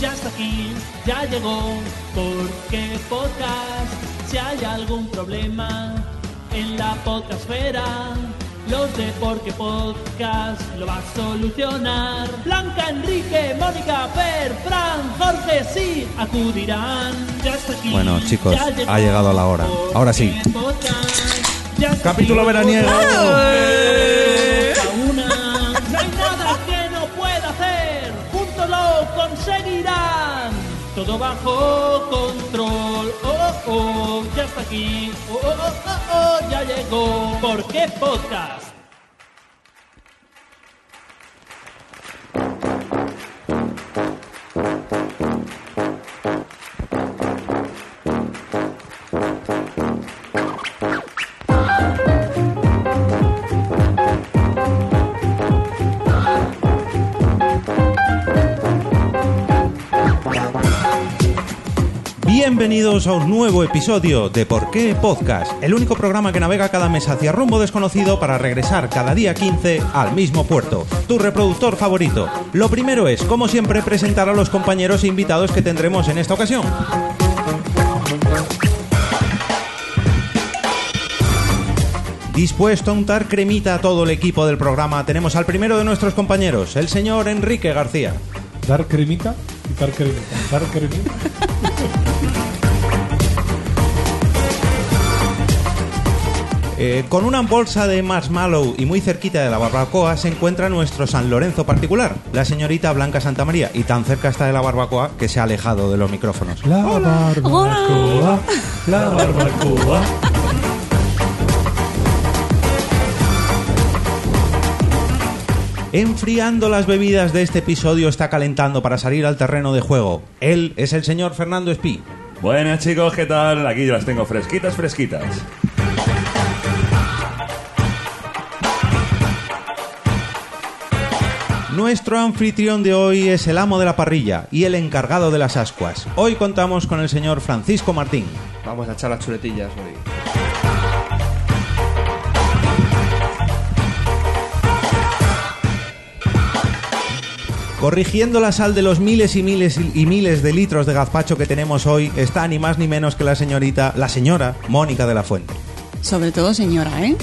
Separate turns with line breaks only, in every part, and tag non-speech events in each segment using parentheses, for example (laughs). ya está aquí, ya llegó, porque podcast, si hay algún problema en la podcastfera, los de Porque Podcast lo va a solucionar. Blanca, Enrique, Mónica, Per, Fran, Jorge, sí, acudirán, ya está aquí.
Bueno, chicos,
ya llegó,
ha llegado la hora. Ahora sí.
Porque Podcast, ya está
Capítulo
aquí,
veraniego.
¡Eh! A una. No hay nada que no pueda hacer. Juntos lo conseguirán. Todo bajo control. Oh, oh, oh, ya está aquí. Oh, oh, oh, oh, oh, ya llegó. ¿Por qué podcast?
Bienvenidos a un nuevo episodio de Por qué Podcast, el único programa que navega cada mes hacia rumbo desconocido para regresar cada día 15 al mismo puerto, tu reproductor favorito. Lo primero es, como siempre, presentar a los compañeros e invitados que tendremos en esta ocasión. Dispuesto a untar cremita a todo el equipo del programa, tenemos al primero de nuestros compañeros, el señor Enrique García.
Dar cremita, quitar cremita, dar cremita.
Eh, con una bolsa de marshmallow y muy cerquita de la barbacoa se encuentra nuestro San Lorenzo particular, la señorita Blanca Santa María, y tan cerca está de la barbacoa que se ha alejado de los micrófonos.
La barbacoa, la barbacoa.
Enfriando las bebidas de este episodio está calentando para salir al terreno de juego. Él es el señor Fernando Espí.
Buenas chicos, ¿qué tal? Aquí yo las tengo fresquitas, fresquitas.
Nuestro anfitrión de hoy es el amo de la parrilla y el encargado de las ascuas. Hoy contamos con el señor Francisco Martín.
Vamos a echar las chuletillas hoy.
Corrigiendo la sal de los miles y miles y miles de litros de gazpacho que tenemos hoy está ni más ni menos que la señorita, la señora Mónica de la Fuente.
Sobre todo señora, ¿eh?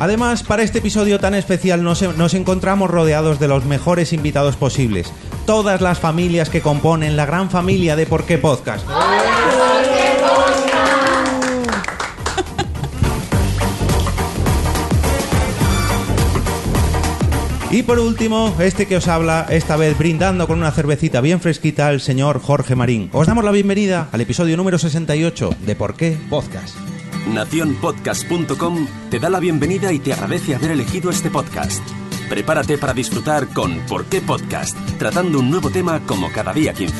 Además, para este episodio tan especial nos, nos encontramos rodeados de los mejores invitados posibles. Todas las familias que componen la gran familia de Por qué Podcast. Y por último, este que os habla, esta vez brindando con una cervecita bien fresquita, el señor Jorge Marín. Os damos la bienvenida al episodio número 68 de Por qué Podcast.
Nacionpodcast.com te da la bienvenida y te agradece haber elegido este podcast. Prepárate para disfrutar con ¿Por qué podcast? Tratando un nuevo tema como cada día 15.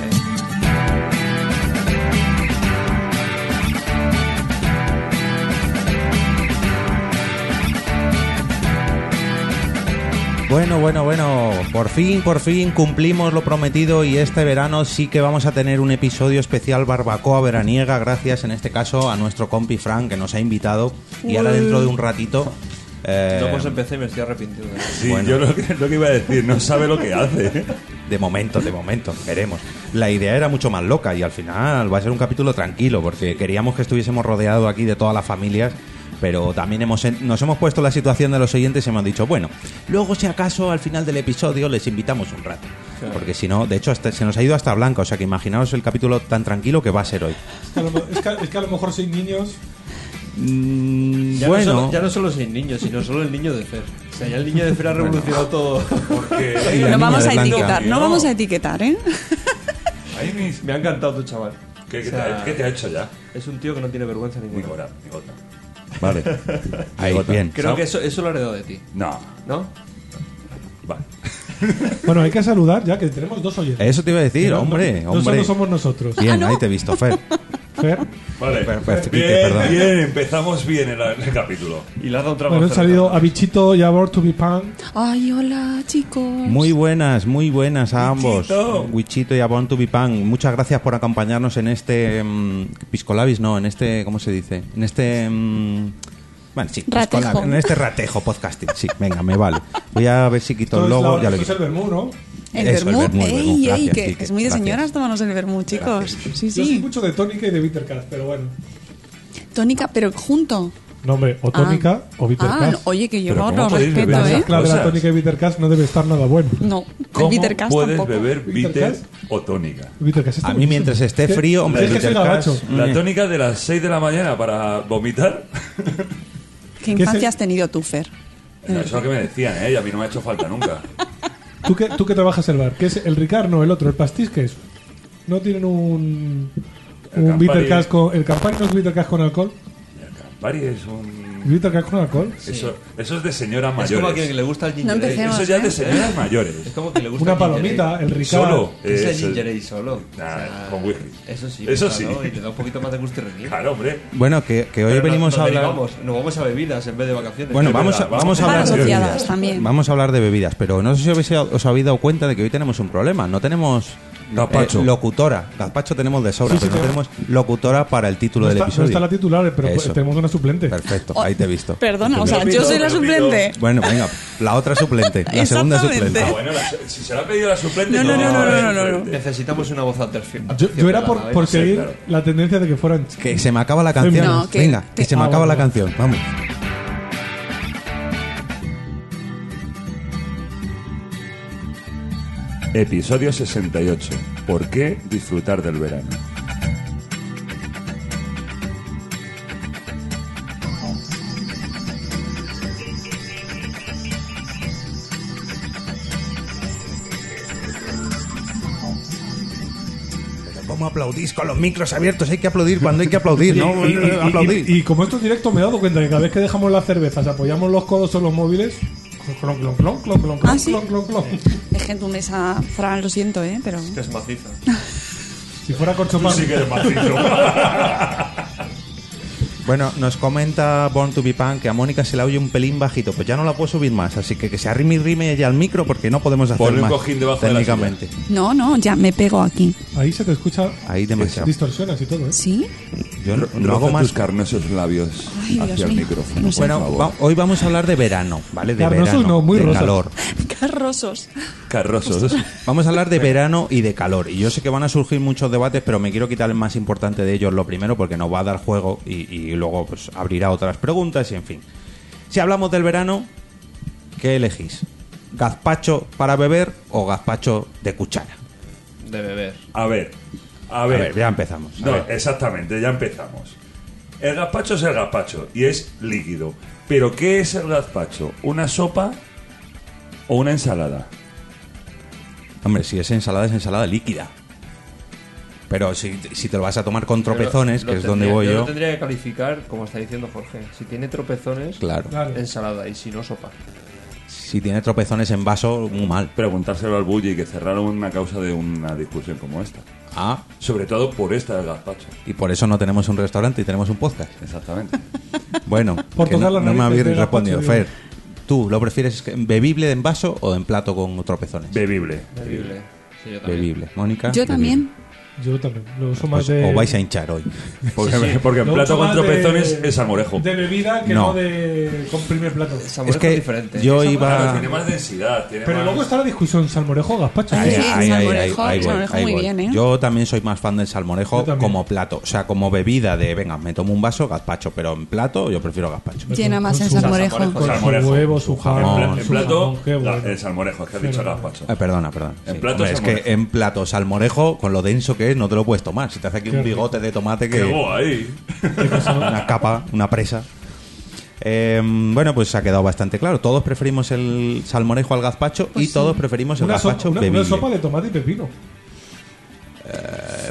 Bueno, bueno, bueno, por fin, por fin cumplimos lo prometido y este verano sí que vamos a tener un episodio especial barbacoa veraniega, gracias en este caso a nuestro compi Frank que nos ha invitado y ahora dentro de un ratito... eh,
No, pues empecé y me estoy arrepintiendo.
Sí, yo lo que, lo que iba a decir, no sabe lo que hace. ¿eh?
De momento, de momento, veremos. La idea era mucho más loca y al final va a ser un capítulo tranquilo porque queríamos que estuviésemos rodeados aquí de todas las familias, pero también hemos, nos hemos puesto la situación de los oyentes y hemos dicho, bueno, luego si acaso al final del episodio les invitamos un rato. Porque si no, de hecho hasta- se nos ha ido hasta Blanca, o sea que imaginaos el capítulo tan tranquilo que va a ser hoy.
Es que a lo mo- Es que, es que a lo mejor sois niños.
Mm,
Ya no
bueno,
solo- ya no solo sin niños, sino solo el niño de Fer. O sea, ya el niño de Fer ha revolucionado todo.
Y la
No
niña
vamos
de
a
blanco.
etiquetar, no
No.
vamos a etiquetar, ¿eh?
Ahí mis-
Me ha encantado tu chaval.
¿Qué, qué
O sea,
te, qué te ha hecho ya?
Es un tío que no tiene vergüenza
Muy
ninguna.
buena, bigota.
(laughs)
vale. Ahí, bien.
Creo que eso, eso lo ha heredado de ti,
No,
¿no?
vale.
Bueno, hay que saludar ya que tenemos dos oyentes.
Eso te iba a decir,
No, no-
hombre,
no,
hombre.
solo somos nosotros.
Bien,
Ah,
ahí te he visto,
(laughs)
Fer.
Fer.
Vale,
Per- perfecto,
bien,
perdón.
bien, empezamos bien el, el capítulo.
Y le has dado un trago.
Bueno,
a
han
Fer.
salido a Bichito y a Born to be Pan.
Ay, hola, chicos.
Muy buenas, muy buenas a ambos.
Wichito.
Wichito y a Born to be Punk. Muchas gracias por acompañarnos en este. mm, Piscolabis, no, en este. ¿Cómo se dice? En este. mm, Bueno, sí, pues con
Ratejo.
la- en este ratejo podcasting. Sí, venga, me vale. Voy a ver si quito el
Esto es la-
logo. Ya lo
esto es
quito.
el vermú, ¿no?
El
Eso, el
vermú.
vermú, el vermú.
Ey, ey,
Gracias,
que
Quique,
es muy de
gracias.
señoras tomarnos el vermú, chicos. Sí,
Yo soy
sí.
mucho de tónica y de bittercast, pero bueno.
Tónica, pero junto.
No, hombre, o tónica
Ah.
o
Ah, no,
bittercast.
oye, que yo
Pero
no
¿cómo
lo
podéis
respeto,
beber
¿eh?
esas
Claro, la
Cosas.
tónica y bittercast no debe estar nada bueno.
No, el
¿Cómo
Bittercast
puedes
tampoco.
beber bitter
¿Bittercast?
o tónica?
Bittercast
este
está
A mí
buenísimo.
mientras esté
¿Qué?
frío, hombre,
Es que soy
Bittercast-
gabacho.
La tónica de las 6 de la mañana para vomitar. (laughs)
¿Qué
¿Qué
es
infancia
el-
has tenido tú, Fer?
No, eso es lo que me decían, ¿eh? Y a mí no me ha hecho falta nunca.
¿Tú que, tú que trabajas el bar, ¿qué es el Ricard? No, el otro, el pastis, ¿qué es? ¿No tienen un.
El
un
Campari.
bittercast con. El Campari no es bittercast con alcohol?
El Campari es un...
¿Bittercast con alcohol?
Eso, eso es de señoras
Es como a
mayores.
quien le gusta el ginger
No
ale.
empecemos.
Eso ya es de
¿eh?
señoras mayores.
Es como que le gusta
Una
el ¿eh? ginger ale.
palomita, el Ricard.
Solo.
Es el
Eso-
ginger ale solo.
Nah, con whisky.
Eso sí.
Eso
claro,
sí.
Y le da un poquito más de gusto y reguir.
Claro, hombre.
Bueno, que, que hoy
Pero no-
venimos
nos
a hablar.
derivamos, nos vamos a bebidas en vez de vacaciones.
Bueno,
Es
vamos a,
verdad,
vamos a
vamos
hablar
Para
de
asociadas
bebidas.
también.
Vamos a hablar de bebidas, pero no sé si habéis, os habéis dado cuenta de que hoy tenemos un problema. No tenemos
Gazpacho.
eh, locutora. Gazpacho tenemos de sobra,
Sí, sí,
pero no
tenemos.
tenemos locutora para el título
No
del
está, no
episodio.
está la titular, pero pues,
Eso.
tenemos una suplente.
Perfecto,
Oh,
ahí te he visto.
Perdona, o sea,
Repito,
yo soy la
repito.
suplente.
Bueno, venga, la otra suplente, la segunda
Exactamente.
suplente.
Ah, bueno, la- si se la ha pedido la suplente...
No, no, no, no, no, no, no.
Necesitamos una voz alterfil.
Yo, yo era por, por
sí,
seguir
claro.
la tendencia de que fueran.
Que se me acaba la canción.
No, que-
venga, que
que-
se me
Ah,
acaba
bueno,
la
bueno.
canción. Vamos.
Episodio 68. ¿Por qué disfrutar del verano?
¿Cómo aplaudís con los micros abiertos? Hay que aplaudir cuando hay que aplaudir, ¿no?
(laughs) Y, y- y-
aplaudir.
y como esto es directo, me he dado cuenta que cada vez que dejamos las cervezas, apoyamos los codos en los móviles. Clon, clon, clon, clon, clon,
Ah,
clon,
sí.
clon, clon, clon.
Es que tu mesa, Fran, lo siento, ¿eh? Pero
Que es maciza.
Si fuera corchopán.
Sí que eres (laughs) macizo.
Bueno, nos comenta Born to be Punk que a Mónica se la oye un pelín bajito, pues ya no la puedo subir más, así que que se arrime y rime ella al micro porque no podemos hacer
Ponle un
más.
cojín debajo de la
técnicamente.
no, no, ya me pego aquí.
Ahí se te escucha.
Ahí demasiado.
Distorsionas y todo, ¿eh?
¿Sí? (laughs)
Yo no, no
Roza
hago más.
tus carnosos labios
Ay, Dios
hacia el
mío.
micrófono.
No sé.
Bueno,
por favor.
va- hoy vamos a hablar de verano, ¿vale? De
Carnosos
verano,
no, muy
de
rosas.
calor.
Carrosos.
Carrosos.
Vamos a hablar de verano y de calor. Y yo sé que van a surgir muchos debates, pero me quiero quitar el más importante de ellos lo primero porque nos va a dar juego y, y luego pues abrirá otras preguntas y en fin. Si hablamos del verano, ¿qué elegís? ¿Gazpacho para beber o gazpacho de cuchara?
De beber.
A ver, a
A
ver.
ver, ya empezamos. A
No, eh.
ver.
exactamente, ya empezamos. El gazpacho es el gazpacho y es líquido. Pero ¿qué es el gazpacho? ¿Una sopa o una ensalada?
Hombre, si es ensalada, es ensalada líquida. Pero si, si te lo vas a tomar con tropezones,
Yo lo
que es donde
tendría-
voy
lo
yo,
tendría que calificar, como está diciendo Jorge, si tiene tropezones,
claro.
Claro.
ensalada y si no, sopa.
Si tiene tropezones en vaso, muy mal.
Preguntárselo al bully que cerraron una causa de una discusión como esta.
Ah,
Sobre todo por esta del gazpacho.
y por eso no tenemos un restaurante y tenemos un podcast.
Exactamente.
Bueno,
(laughs) Por
que no,
tocar las
no me
narices
habéis
de la
respondido,
Pachi,
Fer.
digo.
¿Tú lo prefieres que- bebible en vaso o en plato con tropezones?
(laughs) Bebible.
Bebible. Sí, yo también.
bebible. Mónica.
Yo
bebible.
también.
Yo también. Lo uso más
Pues
de.
Os vais a hinchar hoy.
Porque, porque en
lo
plato
uso
con
más de-
tropezones es almorejo.
De bebida que
No.
no, de. con primer plato.
Sabor
Es que
diferente.
yo
Eso
Claro,
iba.
Ah, tiene más densidad. Tiene
Pero
más-
luego está la discusión salmorejo o gazpacho.
Ah, (laughs)
Ay, sí, salmorejo,
voy,
salmorejo muy
voy.
bien, ¿eh?
Yo también soy más fan del salmorejo
Yo también.
como plato. O sea, como bebida de, venga, me tomo un vaso, gazpacho, pero en plato yo prefiero gazpacho.
Llena más el
Con su-
salmorejo.
salmorejo,
Con su
Salmorejo.
huevo, su
jamón,
En,
jamón.
pla- en
su
plato,
jamón, qué
la-
bueno.
el salmorejo, es que has dicho el gazpacho.
Eh, perdona, perdón.
En
Sí,
plato
hombre, es que
salmorejo.
en plato salmorejo, con lo denso que es, no te lo puedes tomar. Si te hace aquí un
Qué rico.
bigote de tomate que.
Qué guay.
una capa, una presa. Eh, bueno, pues ha quedado bastante claro. Todos preferimos el salmorejo al gazpacho
Pues
y todos preferimos el
Una, so-
gazpacho
una- una
bebible.
sopa de tomate y pepino.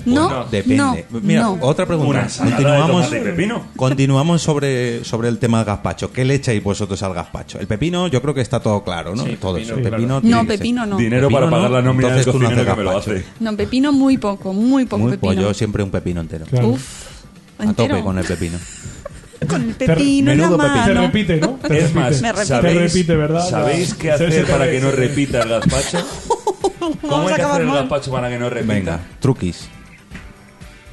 No,
Depende.
no,
Mira,
no.
otra
Una
pregunta.
ensalada de
Continuamos,
tomate y pepino.
continuamos sobre, sobre el tema del gazpacho. ¿Qué le echáis vosotros al gazpacho? El pepino, yo creo que está todo claro, ¿no?
Sí,
todo
pepino,
eso.
claro.
Pepino tiene
No,
que ser.
pepino no.
Dinero
Pepino
para pagar
no,
la nómina del
entonces tú no
cocinero que
haces
me lo
gazpacho.
hace.
No, pepino muy poco, muy poco
Muy, pues
pepino.
yo siempre un pepino entero.
Claro.
Uf,
A tope
entero.
con el pepino.
Con el pepino en la
menudo pepino.
Se
mano.
repite,
(laughs)
¿no? Te
Es
repite.
más,
Me repite.
¿sabéis,
Te repite, ¿verdad?
¿Sabéis
La-
qué
se- se
hacer
te
para
ve,
que no
se-
repita el gazpacho? ¿Cómo
Vamos a
hay que
acabar
hacer el
mal.
gazpacho para que no repita?
Venga, truquis.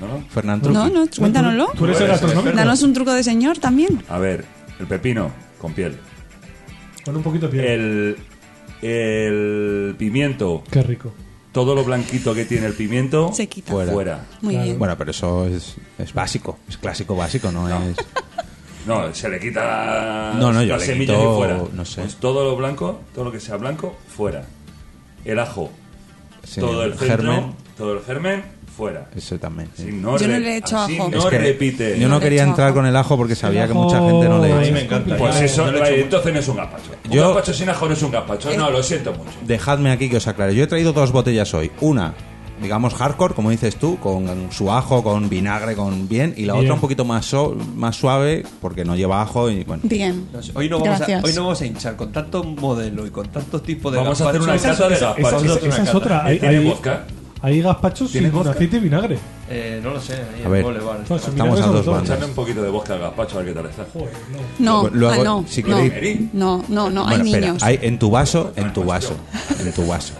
¿No?
Fernán, truquis.
No, no, cuéntanoslo.
Tú eres el gastronómico.
Danos un truco de señor también.
A ver, El pepino, con piel.
Con un poquito de piel.
El, el pimiento,
Qué rico.
todo lo blanquito que tiene el pimiento,
Se quita.
Fuera.
fuera.
Muy
Claro.
bien.
Bueno, pero eso es, es básico, es clásico básico, no, es...
No, se le quita
No, no, yo
las
le
semillas
quito,
y fuera.
no sé.
Pues todo lo blanco, todo lo que sea blanco, fuera. El ajo,
sí,
todo el, centro,
germen,
todo el germen, fuera.
eso también. sí.
Si no
Yo no
re-
le he hecho
así
ajo.
no
Es que
repite.
Yo no
No le
quería
echo
entrar
ajo.
con el ajo porque sabía que
ajo-
mucha gente no
A
le
mí
echa.
me encanta.
Pues
Ya,
eso,
no le
vale,
echo mucho.
entonces no es un gazpacho.
Yo-
Un gazpacho sin ajo no es un
Eh,
gazpacho. No, lo siento mucho.
Dejadme aquí que os aclare. Yo he traído dos botellas hoy. Una, digamos, hardcore, como dices tú, con su ajo, con vinagre, con bien. Y la
Bien.
otra un poquito más, so- más suave porque no lleva ajo y bueno.
Bien.
No sé, Hoy no, vamos a,
Gracias.
hoy no vamos a hinchar con tantos modelos y con tantos tipos de
Vamos a hacer
gazpachos.
una cata de gazpachos.
pues Esa, esa- esa es otra. Hay,
¿Tiene
hay-
vodka?
hay gazpachos
¿Tiene
sin
vodka?
aceite y vinagre.
Eh, no lo sé, ahí
A ver.
en Boulevard.
No, sin
Estamos
vinagre
a
sobre
dos
todo.
bandas.
Echadle un poquito de vodka al gazpacho a ver qué tal está.
Joder, no.
No,
Luego,
ah, no,
si
no,
queréis-
no, no, no, hay
Bueno, espera,
niños.
hay- en tu vaso, en
pues
tu vaso, en tu vaso.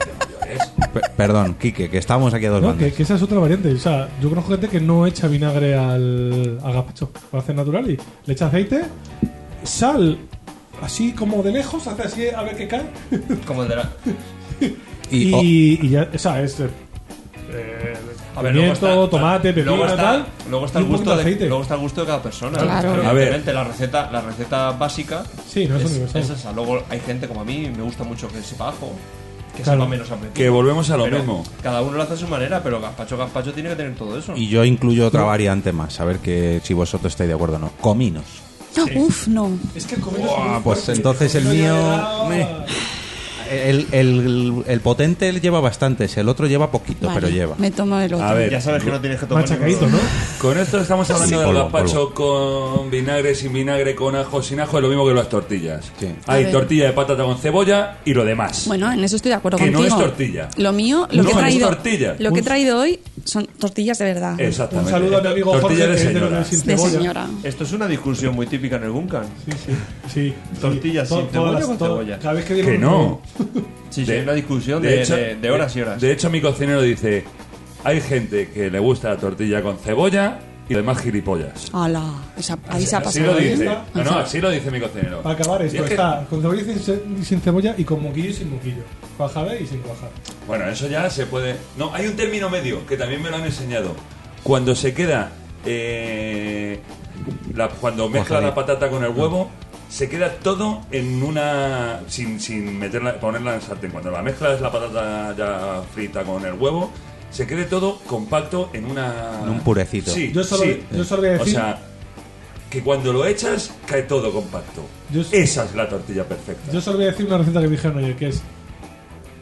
Pe- perdón, Quique, que estamos aquí a dos
No,
bandas.
que, que esa es otra variante. O sea, yo conozco gente que no echa vinagre al, al gazpacho. Lo hace natural y le echa aceite, sal, así como de lejos, hace así a ver qué cae.
Como el de la-
Y,
(laughs) Y,
oh,
y ya, o sea, es. eh, eh,
A ver, luego
pimiento,
está,
tomate,
luego
pepino,
está-
tal.
Luego está
y
el
un poquito
gusto de,
de aceite.
luego está el gusto de cada persona.
Claro.
Pero
A ver.
evidentemente la receta, la receta básica
Sí, no es universal.
esa. Luego hay gente como a mí, me gusta mucho que sepa ajo, que
Claro.
sepa menos a pepino.
Que volvemos a lo
Pero
mismo.
Cada uno lo hace a su manera, pero gazpacho, gazpacho tiene que tener todo eso.
y yo incluyo otra variante más, a ver que si vosotros estáis de acuerdo o no. Cominos.
Uf, no.
Es que el comino es
Buah,
muy
pues
fuerte.
entonces el
Yo ya
mío-
le he dado
me-
a-
El, el, el potente lleva bastantes, el otro lleva poquito,
Vale,
pero lleva.
Me tomo el otro.
A ver,
ya sabes que no tienes que tomar
Machacadito, ¿no?
ninguno.
Con esto estamos hablando
Sí,
del
polvo,
gazpacho con vinagre, sin vinagre, con ajo, sin ajo, es lo mismo que las tortillas.
Sí.
A
Hay
ver.
tortilla de patata con cebolla y lo demás.
Bueno, en eso estoy de acuerdo
Que no
contigo.
es tortilla.
Lo mío, lo
No,
que he
es
traído,
tortilla.
lo que he
Un-
traído hoy son tortillas de verdad,
Exactamente.
Un saludo a mi amigo Jorge,
tortilla
que
de
es de
señora.
los sin
de
cebolla.
señora.
Esto es una discusión muy típica en el Guncan.
Sí, sí, sí.
Tortillas
To-
sin
todas
cebolla
las-
con
to-
cebolla.
Cada vez que viene
Que
un-
no.
Sí, sí, hay una discusión de, de- de horas y horas.
De hecho, mi cocinero dice: hay gente que le gusta la tortilla con cebolla y demás gilipollas.
Ala, esa- ahí Ah, se ha
así
pasado.
lo
¿eh?
dice.
¿eh?
No, no, así lo dice mi cocinero.
Para acabar
Y
esto,
es que-
está con cebolla y sin, sin cebolla y con moquillo y sin moquillo. Cuajada y sin cuajada.
Bueno, eso ya se puede. No, hay un término medio que también me lo han enseñado. Cuando se queda. eh, la- cuando mezcla la patata con el
Mm.
huevo, se queda todo en una. Sin, sin meterla, ponerla en el sartén. Cuando la mezclas la patata ya frita con el huevo, se quede todo compacto en una.
En un purecito.
Sí,
Yo solo-
sí.
yo solo voy a
O
decir-
sea, que cuando lo echas, cae todo compacto.
Yo s-
Esa es la tortilla perfecta.
Yo solo voy a decir una receta que me dijeron ayer, que es...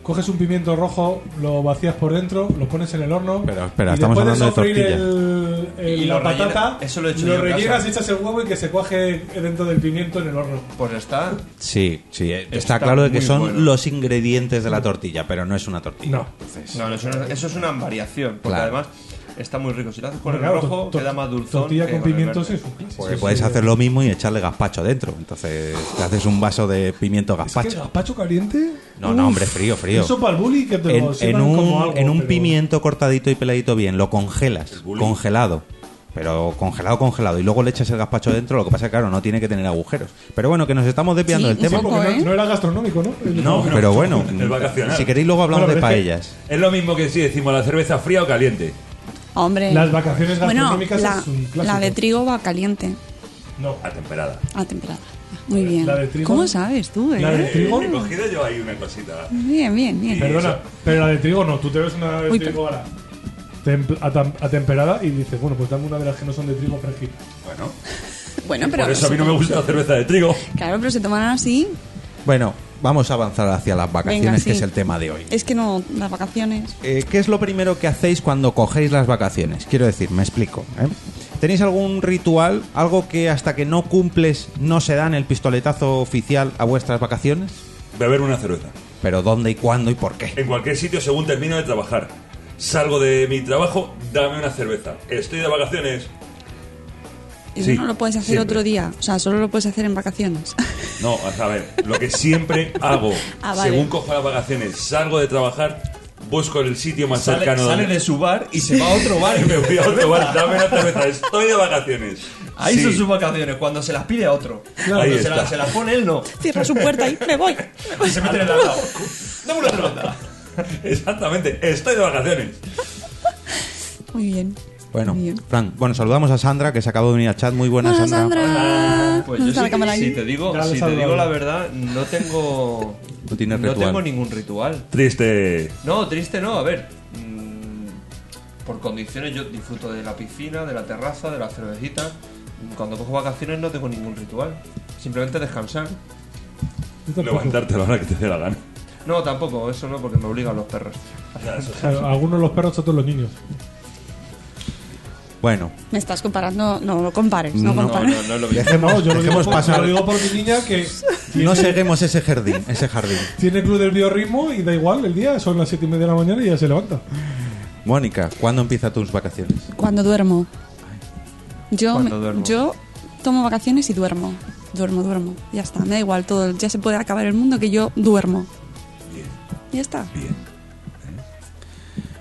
Coges un pimiento rojo, lo vacías por dentro, lo pones en el horno...
Pero, espera,
y
estamos
después
hablando de
sofreír el- el-
Y
la
lo rellena-
patata,
eso lo he hecho yo en
rellenas,
casa.
echas el huevo y que se cuaje dentro del pimiento en el horno.
Pues está.
Sí, sí, eh, está,
Está
claro de que
muy
son
bueno.
los ingredientes de la tortilla, pero no es una tortilla.
No.
No, no, eso, no- eso es una variación. Porque
Claro.
además está muy rico. Si lo haces con
Claro,
el rojo,
to-
queda más dulzón.
Tortilla
que
con
el verde.
pimientos es un clásico.
Porque
Sí,
Pues puedes
Pues sí.
hacer lo mismo y echarle gazpacho dentro. Entonces te haces un vaso de pimiento
Es que el
gazpacho.
gazpacho caliente...
No, no,
uf,
hombre, frío, frío.
Eso para el bully que te
En,
lo
en
sirvan como
un,
algo,
en un
pero-
pimiento cortadito y peladito bien, lo congelas,
bullying.
congelado. Pero congelado, congelado. Y luego le echas el gazpacho dentro. Lo que pasa es que, claro, no tiene que tener agujeros. Pero bueno, que nos estamos desviando
Sí,
del
un
tema.
Sí, porque
Poco,
no-
¿eh?
no, era gastronómico, ¿no? El-
No, pero bueno,
el vacacional.
si queréis luego hablamos
Bueno,
de
pero es que-
paellas.
Es lo mismo que si decimos la cerveza fría o caliente.
Hombre.
Las vacaciones
bueno,
gastronómicas
la,
es un clásico.
la de trigo va caliente
No.
A temperada.
a temporada. Muy bien.
la de trigo-
¿Cómo sabes tú, eh?
La de trigo.
He cogido yo ahí una cosita.
Bien, bien, bien.
Perdona, pero la de trigo no. Tú te ves una de
Uy,
trigo ahora tem- atam- atemperada y dices, bueno, pues dame una de las que no son de trigo fresquita.
Bueno,
Bueno, pero
por eso a mí
se
no me
toman-
gusta la cerveza de trigo.
Claro, pero se toman así.
Bueno, vamos a avanzar hacia las vacaciones,
Venga, sí.
que es el tema de hoy.
Es que no, las vacaciones.
Eh, ¿Qué es lo primero que hacéis cuando cogéis las vacaciones? Quiero decir, me explico. ¿eh? ¿Tenéis algún ritual, algo que hasta que no cumples no se dan el pistoletazo oficial a vuestras vacaciones?
Beber una cerveza.
¿Pero dónde y cuándo y por qué?
En cualquier sitio según termino de trabajar. Salgo de mi trabajo, dame una cerveza. Estoy de vacaciones.
Eso
Sí,
no lo puedes hacer
siempre.
otro día. O sea, solo lo puedes hacer en vacaciones. (laughs)
No, a saber, lo que siempre hago
Ah, vale.
según cojo las vacaciones, salgo de trabajar, busco el sitio más
Sale,
cercano.
sale de su bar y se va a otro bar.
(laughs) y me voy a otro bar, dame una cerveza, estoy de vacaciones.
Ahí
Sí,
son sus vacaciones, cuando se las pide a otro. Cuando
Ahí
se,
está.
la- se las pone él, no.
Cierra su puerta y
(laughs)
me voy.
Y se mete en el
(laughs)
(laughs)
lado. Dame una ronda.
(laughs) Exactamente, estoy de vacaciones.
Muy bien.
Bueno,
Muy bien.
Frank, bueno, saludamos a Sandra, que se acabó de unir a chat. Muy buena,
Hola,
Sandra.
Sandra.
Pues
¿Dónde
yo
está
sí
la
que-
cámara
si
ahí?
te digo,
Ya lo
si te
saludamos.
digo la verdad, no tengo
No tienes
no
ritual.
tengo ningún ritual.
Triste.
No, triste no, a ver. mm, por condiciones yo disfruto de la piscina, de la terraza, de la cervecita. Cuando cojo vacaciones no tengo ningún ritual. Simplemente descansar.
Yo tampoco.
Levantarte a la hora que te dé la gana.
No, tampoco, eso no, porque me obligan los perros.
Claro, algunos los perros, otros los niños.
Bueno,
Me estás comparando. No, no compares, no,
No,
compares.
no es lo
No, yo lo digo,
dejemos
por,
pasar.
lo digo por mi niña que
no seguimos ese jardín, ese jardín.
tiene club del biorritmo y da igual el día, son las 7 y media de la mañana y ya se levanta.
Mónica, ¿cuándo empiezan tus vacaciones?
Cuando duermo. Yo,
Cuando
me-
duermo.
yo tomo vacaciones y duermo. Duermo, duermo. Ya está, me da igual todo. Ya se puede acabar el mundo que yo duermo. Ya está.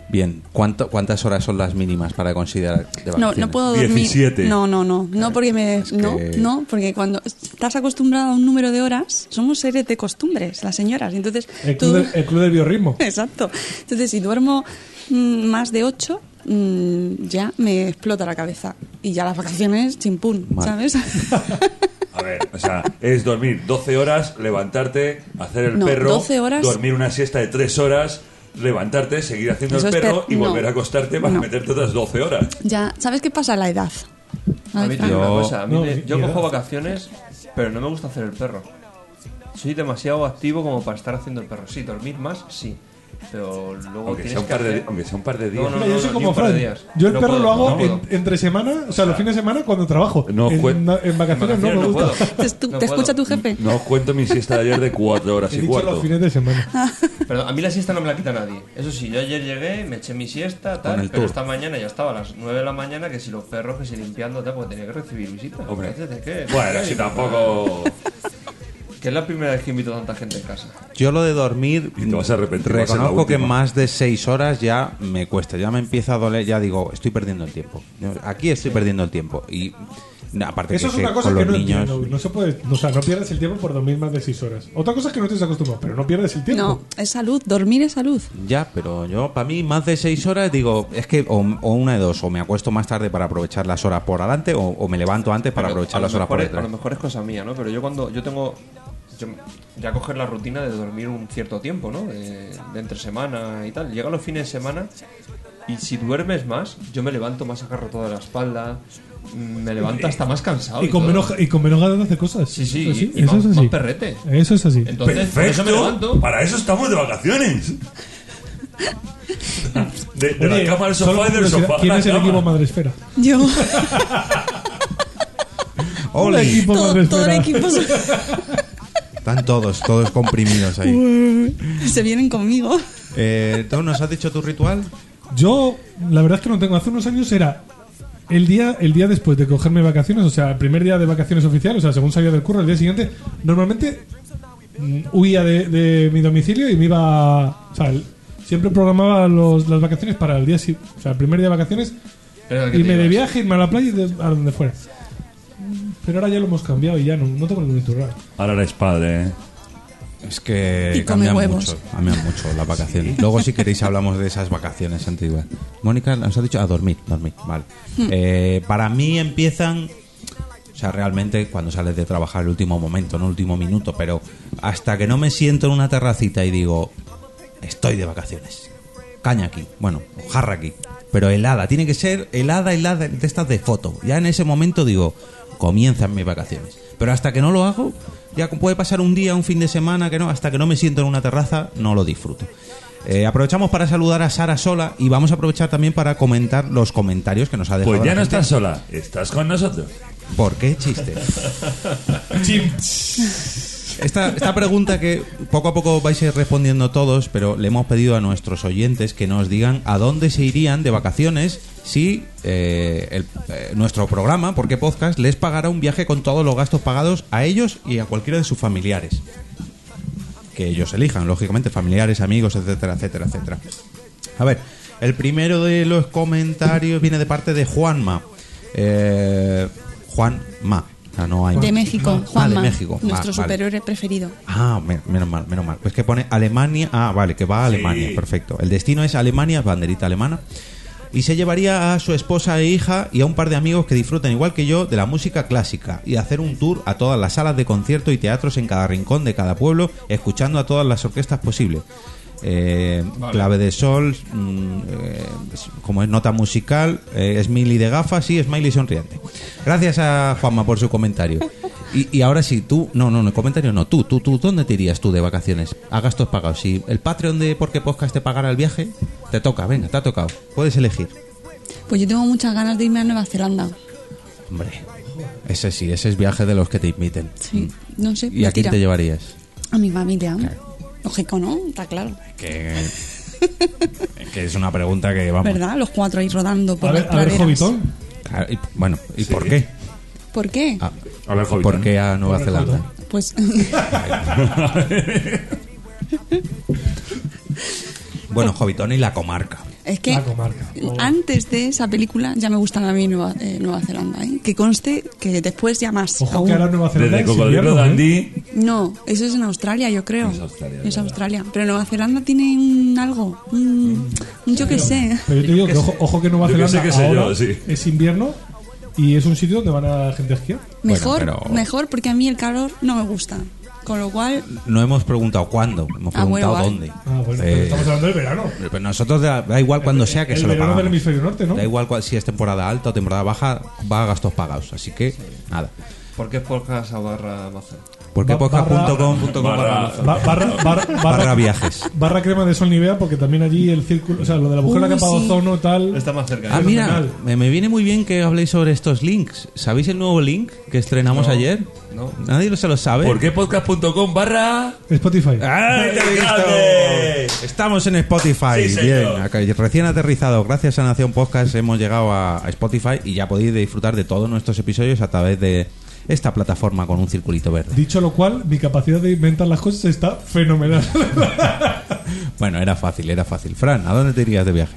Bien, ¿cuánto, ¿cuántas horas son las mínimas para considerar de
No,
vacaciones?
no puedo dormir.
17.
No, no, no. No porque me.
Es que-
No, no, porque cuando estás acostumbrado a un número de horas, somos seres de costumbres, las señoras. Entonces,
El
tú-
club, del, el club del biorritmo.
(laughs) Exacto. Entonces, si duermo mm, más de 8, ya me explota la cabeza. Y ya las vacaciones, chimpún,
Vale.
¿sabes?
A ver, o sea, es dormir 12 horas, levantarte, hacer el
No,
perro,
12 horas.
dormir una siesta de 3 horas, levantarte, seguir haciendo
Eso
el
es
perro
per-
y
no.
volver a acostarte para
No.
meterte otras 12 horas.
ya, ¿sabes qué pasa? La edad.
A mí te digo una
Yo-
cosa, a mí
No, ni
me- yo
siquiera.
cojo vacaciones, pero no me gusta hacer el perro. Soy demasiado activo como para estar haciendo el perro. Sí, dormir más, sí. Pero luego
Aunque
tienes
sea, un
que
par de,
hacer-
aunque sea un par de días.
No, no,
Mira,
no.
yo soy
ni
como
un par
Fran.
de días.
Yo el
No
perro
puedo,
lo hago
no puedo.
en- entre semana, o sea, los fines de semana cuando trabajo.
No,
en,
jue-
na- en vacaciones no me
vacaciones
gusta.
puedo.
¿Te, estu-
No
te
puedo.
escucha tu jefe?
No os cuento mi siesta de ayer de 4
(laughs)
horas
He
y
dicho
cuarto.
los fines de semana.
Perdón, a mí la siesta no me la quita nadie. Eso sí, yo ayer llegué, me eché mi siesta,
Con
tal,
el
pero
tour.
esta mañana ya estaba a las 9 de la mañana, que si los perros, que si limpiando, tal, porque tenía que recibir visitas.
Hombre.
Entonces, ¿de qué?
Bueno,
¿Qué?
si tampoco.
Que es la primera vez que invito a tanta gente en casa.
Yo lo de dormir,
Y te vas a arrepentir, va a ser la
reconozco que
última.
más de seis horas ya me cuesta, ya me empieza a doler, ya digo, estoy perdiendo el tiempo. Yo- Aquí estoy perdiendo el tiempo. Y no, aparte
Eso
que
es
sé,
una cosa
con
que
los
no
niños...
entiendo. No se puede, o sea, no pierdes el tiempo por dormir más de 6 horas. Otra cosa es que no estés acostumbrado, pero no pierdes el tiempo.
No, es salud. Dormir es salud.
Ya, pero yo, para mí, más de seis horas, digo, es que o, o una de dos, o me acuesto más tarde para aprovechar las horas por adelante, o, o me levanto antes para
Pero a
aprovechar
lo
las horas
mejor
por
es- A
detrás.
lo mejor es cosa mía, ¿no? Pero yo cuando. Yo tengo. yo- ya coger la rutina de dormir un cierto tiempo, ¿no? De, de entre semana y tal. Llega los fines de semana y si duermes más, yo me levanto más agarro toda la espalda, mm, me levanto hasta más cansado.
Y con,
todo.
menos, y con menos ganas de hacer cosas.
Sí, sí,
Eso, sí,
y- y
eso
más-
es así. Eh,
más perrete.
Eso es así.
Entonces, por eso me
Perfecto,
levanto.
para eso estamos de vacaciones. De, de
Oye,
la cama al
solo
sofá y del
curiosidad,
sofá. a
¿Quién
la
es el
cama.
equipo madresfera?
Yo,
Hola,
¡Ole!
equipo
(laughs) todo, todo el
madresfera.
equipo se-
Están todos, todos comprimidos ahí.
se vienen conmigo.
Eh, Tom, ¿nos has dicho tu ritual?
Yo, la verdad es que no tengo. Hace unos años era el día, el día después de cogerme vacaciones, o sea, el primer día de vacaciones oficial, o sea, según salía del curro, el día siguiente, normalmente mm, huía de, de mi domicilio y me iba. O sea, el- siempre programaba los- las vacaciones para el día, si- o sea, el primer día de vacaciones
Pero que
y
te
me de
ibas.
viaje, irme a la playa y de- a donde fuera. Pero ahora ya lo hemos cambiado y ya no, no tengo ningún ritual.
Ahora eres padre, ¿eh?
Es que
Y come
cambian
huevos.
mucho, cambian mucho las vacaciones. Luego, si queréis, hablamos de esas vacaciones antiguas. Mónica, nos ha dicho a dormir, dormir, vale.
Hmm.
Eh, para mí empiezan, o sea, realmente cuando sales de trabajar el último momento, no el último minuto, pero hasta que no me siento en una terracita y digo, estoy de vacaciones. Caña aquí, bueno, o jarra aquí, pero helada, tiene que ser helada, helada, de estas de foto. Ya en ese momento digo, comienzan mis vacaciones. Pero hasta que no lo hago, ya puede pasar un día, un fin de semana, que no, hasta que no me siento en una terraza, no lo disfruto. Eh, aprovechamos para saludar a Sara Sola y vamos a aprovechar también para comentar los comentarios que nos ha dejado.
Pues ya
la
no
gente.
estás sola, estás con nosotros.
¿Por qué chiste? Esta, esta pregunta que poco a poco vais a ir respondiendo todos, pero le hemos pedido a nuestros oyentes que nos digan a dónde se irían de vacaciones si eh, el- eh, nuestro programa, porque podcast, les pagará un viaje con todos los gastos pagados a ellos y a cualquiera de sus familiares. que ellos elijan, lógicamente, familiares, amigos, etcétera, etcétera, etcétera. A ver, el primero de los comentarios viene de parte de Juanma. Eh, Juanma. Ah, no hay
De México,
Ah,
Juanma.
de México.
Nuestro
Ah, vale.
superhéroe preferido.
Ah, me- menos mal, menos mal. Pues que pone Alemania. Ah, vale, que va a Alemania, perfecto. El destino es Alemania, banderita alemana. Y se llevaría a su esposa e hija y a un par de amigos que disfruten igual que yo de la música clásica y hacer un tour a todas las salas de concierto y teatros en cada rincón de cada pueblo, escuchando a todas las orquestas posibles. Eh, Clave de sol, mm, eh, como es nota musical, eh, Smiley de gafas y Smiley sonriente. Gracias a Juanma por su comentario. Y, y ahora sí, tú, no, no, no, comentario no, tú, tú, tú, ¿dónde te irías tú de vacaciones? A gastos pagados. Si el Patreon de Porque Podcast te pagara el viaje, te toca, venga, te ha tocado. Puedes elegir.
Pues yo tengo muchas ganas de irme a Nueva Zelanda.
Hombre, ese sí, ese es viaje de los que te inviten.
Sí, no sé.
Mm. ¿Y a
pues
quién
tira.
te llevarías?
A mi familia. Lógico, ¿no? Está claro.
Que, que es una pregunta que vamos.
¿Verdad? Los cuatro ahí rodando por
A ver,
las
a ver,
praderas.
Jovitón.
Claro, y- bueno, ¿y por qué?
¿Por qué?
Ah,
A ver, Jovitón.
¿Por qué a Nueva
Por el
Zelanda?
Pues (laughs)
Bueno, Jovitón y la comarca.
es que
La comarca.
antes de esa película ya me gustaba a mí Nueva, eh, Nueva Zelanda. ¿eh? Que conste que después ya más.
Ojo
aún.
que ahora Nueva Zelanda
Desde
es
Cocodrilo
invierno, ¿eh?
Dandy.
No, eso es en Australia, yo creo.
Es Australia,
Es
¿verdad?
Australia. Pero Nueva Zelanda tiene un algo. Un, un yo qué sé.
Pero yo te digo que ojo, ojo que Nueva
Yo que sé
Zelanda
que sé yo,
ahora
sí.
es invierno y es un sitio donde van a gente a esquiar.
Bueno,
(laughs) Mejor,
pero-
mejor, porque a mí el calor no me gusta. Con lo cual,
No hemos preguntado cuándo, hemos
Ah,
preguntado
bueno, vale.
dónde.
Ah, bueno,
Eh,
pero estamos hablando del verano.
Pero nosotros da, da igual cuando sea que
el
se lo
verano
pagamos.
del hemisferio norte, ¿no?
Da igual cual- si es temporada alta o temporada baja, va a gastos pagados. Así que, nada.
¿Por qué es podcast a barra Amazon?
Porque
Ba-
podcast.com
Barra-
Ba- barra, barra,
barra viajes.
barra crema de sol Nivea, porque también allí el círculo, o sea, lo de la mujer
Uy,
la capa de
sí.
ozono, tal.
Está más cerca.
Ah,
¿eh?
mira,
fenomenal.
me, me viene muy bien que habléis sobre estos links. ¿Sabéis el nuevo link que estrenamos
No,
ayer?
no.
Nadie lo se lo sabe.
¿Por qué podcast.com barra?
Spotify.
¡Ah, te he visto!
¡Grande!
Estamos en Spotify.
Sí,
Bien,
señor.
acá- recién aterrizado. Gracias a Nación Podcast hemos llegado a, a Spotify y ya podéis disfrutar de todos nuestros episodios a través de esta plataforma con un circulito verde.
Dicho lo cual, mi capacidad de inventar las cosas está
(laughs)
fenomenal.
Bueno, era fácil, era fácil. Fran, ¿a dónde te irías de viaje?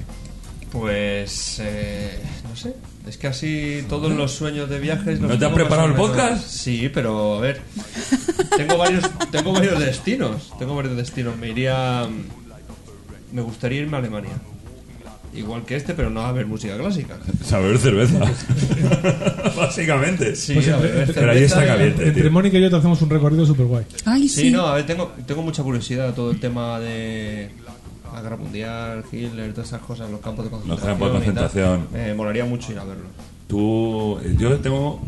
Pues. eh, no sé. Es que así todos los sueños de viajes. los
¿No te has
tengo más
preparado
o
el
menos-
podcast?
Sí, pero a ver. Tengo varios, tengo varios destinos. Tengo varios destinos. Me iría. mm, Me gustaría irme a Alemania. Igual que este, pero no a ver música clásica.
(laughs)
Saber cerveza. Básicamente.
Sí,
Pues
a
entre-
ver,
entre-
Pero ahí
cerveza
está
y-
caliente.
Entre
tío.
Mónica y yo te hacemos un recorrido súper guay.
ay, sí.
este, Sí, no, a ver, tengo, tengo mucha curiosidad todo el tema de la guerra mundial, Hitler, todas esas cosas, los campos de concentración.
campos de
y tal.
concentración.
Me molaría mucho ir a verlo.
Tú. eh, Yo tengo.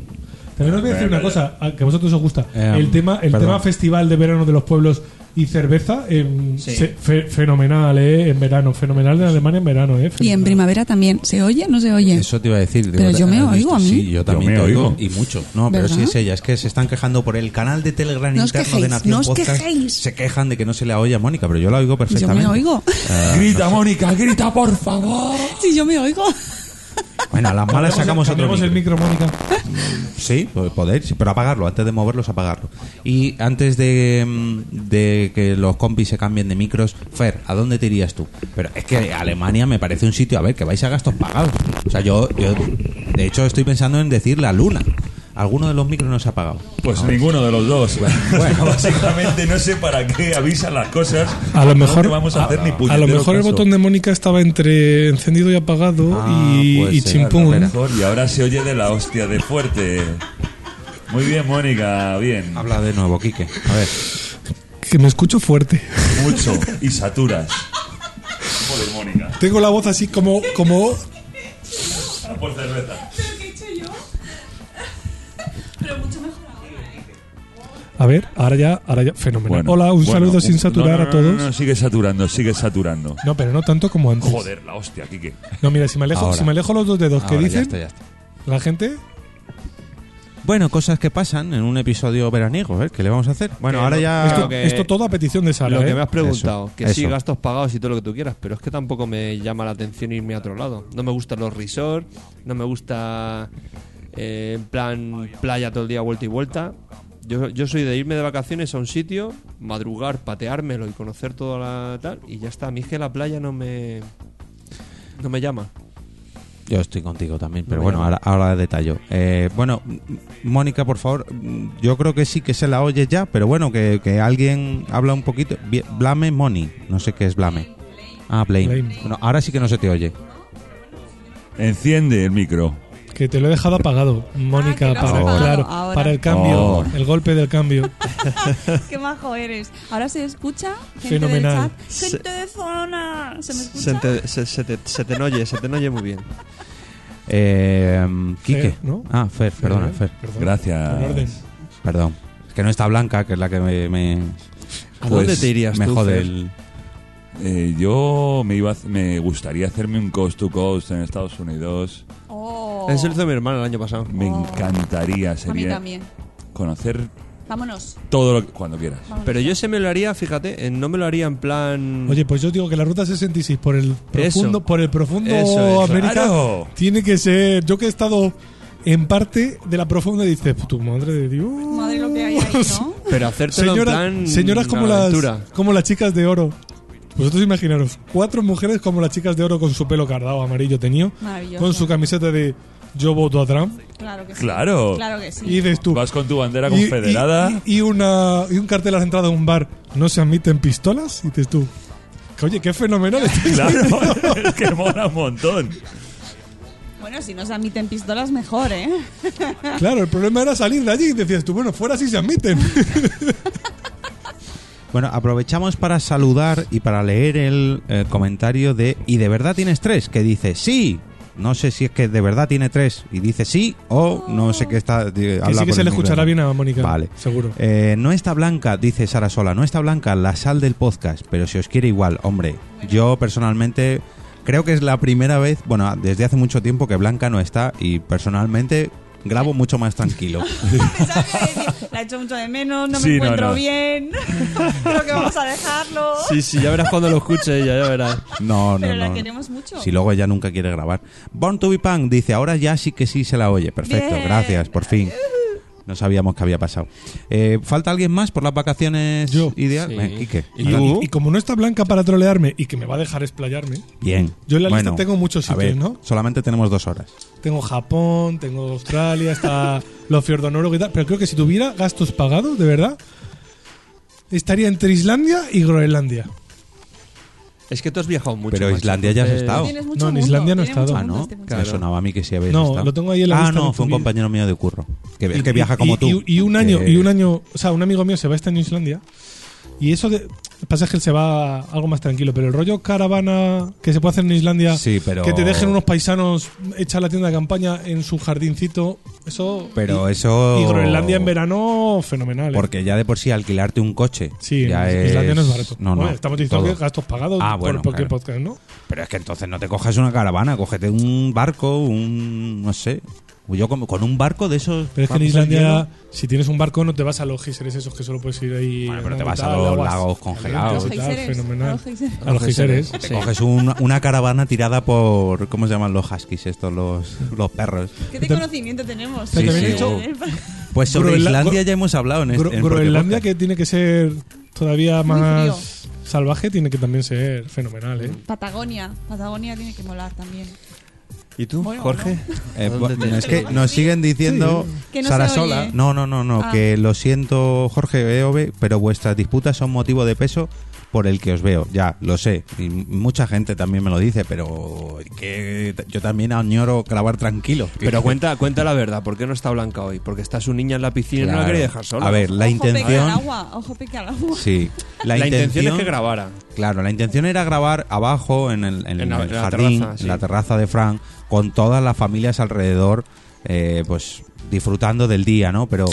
También os voy a decir una
Venga, ya.
cosa a- que a vosotros os gusta.
Eh,
el tema, el
perdón.
tema festival de verano de los pueblos y cerveza, em,
Sí.
se- fe- fenomenal, ¿eh? En verano, fenomenal en Alemania en verano, ¿eh?
Y en
Fenomenal.
primavera también. ¿Se oye? ¿No se oye?
Eso te iba a decir. digo,
Pero yo me
¿has
oigo a mí.
Sí, yo también
Yo me
te oigo.
oigo.
Y mucho. No, pero
¿Verdad?
sí es ella. Es que se están quejando por el canal de Telegram
No os
interno de
quejéis,
Nación
no os
Podcast.
quejéis.
Se quejan de que no se le oye a Mónica, pero yo la oigo
yo
perfectamente.
me oigo.
Ah,
grita, Mónica, grita, por favor.
Sí, yo me oigo.
Bueno, a las malas sacamos otro
Cambiamos el
micro.
micro, Mónica.
Sí, pues podéis, sí, pero apagarlo, antes de moverlos, apagarlo. Y antes de, mm, de que los compis se cambien de micros, Fer, ¿a dónde te irías tú? Pero es que Alemania me parece un sitio, a ver, que vais a gastos pagados. O sea, yo, yo de hecho, estoy pensando en decir la luna. Alguno de los micros no se ha apagado.
Pues
Ah.
ninguno de los dos. (laughs) Bueno, básicamente no sé para qué avisan las cosas.
A lo
No
mejor-
te vamos a hacer ni
A lo mejor el botón de Mónica estaba entre encendido y apagado
Ah,
y,
puede
y
ser,
chimpún.
la vera.
Y ahora se oye de la hostia de fuerte. Muy bien, Mónica, bien.
Habla de nuevo, Quique. A ver.
Que me escucho
(laughs)
fuerte.
Mucho. (laughs) Y saturas. Joder, Mónica.
Tengo la voz así como, como
Ah, Por cerveza.
¿Pero qué he hecho yo? Pero mucho mejor ahora, ¿eh?
A ver, ahora ya, ahora ya, fenomenal.
Bueno,
Hola, un
bueno,
saludo sin
un-
saturar
no, no,
a
no,
todos.
No, no, sigue saturando, sigue saturando.
No, pero no tanto como antes.
Joder, la hostia, Kike.
No, mira, si me alejo,
Ahora.
si me alejo los dos dedos que
Ahora, ya
dicen
está, ya está.
la gente,
Bueno, cosas que pasan en un episodio veraniego, ¿eh? ¿Qué le vamos a hacer? Bueno, ahora ya...
Claro
esto,
que-
esto todo a petición de Sara,
Lo que
¿eh?
me has preguntado,
Eso,
que sí,
eso.
gastos pagados y todo lo que tú quieras, pero es que tampoco me llama la atención irme a otro lado. No me gustan los resorts, no me gusta eh, en plan playa todo el día vuelta y vuelta. Yo, yo soy de irme de vacaciones a un sitio, madrugar, pateármelo y conocer toda la tal, y ya está. A mí es que la playa no me. No me llama.
Yo estoy contigo también, pero
No,
bueno,
ya.
ahora, ahora detallo. Eh, bueno, m- Mónica, por favor, m- yo creo que sí que se la oye ya, pero bueno, que, que alguien habla un poquito. Bien, Blame Money, no sé qué es Blame. Ah, Blame.
Blame.
Bueno, ahora sí que no se te oye.
Enciende el micro.
Que te lo he dejado apagado, Mónica,
Ah, que lo has
para,
apagado
claro,
ahora.
para el cambio,
Ahora.
el golpe del
(laughs)
cambio.
(laughs) Qué majo eres. Ahora se escucha gente
Fenomenal.
del chat. Gente de zona. ¿Se me escucha?
Se te, se, se te, se te noye, se te noye muy bien.
Eh, Quique.
Fer, ¿no?
Ah, Fer, perdona, Fer.
Perdón. En orden.
Gracias.
Perdón. Es que no está Blanca, que es la que me. me
¿A
Pues,
dónde te irías
me
tú?
jode
Fer?
el-
Eh, yo me iba a hac- me gustaría hacerme un coast to coast en Estados Unidos.
Oh.
Eso lo hizo mi hermano el año pasado.
Me
Oh.
encantaría
A mí
sería
también.
conocer
Vámonos.
todo lo que, cuando quieras.
vámonos.
Pero yo ese me lo haría, fíjate, eh, no me lo haría en plan.
Oye, pues yo digo que la ruta 66 por el profundo, por el profundo
Eso, eso.
América
Claro.
tiene que ser. Yo que he estado en parte de la profunda dices, tu madre de Dios.
Madre lo que hay ahí,
(laughs)
¿no?
pero hacértelo
Señora-
en plan.
señoras como las,
aventura.
como las chicas de oro. Vosotros imaginaros, cuatro mujeres como las chicas de oro con su pelo cardado amarillo teñido,
Maravilloso.
con su camiseta de yo voto a Trump,
Claro que sí.
Claro.
Claro que sí.
y dices tú,
Vas con tu bandera
y-
confederada.
Y, y- y una, y un cartel a la entrada de un bar, ¿no se admiten pistolas? Y dices tú, que, oye, qué fenomenal. esto".
(laughs) Claro, es (laughs) que mola un montón.
Bueno, si nos admiten pistolas, mejor, ¿eh?
(laughs) claro, el problema era salir de allí y decías tú, bueno, fuera sí se admiten. (laughs)
Bueno, aprovechamos para saludar y para leer el, eh, comentario de ¿Y de verdad tienes tres? que dice sí. No sé si es que de verdad tiene tres y dice sí o no sé qué está. eh, Que
que sí que se le escuchará bien a Mónica.
Vale.
Seguro.
Eh, no está blanca, dice Sara Sola, no está blanca la sal del podcast, pero si os quiere igual, hombre. Yo personalmente creo que es la primera vez, bueno, desde hace mucho tiempo que Blanca no está y personalmente grabo mucho más tranquilo.
(laughs) ¿Sabes qué decir? La echo mucho de menos, no me
Sí, no,
encuentro
no.
bien. (laughs) Creo que vamos a dejarlo.
Sí, sí, ya verás cuando lo escuche ella, ya verás.
No, no,
Pero la
no.
queremos mucho.
Si luego ella nunca quiere grabar. Born to be Punk dice, ahora ya sí que sí se la oye. Perfecto,
Bien.
gracias, por
(laughs)
fin. No sabíamos que había pasado. Eh, ¿Falta alguien más por las vacaciones
Yo.
ideal?
Sí.
Eh, Quique.
¿Y
Adelante.
tú?
Y como no está Blanca para trolearme y que me va a dejar explayarme,
Bien.
Yo en la lista
Bueno,
tengo muchos
a ver,
sitios, ¿no?
Solamente tenemos dos horas.
Tengo Japón, tengo
(laughs)
Australia, está los fiordos noruegos y tal. Pero creo que si tuviera gastos pagados, de verdad, estaría entre Islandia y Groenlandia.
Es que tú has viajado mucho.
Pero
macho,
Islandia ya has
entonces-
estado.
Tienes mucho
No, en
mundo,
Islandia no he
tienes mucho
estado.
Ah,
mundo
¿no?
este muchacho.
Me sonaba a mí que sí habéis
No,
estado.
lo tengo ahí en la
Ah,
lista
no,
de
fue un
tu vida.
compañero mío de curro. Que,
Y-
que viaja como
y-
tú. Eh.
Y, y un año,
Que-
y un año, o sea, un amigo mío se va este año a Islandia. Y eso de. El pasaje se va algo más tranquilo, pero el rollo caravana que se puede hacer en Islandia,
Sí, pero-
que te dejen unos paisanos echar la tienda de campaña en su jardincito, eso.
Pero
y-
eso-
Y Groenlandia en verano, fenomenal. ¿eh?
Porque ya de por sí alquilarte un coche.
Sí,
ya
en
es...
Islandia no es barato.
No, no.
Bueno, estamos diciendo
todo.
que gastos pagados
Ah,
por-
bueno,
por, cualquier
claro.
podcast, ¿no?
Pero es que entonces no te cojas una caravana, cógete un barco, un. no sé. Yo con, con un barco de esos.
Pero es que en
vamos al
Islandia,
hielo.
si tienes un barco, no te vas a los geysers esos que solo puedes ir ahí.
Bueno, pero
andando
te vas
y
a
tal,
los
aguas
lagos
calientes,
congelados.
A los
tal,
geiseres,
Fenomenal.
a los geiseres.
A los geiseres.
Te
Sí.
coges un- una caravana tirada por. ¿Cómo se llaman los huskies estos? Los, los perros.
¿Qué de conocimiento tenemos?
Sí,
también he
hecho- Pues sobre
Groenla-
Islandia ya hemos hablado en
Gro-
este. en
Groenlandia,
Porque
que tiene que ser todavía
Muy
más salvaje, tiene que también ser fenomenal, ¿eh?
Patagonia. Patagonia tiene que molar también.
¿Y tú,
Bueno,
Jorge?
Podcast. Eh,
¿A
bu-
dónde te-
no, es que nos siguen diciendo
Que no se
Sara
oye.
Sola. No, no, no, no.
Ah.
Que lo siento, Jorge EOB, pero vuestras disputas son motivo de peso por el que os veo. Ya, lo sé. Y m- mucha gente también me lo dice, pero que t- yo también añoro clavar tranquilo.
Pero cuenta, cuenta la verdad, ¿por qué no está Blanca hoy? Porque está su niña en la piscina y no la
Claro.
quería dejar sola.
A ver, la
Ojo, peque al
intención.
agua. Ojo, peque al agua.
Sí.
la, intención, es que grabara.
Claro, la intención era grabar abajo en el, en
En la-
el
en la
jardín,
terraza, sí.
en la terraza de Frank, con todas las familias alrededor, eh, pues disfrutando del día, ¿no? Pero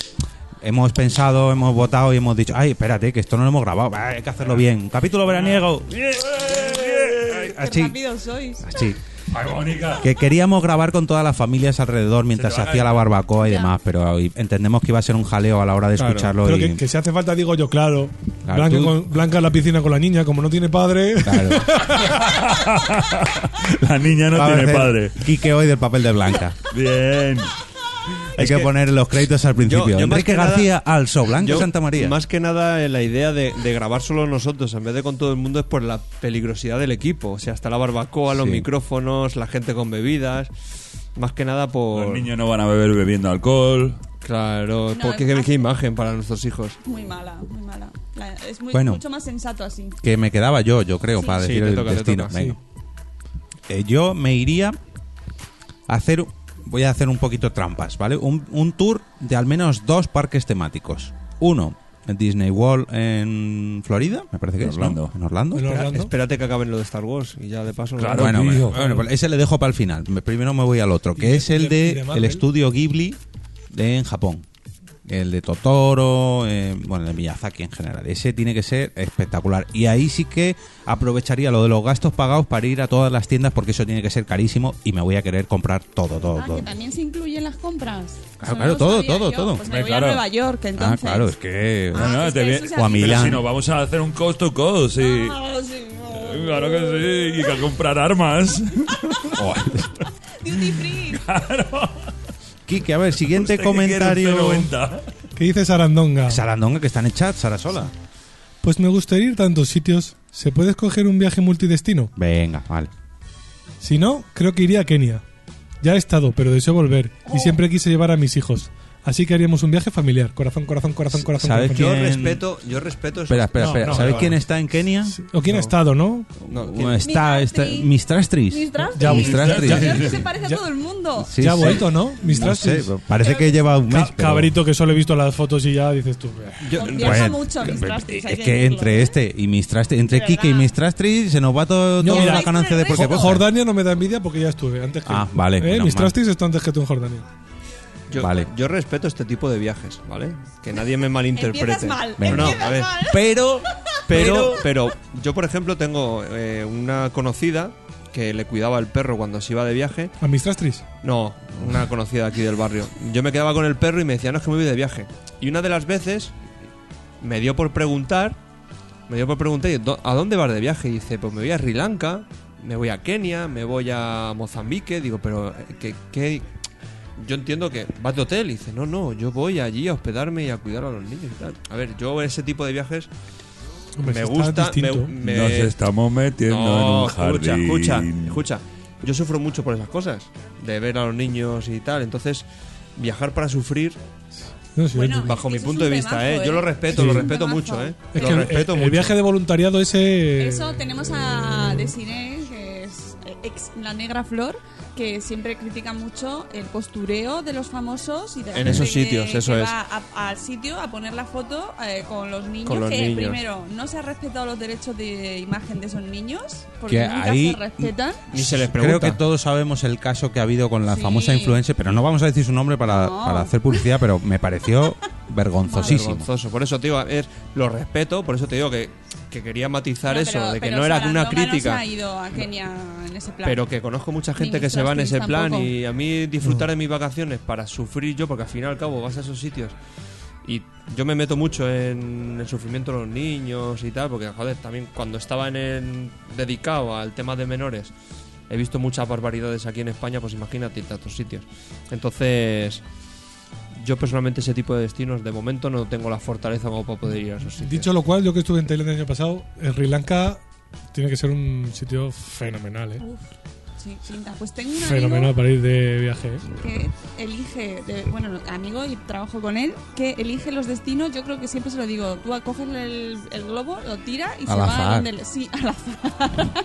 hemos pensado, hemos votado y hemos dicho, ay, espérate, que esto no lo hemos grabado, va, hay que hacerlo bien. Un capítulo veraniego.
(laughs) Qué
Así,
rápido sois.
así.
Ay, Mónica.
Que queríamos grabar con todas las familias alrededor mientras
Se te
se
va a
hacía la
caer.
barbacoa y demás, pero hoy entendemos que iba a ser un jaleo a la hora de
Claro,
escucharlo.
Pero
y-
que, que si hace falta, digo yo, claro.
Claro,
Blanca,
tú-
con- Blanca en la piscina con la niña, como no tiene padre. (laughs)
Claro.
La niña no
Va a
tiene
hacer
padre.
Quique hoy del papel de Blanca.
Bien.
Hay
Es
que,
que-
poner los créditos al principio.
yo más
Enrique
que nada-
García, Alzo Blanco,
Yo,
Santa María.
Más que nada, eh, la idea de, de grabar solo nosotros en vez de con todo el mundo es por la peligrosidad del equipo. O sea, hasta la barbacoa, los
Sí.
micrófonos, la gente con bebidas. Más que nada por.
Los niños no van a beber bebiendo alcohol.
Claro,
No,
porque
es
qué,
más-
qué imagen para nuestros hijos.
Muy mala, muy mala. La- es muy,
Bueno.
mucho más sensato así.
Que me quedaba yo, yo creo, para
Sí,
decir
te
el
toca, te
destino.
toca,
Venga. Eh, yo me iría a hacer. Voy a hacer un poquito trampas, ¿vale? Un, un tour de al menos dos parques temáticos. Uno, en Disney World en Florida, me parece que
En
es.
Orlando.
¿no? En Orlando.
En Orlando.
Espérate que acaben lo de Star Wars y ya de paso.
Claro.
bueno,
tío,
bueno,
claro.
bueno, ese le dejo para el final. Me- Primero me voy al otro,
Y
que
de-
es el
y de- y
de,
de
el
Marvel.
estudio Ghibli de- en Japón. El de Totoro, eh, bueno, el de Miyazaki en general. Ese tiene que ser espectacular. Y ahí sí que aprovecharía lo de los gastos pagados para ir a todas las tiendas porque eso tiene que ser carísimo y me voy a querer comprar todo, todo,
Ah,
todo.
que también se incluyen las compras.
Ah,
Eso no
claro,
lo
todo,
sabía
todo,
yo.
todo.
Pues
Eh,
me voy
claro.
a Nueva York,
Ah,
entonces.
claé claro, es que...
Ah,
No,
es
te
que
vi-
eso se
o a
hace.
Pero
Milán.
si nos vamos a hacer un coast to coast y...
Ah, sí, no.
Claro que sí, y que a comprar armas.
Duty free.
Quique, a ver, siguiente
Usted que quiere un
comentario.
0,90.
¿Qué dice Sarandonga?
Sarandonga, que está en el chat, Sarasola.
Pues me gustaría ir tantos sitios. ¿Se puede escoger un viaje multidestino?
Venga, vale.
Si no, creo que iría a Kenia. Ya he estado, pero deseo volver. Y siempre quise llevar a mis hijos. Así que haríamos un viaje familiar. Corazón, corazón, corazón, corazón.
¿Sabes
corazón.
Yo
quién-
respeto, yo respeto. este-
Espera,
esos-
espera,
No,
espera.
no,
¿Sabéis
vale,
quién
vale.
está en Kenia?
¿O quién ha estado, no?
No, ¿quién-
Bueno, está, está
Mistratri.
Mistrastris.
Mistrastri.
Ya,
Mistrastris.
ya,
Creo que se parece a todo el mundo.
Sí,
ya ha
sí.
vuelto, ¿no? Mis
No sé,
trastes.
pero parece que lleva un mes.
Ca-
pero-
Cabrito, que solo he visto las fotos y ya dices tú. "Eh".
Confía-
yo-
Bueno,
Viaja mucho a Mistrastris, hay
es
que
que
decirlo,
entre
¿eh?
este y Mistrastris, entre
De
Kike y
verdad.
Mistrastris, se nos va todo,
No,
toda
mira,
la ganancia de
Jo-
porque
Jo- Jordania no me da envidia porque ya estuve antes que.
Ah, vale,
Eh,
menos
mis
mal.
trastes están antes que tú en Jordania.
yo-
Vale.
yo respeto este tipo de viajes, ¿vale? Que nadie me
este
Empiezas
malinterprete.
mal.
No, no, a
empiezas
ver.
mal.
Pero,
Pero, pero yo, por ejemplo, tengo eh, una conocida que le cuidaba el perro cuando se iba de viaje.
¿A mis trastes?
No, una conocida aquí del barrio. Yo me quedaba con el perro y me decía, no, es que me voy de viaje. Y una de las veces me dio por preguntar, me dio por preguntar, "¿Y dó- ¿a dónde vas de viaje? Y dice, pues me voy a Sri Lanka, me voy a Kenia, me voy a Mozambique. Digo, pero, eh, ¿qué? qué? Yo entiendo que vas de hotel. Y dice, no, no, yo voy allí a hospedarme y a cuidar a los niños y tal. A ver, yo ese tipo de viajes
Hombre,
me
eso está
gusta, me,
distinto.
me-
Nos estamos metiendo en un jardín.
escucha, escucha, escucha. Yo sufro mucho por esas cosas, de ver a los niños y tal. Entonces, viajar para sufrir,
No, sí,
Bueno,
yo-
bajo
Eso
mi
es
punto
un
de vista,
temazo,
¿eh? Yo
¿eh?
lo respeto,
Sí.
lo
Es un
respeto
temazo.
mucho, ¿eh?
es
lo
que el,
respeto
el
mucho.
viaje de voluntariado ese.
Eso tenemos a Desiree, que es eh, ex la negra flor, que siempre critica mucho el postureo de los famosos y de la
En
gente
esos
que-
sitios,
que
eso es.
va a- al sitio a poner la foto eh, con los niños.
Con los
que
niños.
primero no se han respetado los derechos de imagen de esos niños, porque
Que
nunca
ahí-
se respetan.
Ni se les
Creo
pregunta.
que todos sabemos el caso que ha habido con la
Sí.
famosa influencer, pero no vamos a decir su nombre para,
No.
para hacer publicidad, pero me
(laughs)
pareció vergonzosísimo.
Vergonzoso. Por eso te digo, es, lo respeto, por eso te digo que, que quería matizar
No,
eso,
pero-
de que
pero
no era una
Sarandonga no
crítica.
se ha ido a Kenia en ese plan.
Pero que conozco mucha gente
Ni
que se va en
Mistrastis
ese plan
tampoco.
y a mí disfrutar de mis vacaciones para sufrir yo, porque al fin y al cabo vas a esos sitios y yo me meto mucho en el sufrimiento de los niños y tal, porque joder, también cuando estaba en el- dedicado al tema de menores he visto muchas barbaridades aquí en España, pues imagínate en tantos sitios. Entonces, yo personalmente ese tipo de destinos de momento no tengo la fortaleza como para poder ir a esos sitios.
Dicho lo cual, yo que estuve en Tailandia el año pasado, en Sri Lanka tiene que ser un sitio fenomenal, ¿eh?
Uf, sí, pinta. Pues tengo un amigo
Fenomenal para ir de viaje, ¿eh?
que elige, de- bueno, amigo y trabajo con él, que elige los destinos. Yo creo que siempre se lo digo: tú coges el, el globo, lo tira y se
Al
va
azar.
a donde. le- Sí, al azar. (laughs)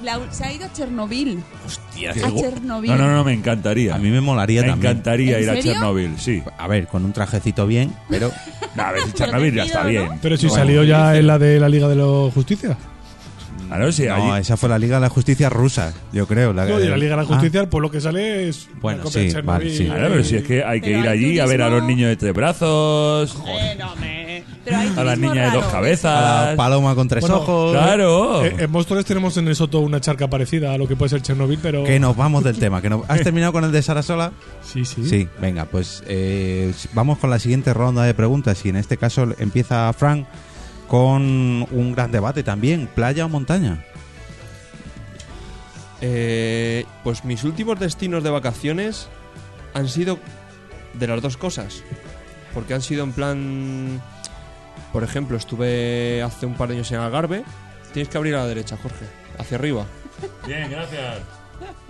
Y la- se ha ido a Chernobyl.
Hostia,
A Chernobyl.
No, no, no, me encantaría.
A mí me molaría
me
también.
encantaría
¿En
ir a
serio?
Chernobyl,
(laughs)
sí.
A ver, con un trajecito bien, pero
No, a ver si Chernobyl ya está
Protegido,
bien.
Pero si salió ya en la de la Liga de la Justicia.
Claro, sí,
No,
allí-
esa fue la Liga de la Justicia rusa, yo creo. La,
No, de la Liga de la
Ah,
Justicia, por lo que sale es. una
Bueno,
copia de
sí,
Chernobyl.
vale, sí.
Claro, pero si es que hay que
Pero
ir
hay
allí a ver a los
turismo.
niños de tres brazos,
Pero hay
a las
turismo
niñas de dos
raro.
a
cabezas.
la paloma con tres
Bueno,
ojos.
Claro.
Eh, en Móstoles tenemos en el Soto una charca parecida a lo que puede ser Chernobyl, pero.
Que nos vamos del tema. Que no-
(laughs)
¿Has terminado con el de Sarasola?
Sí, sí.
Sí. venga, pues eh, vamos con la siguiente ronda de preguntas. Y en este caso empieza Frank con un gran debate también: ¿playa o montaña?
Eh, pues mis últimos destinos de vacaciones han sido de las dos cosas. Porque han sido en plan. Por ejemplo, estuve hace un par de años en Algarve. Tienes que abrir a la derecha, Jorge. Hacia arriba.
Bien, gracias.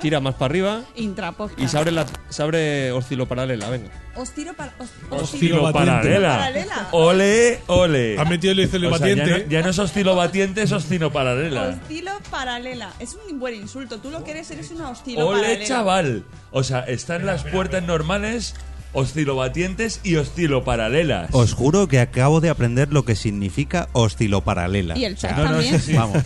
Tira más para arriba
Intrapodcast.
y se abre, la, se abre osciloparalela, venga.
Os tiro para. Os, os tiro-
Oscilo
Osciloparalela.
Paralela.
Ole, ole.
Ha metido el
O sea, ya,
icelebatiente.
no, ya no es oscilobatiente, es osciloparalela.
Hostilo paralela. Es un buen insulto. Tú lo que eres eres una hostilo
Ole,
paralela.
chaval. O sea, están las puertas normales, oscilobatientes y osciloparalelas.
Os juro que acabo de aprender lo que significa osciloparalela.
Y el chat
no, no,
también. (laughs)
sí, sí.
Vamos.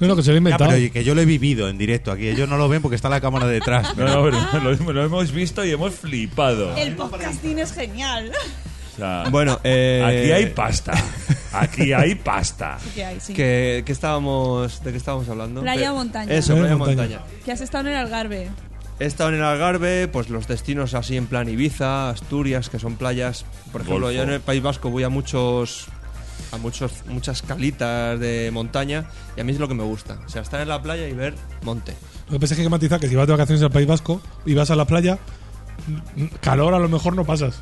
No, no, que se lo he
Ya,
inventado.
pero y que yo lo he vivido en directo aquí. Ellos no lo ven porque está la cámara detrás.
No, no, pero lo, hemos- lo hemos visto y hemos flipado.
Ah. El podcasting es genial. (laughs)
O sea,
Bueno, eh,
aquí hay pasta. Aquí hay pasta.
¿Qué hay? Sí.
que, que estábamos, ¿De qué estábamos hablando?
Playa
o
o montaña.
Eso,
Playa
playa
o
o
montaña.
montaña.
Que has estado en el Algarve.
He estado en el Algarve, pues los destinos así en plan Ibiza, Asturias, que son playas. Por ejemplo,
Golfo.
yo en el País Vasco voy a muchos a muchos muchas calitas de montaña y a mí es lo que me gusta, o sea, estar en la playa y ver monte.
Lo que pasa es que hay que matizar que si vas de vacaciones al País Vasco y vas a la playa, mm, calor a lo mejor no pasas.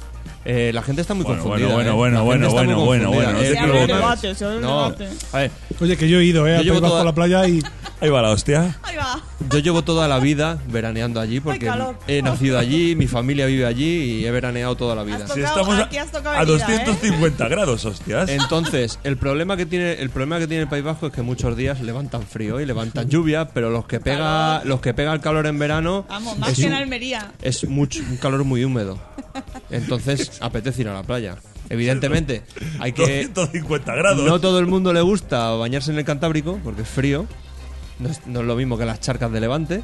Eh, la gente está muy
Bueno,
confundida.
bueno,
¿eh?
bueno,
La
bueno,
gente está muy
bueno, bueno, bueno,
confundida.
no
Eh,
te
Se
quiero
abre el
volver.
debate, se abre el
no,
debate.
a ver,
Oye, que yo he ido, ¿eh? Al
Yo llevo
País Vasco
toda-
a la playa y.
Ahí va la hostia.
Ahí va.
yo llevo toda la vida veraneando allí porque
calor.
he nacido allí, mi familia vive allí y he veraneado toda la vida.
Has
Si
tocado-
estamos a,
aquí has tocado
a
herida, ¿eh?
250 grados, hostias. (laughs)
Entonces, el problema que tiene el problema que tiene el País Vasco es que muchos días levantan frío y levantan lluvia, pero los que pega los que pega el calor en verano
Vamos, más
es,
que en
un-
Almería.
es mucho un calor muy húmedo. Entonces, apetece ir a la playa. Evidentemente, hay que
250 grados.
no todo el mundo le gusta bañarse en el Cantábrico porque es frío. No es, no es lo mismo que las charcas de Levante,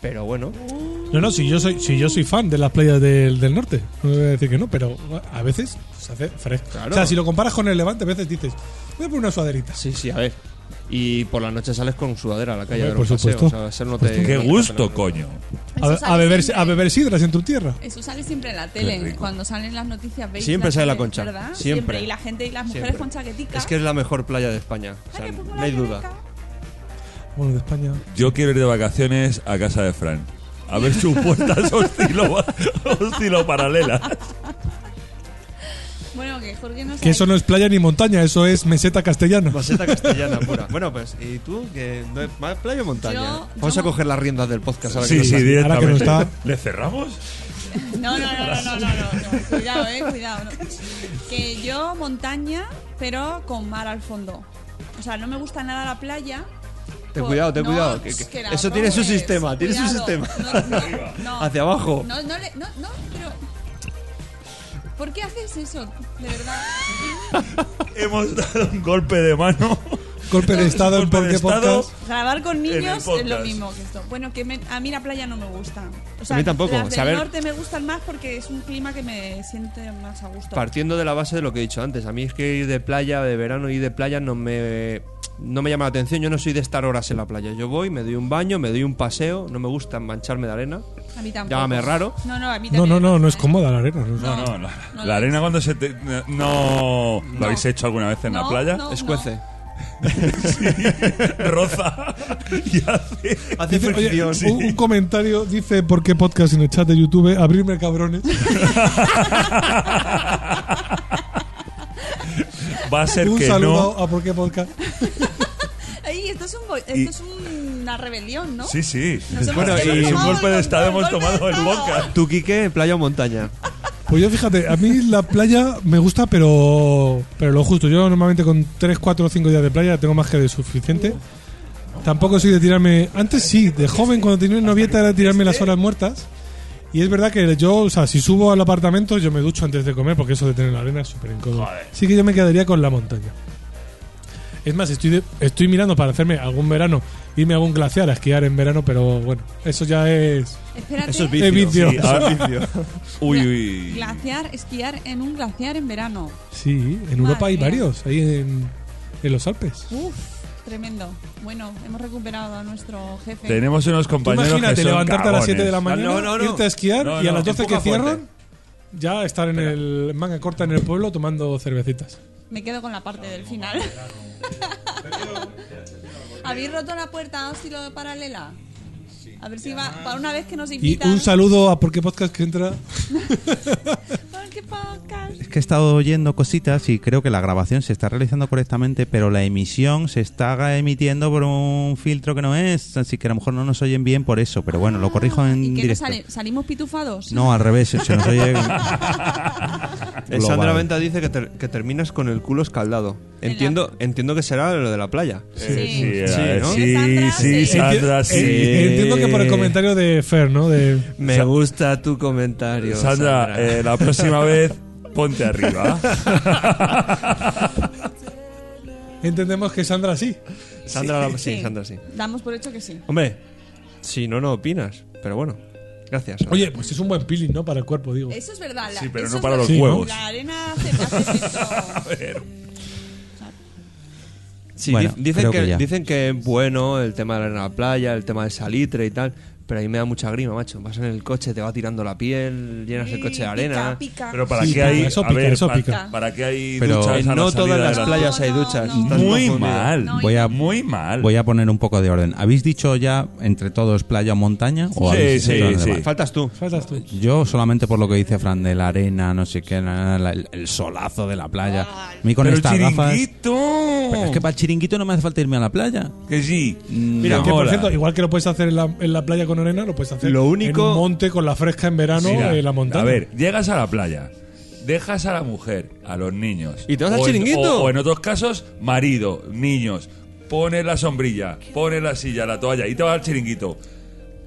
pero bueno,
Uh.
No, no, si yo soy, si yo soy fan de las playas del, del norte, no voy a decir que no, pero a veces se hace fresco.
Claro.
O sea, si lo comparas con el Levante, a veces dices, voy a poner una suaderita.
sí, sí, a ver. Y por la noche sales con sudadera a la calle
Hombre,
a ver
por
un paseo,
supuesto.
o sea, eso no te-
Qué
no te
gusto,
hace nada.
coño.
A,
Eso sale
a beber,
siempre.
a beber sidras en tu tierra.
Eso sale siempre en la tele.
rico.
Cuando salen las noticias, veis.
Siempre sale la
tele,
concha.
¿verdad?
Siempre.
Y la gente y las mujeres
Siempre.
con chaquetica.
Es que es la mejor playa de España. O
Ay,
sea,
que pongo
no
la
hay duda.
chaqueca.
Bueno, de España.
Yo quiero ir de vacaciones a casa de Fran. A ver sus (laughs) puertas hostilo, paralelas.
Bueno, que Jorge no
Que eso no es playa ni montaña, eso es meseta castellana.
Baseta castellana pura. (laughs) Bueno, pues, ¿y tú? ¿Qué, no es más playa o montaña?
Yo-
Vamos
yo-
a coger las riendas del podcast ahora que
Sí,
nos
sí,
han-
ahora que no
directamente.
está.
¿Le cerramos?
No, no, no, no, no, no, no,
(laughs)
no. Cuidado, eh, cuidado. no. Que yo montaña, pero con mar al fondo. O sea, no me gusta nada la playa.
Ten
por-
cuidado, ten
no,
cuidado. que-
es
que-
que la
eso tiene su
robes.
sistema, tiene su
Cuidado.
sistema. (laughs)
No, no, no.
Hacia abajo.
No, no, le- no, no, pero. ¿Por qué haces eso? De verdad.
(laughs) Hemos dado un golpe de mano.
Golpe de estado en
Golpe de
Porque
estado.
Podcast.
Grabar con
En el
niños
podcast.
es lo mismo que esto. Bueno, que me- a mí la playa no me gusta. O sea,
A mí tampoco,
Las del
saber-
norte me gustan más porque es un clima que me siente más a gusto.
Partiendo de la base de lo que he dicho antes, a mí es que ir de playa, de verano, ir de playa no me, no me llama la atención. Yo no soy de estar horas en la playa. Yo voy, me doy un baño, me doy un paseo. No me gusta mancharme de arena.
A mí tampoco.
Llámame raro.
No, no, a mí
No,
también
no,
me
no,
pasa,
no es
¿eh?
cómoda la arena. no es-
No,
No,
no, la,
no.
la arena cuando se te. No. ¿Lo habéis hecho alguna vez en la
No,
playa? (laughs)
no.
Escuece.
Roza. Y hace.
(laughs)
Hace
Dice, oye,
fricción.
un, un comentario dice por qué podcast en el chat de YouTube, abrirme cabrones.
Va a ser
un
que
saludo
no.
a por qué podcast.
Ay, esto es, un bo- esto
Y-
es una rebelión, ¿no?
Sí, sí.
Nos hemos-
Bueno,
hemos
y-
Es un
tomado
golpe de
el
estado hemos
golpe de
tomado el
estado. (laughs)
boca.
¿Tú, Quique, playa o montaña?
Pues yo fíjate, a mí la playa me gusta, pero pero lo justo. Yo normalmente con 3, 4 o 5 días de playa tengo más que de suficiente. Tampoco soy de tirarme. Antes sí, de joven, cuando tenía una novieta, era tirarme las horas muertas. Y es verdad que yo, o sea, si subo al apartamento, yo me ducho antes de comer, porque eso de tener la arena es súper incómodo.
Joder.
Sí que yo me quedaría con la montaña. Es más, estoy, de- estoy mirando para hacerme algún verano, irme a algún glaciar a esquiar en verano, pero bueno, eso ya es.
Espérate.
Eso es
Es vicio.
vicio.
Sí, ahora- Uy,
Gla-
uy.
Glaciar, esquiar en un glaciar en verano.
Sí, en Europa hay
Madre mía.
varios, ahí en, en los Alpes.
Uf, tremendo. Bueno, hemos recuperado a nuestro jefe.
Tenemos unos
Tú
compañeros que
imagínate
son
levantarte a las 7 de la
cagones.
mañana,
No, no, no.
irte a esquiar
No,
y a
no,
las 12 que
empuja fuerte.
cierran, ya estar en el manga corta en el pueblo tomando cervecitas.
Me quedo con la parte del final. ¿Habéis roto la puerta a hostilo de paralela? A ver si va, para una vez que nos
Y
invitan.
un saludo a Porque Podcast que entra.
Ay, qué podcast.
Es que he estado oyendo cositas y creo que la grabación se está realizando correctamente, pero la emisión se está emitiendo por un filtro que no es, así que a lo mejor no nos oyen bien por eso, pero bueno, lo corrijo en
Ah, ¿Y qué nos
directo.
sale? ¿Salimos pitufados?
No, al revés, se nos
(laughs)
oye.
Eh,
global.
Sandra Venta dice que, ter- que terminas con el culo escaldado.
En
Entiendo, entiendo que será lo de la playa.
Sí.
eh,
Sí, ¿no?
sí,
Sandra, sí.
sí, Sandra,
Eh,
sí.
Entiendo que por el comentario de Fer, ¿no? De,
Me
Sa-
gusta tu comentario.
Sandra, eh, la próxima vez ponte arriba.
entendemos que Sandra sí.
Sandra, la- sí, Sandra, sí.
Damos por hecho que sí.
Hombre, si no, no opinas. Pero bueno, gracias. Sandra.
Oye, pues es un buen peeling, ¿no? Para el cuerpo, digo.
Eso es verdad. La,
Sí, pero
eso
no
es
para los
Sí, ¿no?
huevos.
La arena hace, hace efecto.
Sí,
Bueno,
di- dicen,
creo que
que,
ya.
dicen que es bueno el tema de la arena a la playa, el tema de salitre y tal, pero a mí me da mucha grima, macho. Vas en el coche, te va tirando la piel, llenas el coche de arena.
Pica, pica.
Pero para
Sí,
qué hay,
pica, eso
a
pica,
ver,
eso
para,
pica.
para qué hay
Pero-
duchas a
En
la
no
salida
todas
de
las
la-
playas hay
No,
duchas.
no, no.
Estás
Muy
confundido.
mal,
No,
Voy a,
muy mal.
voy a poner un poco de orden. ¿Habéis dicho ya entre todos playa o montaña? ¿O
Sí,
habéis
sí,
dicho dónde
sí.
vais?
Faltas tú.
Faltas tú.
Yo solamente por lo que dice Fran de la arena, no sé qué, la- la- el, el solazo de la playa. A mí con
Pero el
estas gafas.
chiringuito.
Pero es que para el chiringuito no me hace falta irme a la playa.
Que sí.
Mira,
Me
Que por
mola.
cierto, igual que lo puedes hacer en la, en la playa con arena, lo puedes hacer
Lo único-
en un monte con la fresca en verano
Mira,
en Eh, la montaña.
A ver, llegas a la playa, dejas a la mujer, a los niños.
¿Y te vas al
O en-
chiringuito?
o, o en otros casos, marido, niños. Pones la sombrilla, pones la silla, la toalla y te vas al chiringuito.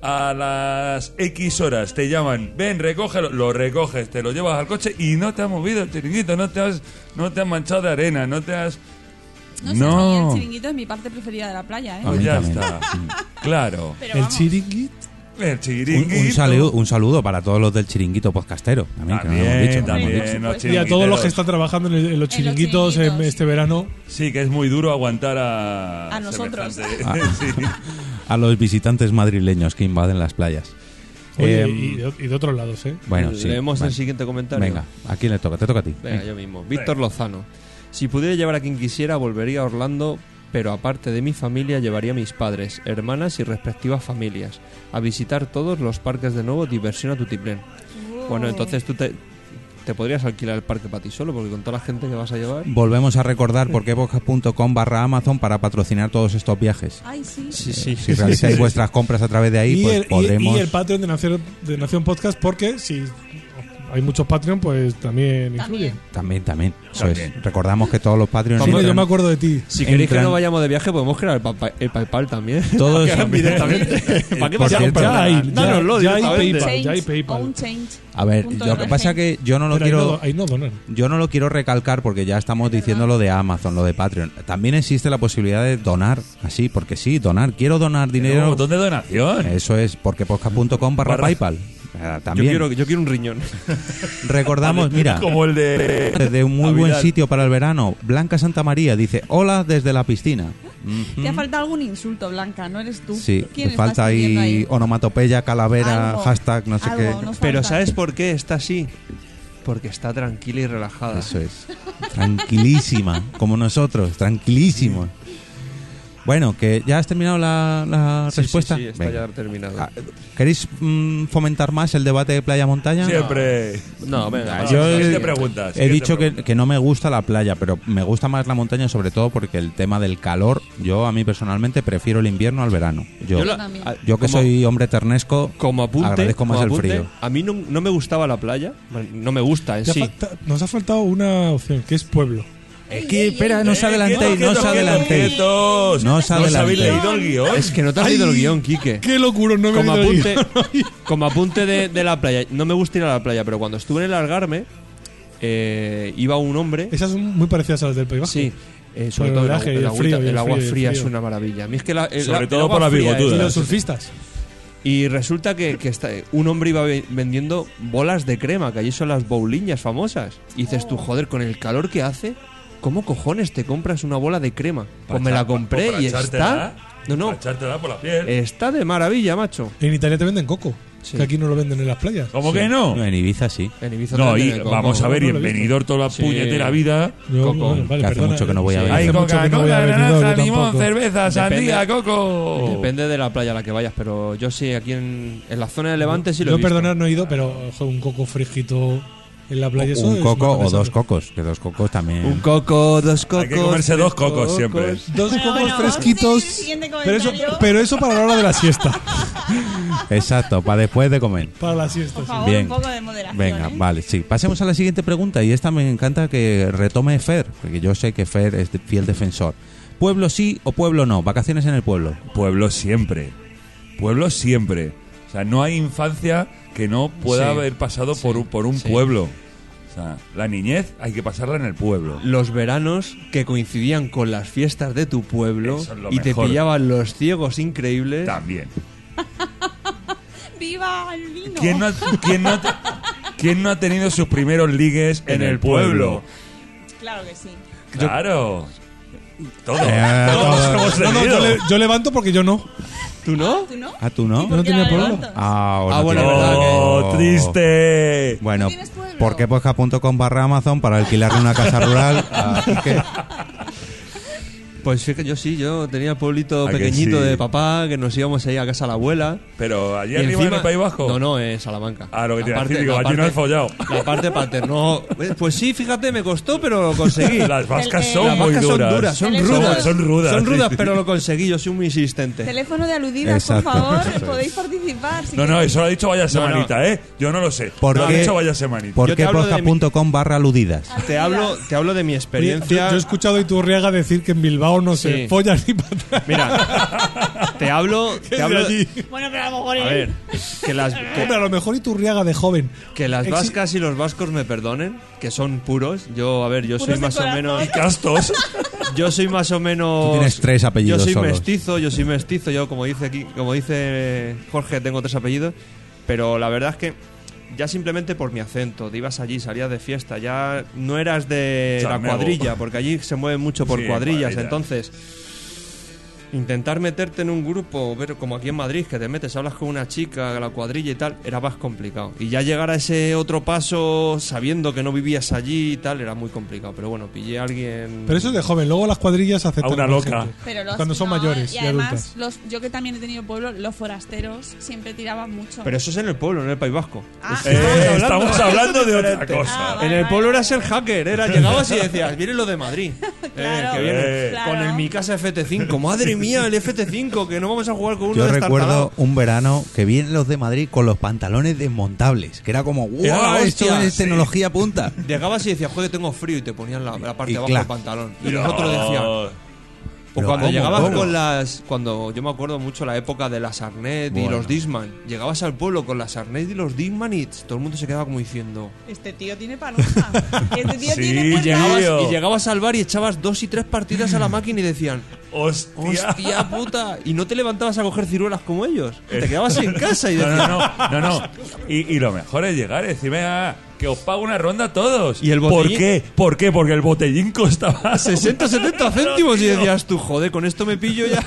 A las X horas te llaman, ven, recógelo, lo recoges, te lo llevas al coche y no te has movido el chiringuito, no te has, no te has manchado de arena, no te has.
No, sé,
No.
a mí el chiringuito es mi parte preferida de la playa, ¿eh?
A mí
Pues ya
también.
está. Claro.
Pero
El
vamos,
chiringuito.
El
Un,
chiringuito.
un saludo, un saludo para todos los del chiringuito podcastero. También, que no lo hemos dicho,
También,
no lo hemos dicho.
también. los
Y a todos los que
chiringuiteros.
están trabajando en, el- en los
En los
chiringuitos en
chiringuitos.
este verano.
Sí, que es muy duro aguantar a...
A
(laughs)
nosotros.
semejante-
Ah.
sí.
A los visitantes madrileños que invaden las playas.
Oye,
Em,
y, de, y de otros lados, ¿eh?
Bueno, sí.
Leemos
vale.
el siguiente comentario.
Venga, ¿a quién le toca? Te toca a ti.
Venga, yo mismo. Víctor Lozano. Si pudiera llevar a quien quisiera, volvería a Orlando, pero aparte de mi familia, llevaría a mis padres, hermanas y respectivas familias a visitar todos los parques de nuevo, diversión a tutiplén. Bueno, entonces tú te, te podrías alquilar el parque para ti solo, porque con toda la gente que vas a llevar.
Volvemos a recordar por qué podcast.com barra Amazon para patrocinar todos estos viajes.
Ay, sí.
Sí, sí.
Si realizáis vuestras compras a través de ahí,
y,
pues
el, y-
podremos.
y el Patreon de Nación, de Nación Podcast, porque si hay muchos Patreon, pues también,
También.
incluye.
También, también. Eso
También.
es. Recordamos que todos los Patreons.
Vamos,
Mira,
entran-
yo me acuerdo de ti.
Si queréis que
Entran-
no vayamos de viaje, podemos crear el, pa- el PayPal también. (laughs)
Todos-
¿Para qué
Por
vas a
cierto,
comprar?
ya
hay-
Dánoslo
ya hay PayPal.
directamente.
ya hay
Change,
PayPal.
o un change.
A ver,
Punto
lo
de
que pasa
referencia.
que yo no lo
Pero ahí
quiero.
no- ahí no donan.
Yo no lo quiero recalcar porque ya estamos diciendo lo de Amazon, lo de Patreon. También existe la posibilidad de donar, así, porque sí, donar. Quiero donar
Tiene un
dinero.
montón de donación.
Eso es, porque podcast.com barra
Barra.
PayPal. Ah,
Yo
También
quiero, yo quiero un riñón.
recordamos, mira,
Como el de...
desde un muy buen
Navidad.
sitio para el verano, Blanca Santa María dice, hola desde la piscina. Ujú.
Te ha faltado algún insulto, Blanca, no eres tú.
Sí,
¿Quién
te
estás
falta ahí,
pidiendo
onomatopeya, calavera,
Algo,
hashtag, no sé
algo,
qué.
nos
Pero
falta.
¿sabes por qué está así? Porque está tranquila y relajada.
Eso es. Tranquilísima, como nosotros, tranquilísimos. Bueno, que ya has terminado la, la
Sí, sí,
respuesta.
sí, está
Venga.
ya terminado.
Ah, ¿Queréis mm, fomentar más el debate de playa-montaña?
Siempre.
No, venga.
Yo
vamos,
he-
Siguiente pregunta,
He
siguiente
dicho que,
pregunta.
que no me gusta la playa, pero me gusta más la montaña sobre todo porque el tema del calor, yo a mí personalmente prefiero el invierno al verano. Yo,
Yo
yo,
la- también.
que
como-
soy hombre ternesco,
Como apunte,
agradezco más
como
el
apunte,
frío.
A mí no, no me gustaba la playa. Bueno, No me gusta en
Te ha
sí.
falta- nos ha faltado una opción, que es pueblo.
Es que, espera,
Eh,
no os
Eh,
adelantéis, no os
Quietos,
adelantéis.
quietos, quietos.
No os
os habéis
adelantéis.
leído el guión.
Es que no te has leído el guión, Quique.
¡Qué locura! eh. No me
Como
he leído
apunte,
el
(laughs) como apunte de, de la playa. No me gusta ir a la playa, pero cuando estuve en el Algarme, eh, iba un hombre.
guión. Esas son muy parecidas a las del País Vasco.
Sí.
Por el
eh, sobre todo el, agu-
oleaje y
el
el
agüita-
frío, y
el
el
agua
frío, y el
fría es
frío.
una maravilla. A mí es que la- el-
Sobre
la- el
todo
agua
por las
fría es-
Y
bigotudas.
los surfistas.
Y resulta que, que está- un hombre iba ve- vendiendo bolas de crema, que allí son las bouliñas famosas. Y dices tú, joder, con el calor que hace, ¿cómo cojones te compras una bola de crema? Pues me la compré
Para
y
echártela,
está... No, Eh, no,
para echártela por la piel.
está de maravilla, macho.
En Italia te venden coco.
Sí.
que aquí no lo venden en las playas.
¿Cómo que no?
En Ibiza sí.
En Ibiza
No,
también eh,
y
tiene coco.
vamos a ver, y
no
en
lo he visto.
Benidorm toda la
Sí.
puñetera vida.
Yo,
Coco,
bueno, vale,
que hace
perdona. eh.
mucho que no voy a
Sí,
ver.
hace
Hay
mucho
coca,
que no voy a
cola,
Benidorm,
naranja,
yo
limón,
tampoco.
cerveza, sandía,
Depende.
coco.
Depende de la playa a la que vayas, pero yo sí, aquí en, en la zona de Levante sí lo he
Yo
visto.
perdonar no he ido, pero ojo, un coco frijito en la playa. eso
Un
es
coco
una
o
cosa-
dos cocos, que dos cocos también.
Un coco, dos cocos.
Hay que comerse
tres
dos cocos siempre.
Dos
Bueno,
cocos
bueno, vamos a seguir el
fresquitos.
siguiente
Pero eso,
comentario.
pero eso para la hora de la siesta.
(laughs)
Exacto, para después de comer.
Para la siesta.
Por
sí.
favor,
Bien.
un poco de moderación.
Venga,
¿eh?
vale, sí. Pasemos a la siguiente pregunta y esta me encanta que retome Fer, porque yo sé que Fer es de- fiel defensor. ¿Pueblo sí o pueblo no? Vacaciones en el pueblo.
Pueblo siempre. Pueblo siempre. O sea, no hay infancia que no pueda
Sí,
haber pasado por un, por un
sí.
pueblo. O sea, la niñez hay que pasarla en el pueblo.
Los veranos que coincidían con las fiestas de tu pueblo
Eso es lo
y te
mejor.
pillaban los ciegos increíbles.
También.
¡Viva el vino!
¿Quién no, ha- quién no ha te- quién no ha tenido sus primeros ligues en, el pueblo?
Claro que sí.
Claro. Todo.
Eh,
Todos
todo.
hemos
No, no,
tenido.
yo, le- yo levanto porque yo no.
¿Tú no?
¿Tú no?
¿Ah, tú no?
¿Y por
no
qué
tenía
la
pueblo.
levantas?
Ah,
Ah, bueno,
tiene-
es verdad que-
Oh, triste.
Bueno,
¿Tú tienes pueblo?
porqueposca.com barra Amazon para alquilar una casa rural. a Quique.
Pues sí que yo sí, yo tenía el pueblito
¿A que
pequeñito
sí?
de papá, que nos íbamos ahí a casa de la abuela.
Pero allí
Y
arriba en
encima-
el País Bajo.
No, no, en Salamanca.
Ah, lo que te iba a
La
decir,
parte-
digo,
la
allí no
parte-
he follado.
La
(laughs)
parte paterno. Eh, Pues sí, fíjate, me costó, pero lo conseguí.
Las vascas
El- el-
son
Las
muy
vacas
duras.
son duras, son
Teléfono-
rudas.
Son, son rudas.
Son
sí,
rudas,
sí.
pero lo conseguí, yo soy muy insistente.
Teléfono de aludidas,
Exacto.
por favor. Podéis participar. si
No, no,
queréis.
eso lo ha dicho vaya semanita,
no.
¿eh? Yo no lo sé.
¿Por
Lo ha
qué?
dicho vaya semanita.
Yo te hablo de mi-
Porqueposca.com barra aludidas.
Ah,
Te hablo, te hablo de mi
Oye, yo,
experiencia.
yo he escuchado a Iturriaga decir que en Bilbao no
Sí.
se folla ni para
(laughs)
Mira, te hablo, te hablo
allí.
Bueno, pero a lo mejor
A
él-
ver,
(laughs)
que las
Hombre,
que,
a lo mejor Iturriaga de joven.
que las
Exi-
vascas y los vascos me perdonen, que son puros. Yo, a ver, yo soy
Puros de
más o
corazón. (laughs)
menos
(laughs) Castos.
yo soy más o menos.
Tú tienes tres apellidos
Yo soy
solos.
mestizo, yo soy mestizo, yo como dice aquí, como dice Jorge, tengo tres apellidos. Pero la verdad es que ya simplemente por mi acento, te ibas allí, salías de fiesta, ya no eras de la
Chamego.
cuadrilla, porque allí se mueve mucho por
Sí,
cuadrillas,
cuadrillas.
entonces. Intentar meterte en un grupo, ver como aquí en Madrid, que te metes, hablas con una chica, la cuadrilla y tal, era más complicado. Y ya llegar a ese otro paso, sabiendo que no vivías allí y tal, era muy complicado. Pero bueno, pillé a alguien.
Pero eso es de joven. Luego las cuadrillas aceptan.
A una
más
loca.
gente.
Pero los-
cuando son
no,
mayores
Y
y,
además,
adultas.
los, yo que también he tenido pueblo, los forasteros siempre tiraban mucho.
Pero eso es en el pueblo, no en el País Vasco.
Ah,
Eh,
hablando-
estamos hablando de otra
Ah,
cosa.
vale,
En el
vale.
pueblo eras el hacker, era llegabas y decías, vienen los de Madrid. Eh,
Claro,
que vienen
Eh.
claro.
Con el mi casa FT5, madre mía, el FT5, que no vamos a jugar con uno
Yo
de
recuerdo
destartalado.
un verano que vienen los de Madrid con los pantalones desmontables, que era como, wow,
Era la
esto
hostia,
es
sí.
tecnología punta.
Llegabas y decías, joder, tengo frío, y te ponían la, la parte
Y
de abajo
clac.
del pantalón. Y nosotros decíamos. Pues
Pero
cuando
¿cómo,
llegabas
cómo?
con las. Cuando yo me acuerdo mucho la época de las Arnet y
Bueno.
los Disman. Llegabas al pueblo con las Arnet y los Disman y todo el mundo se quedaba como diciendo.
Este tío tiene paluza. Este tío
Sí,
tiene
y
puerta.
llegabas- Tío.
Y llegabas al bar y echabas dos y tres partidas a la máquina y decían.
(laughs) Hostia.
Hostia puta. Y no te levantabas a coger ciruelas como ellos. Te quedabas en casa y
Eh. No,
decías.
no, no. no, no. Y, y lo mejor es llegar y decir, venga, que os pago una ronda a todos.
Y el
¿Por
botellín-
qué? ¿Por qué? Porque el botellín
(laughs)
costaba (laughs)
60, 70 céntimos. Y decías tú, joder, con esto me pillo ya.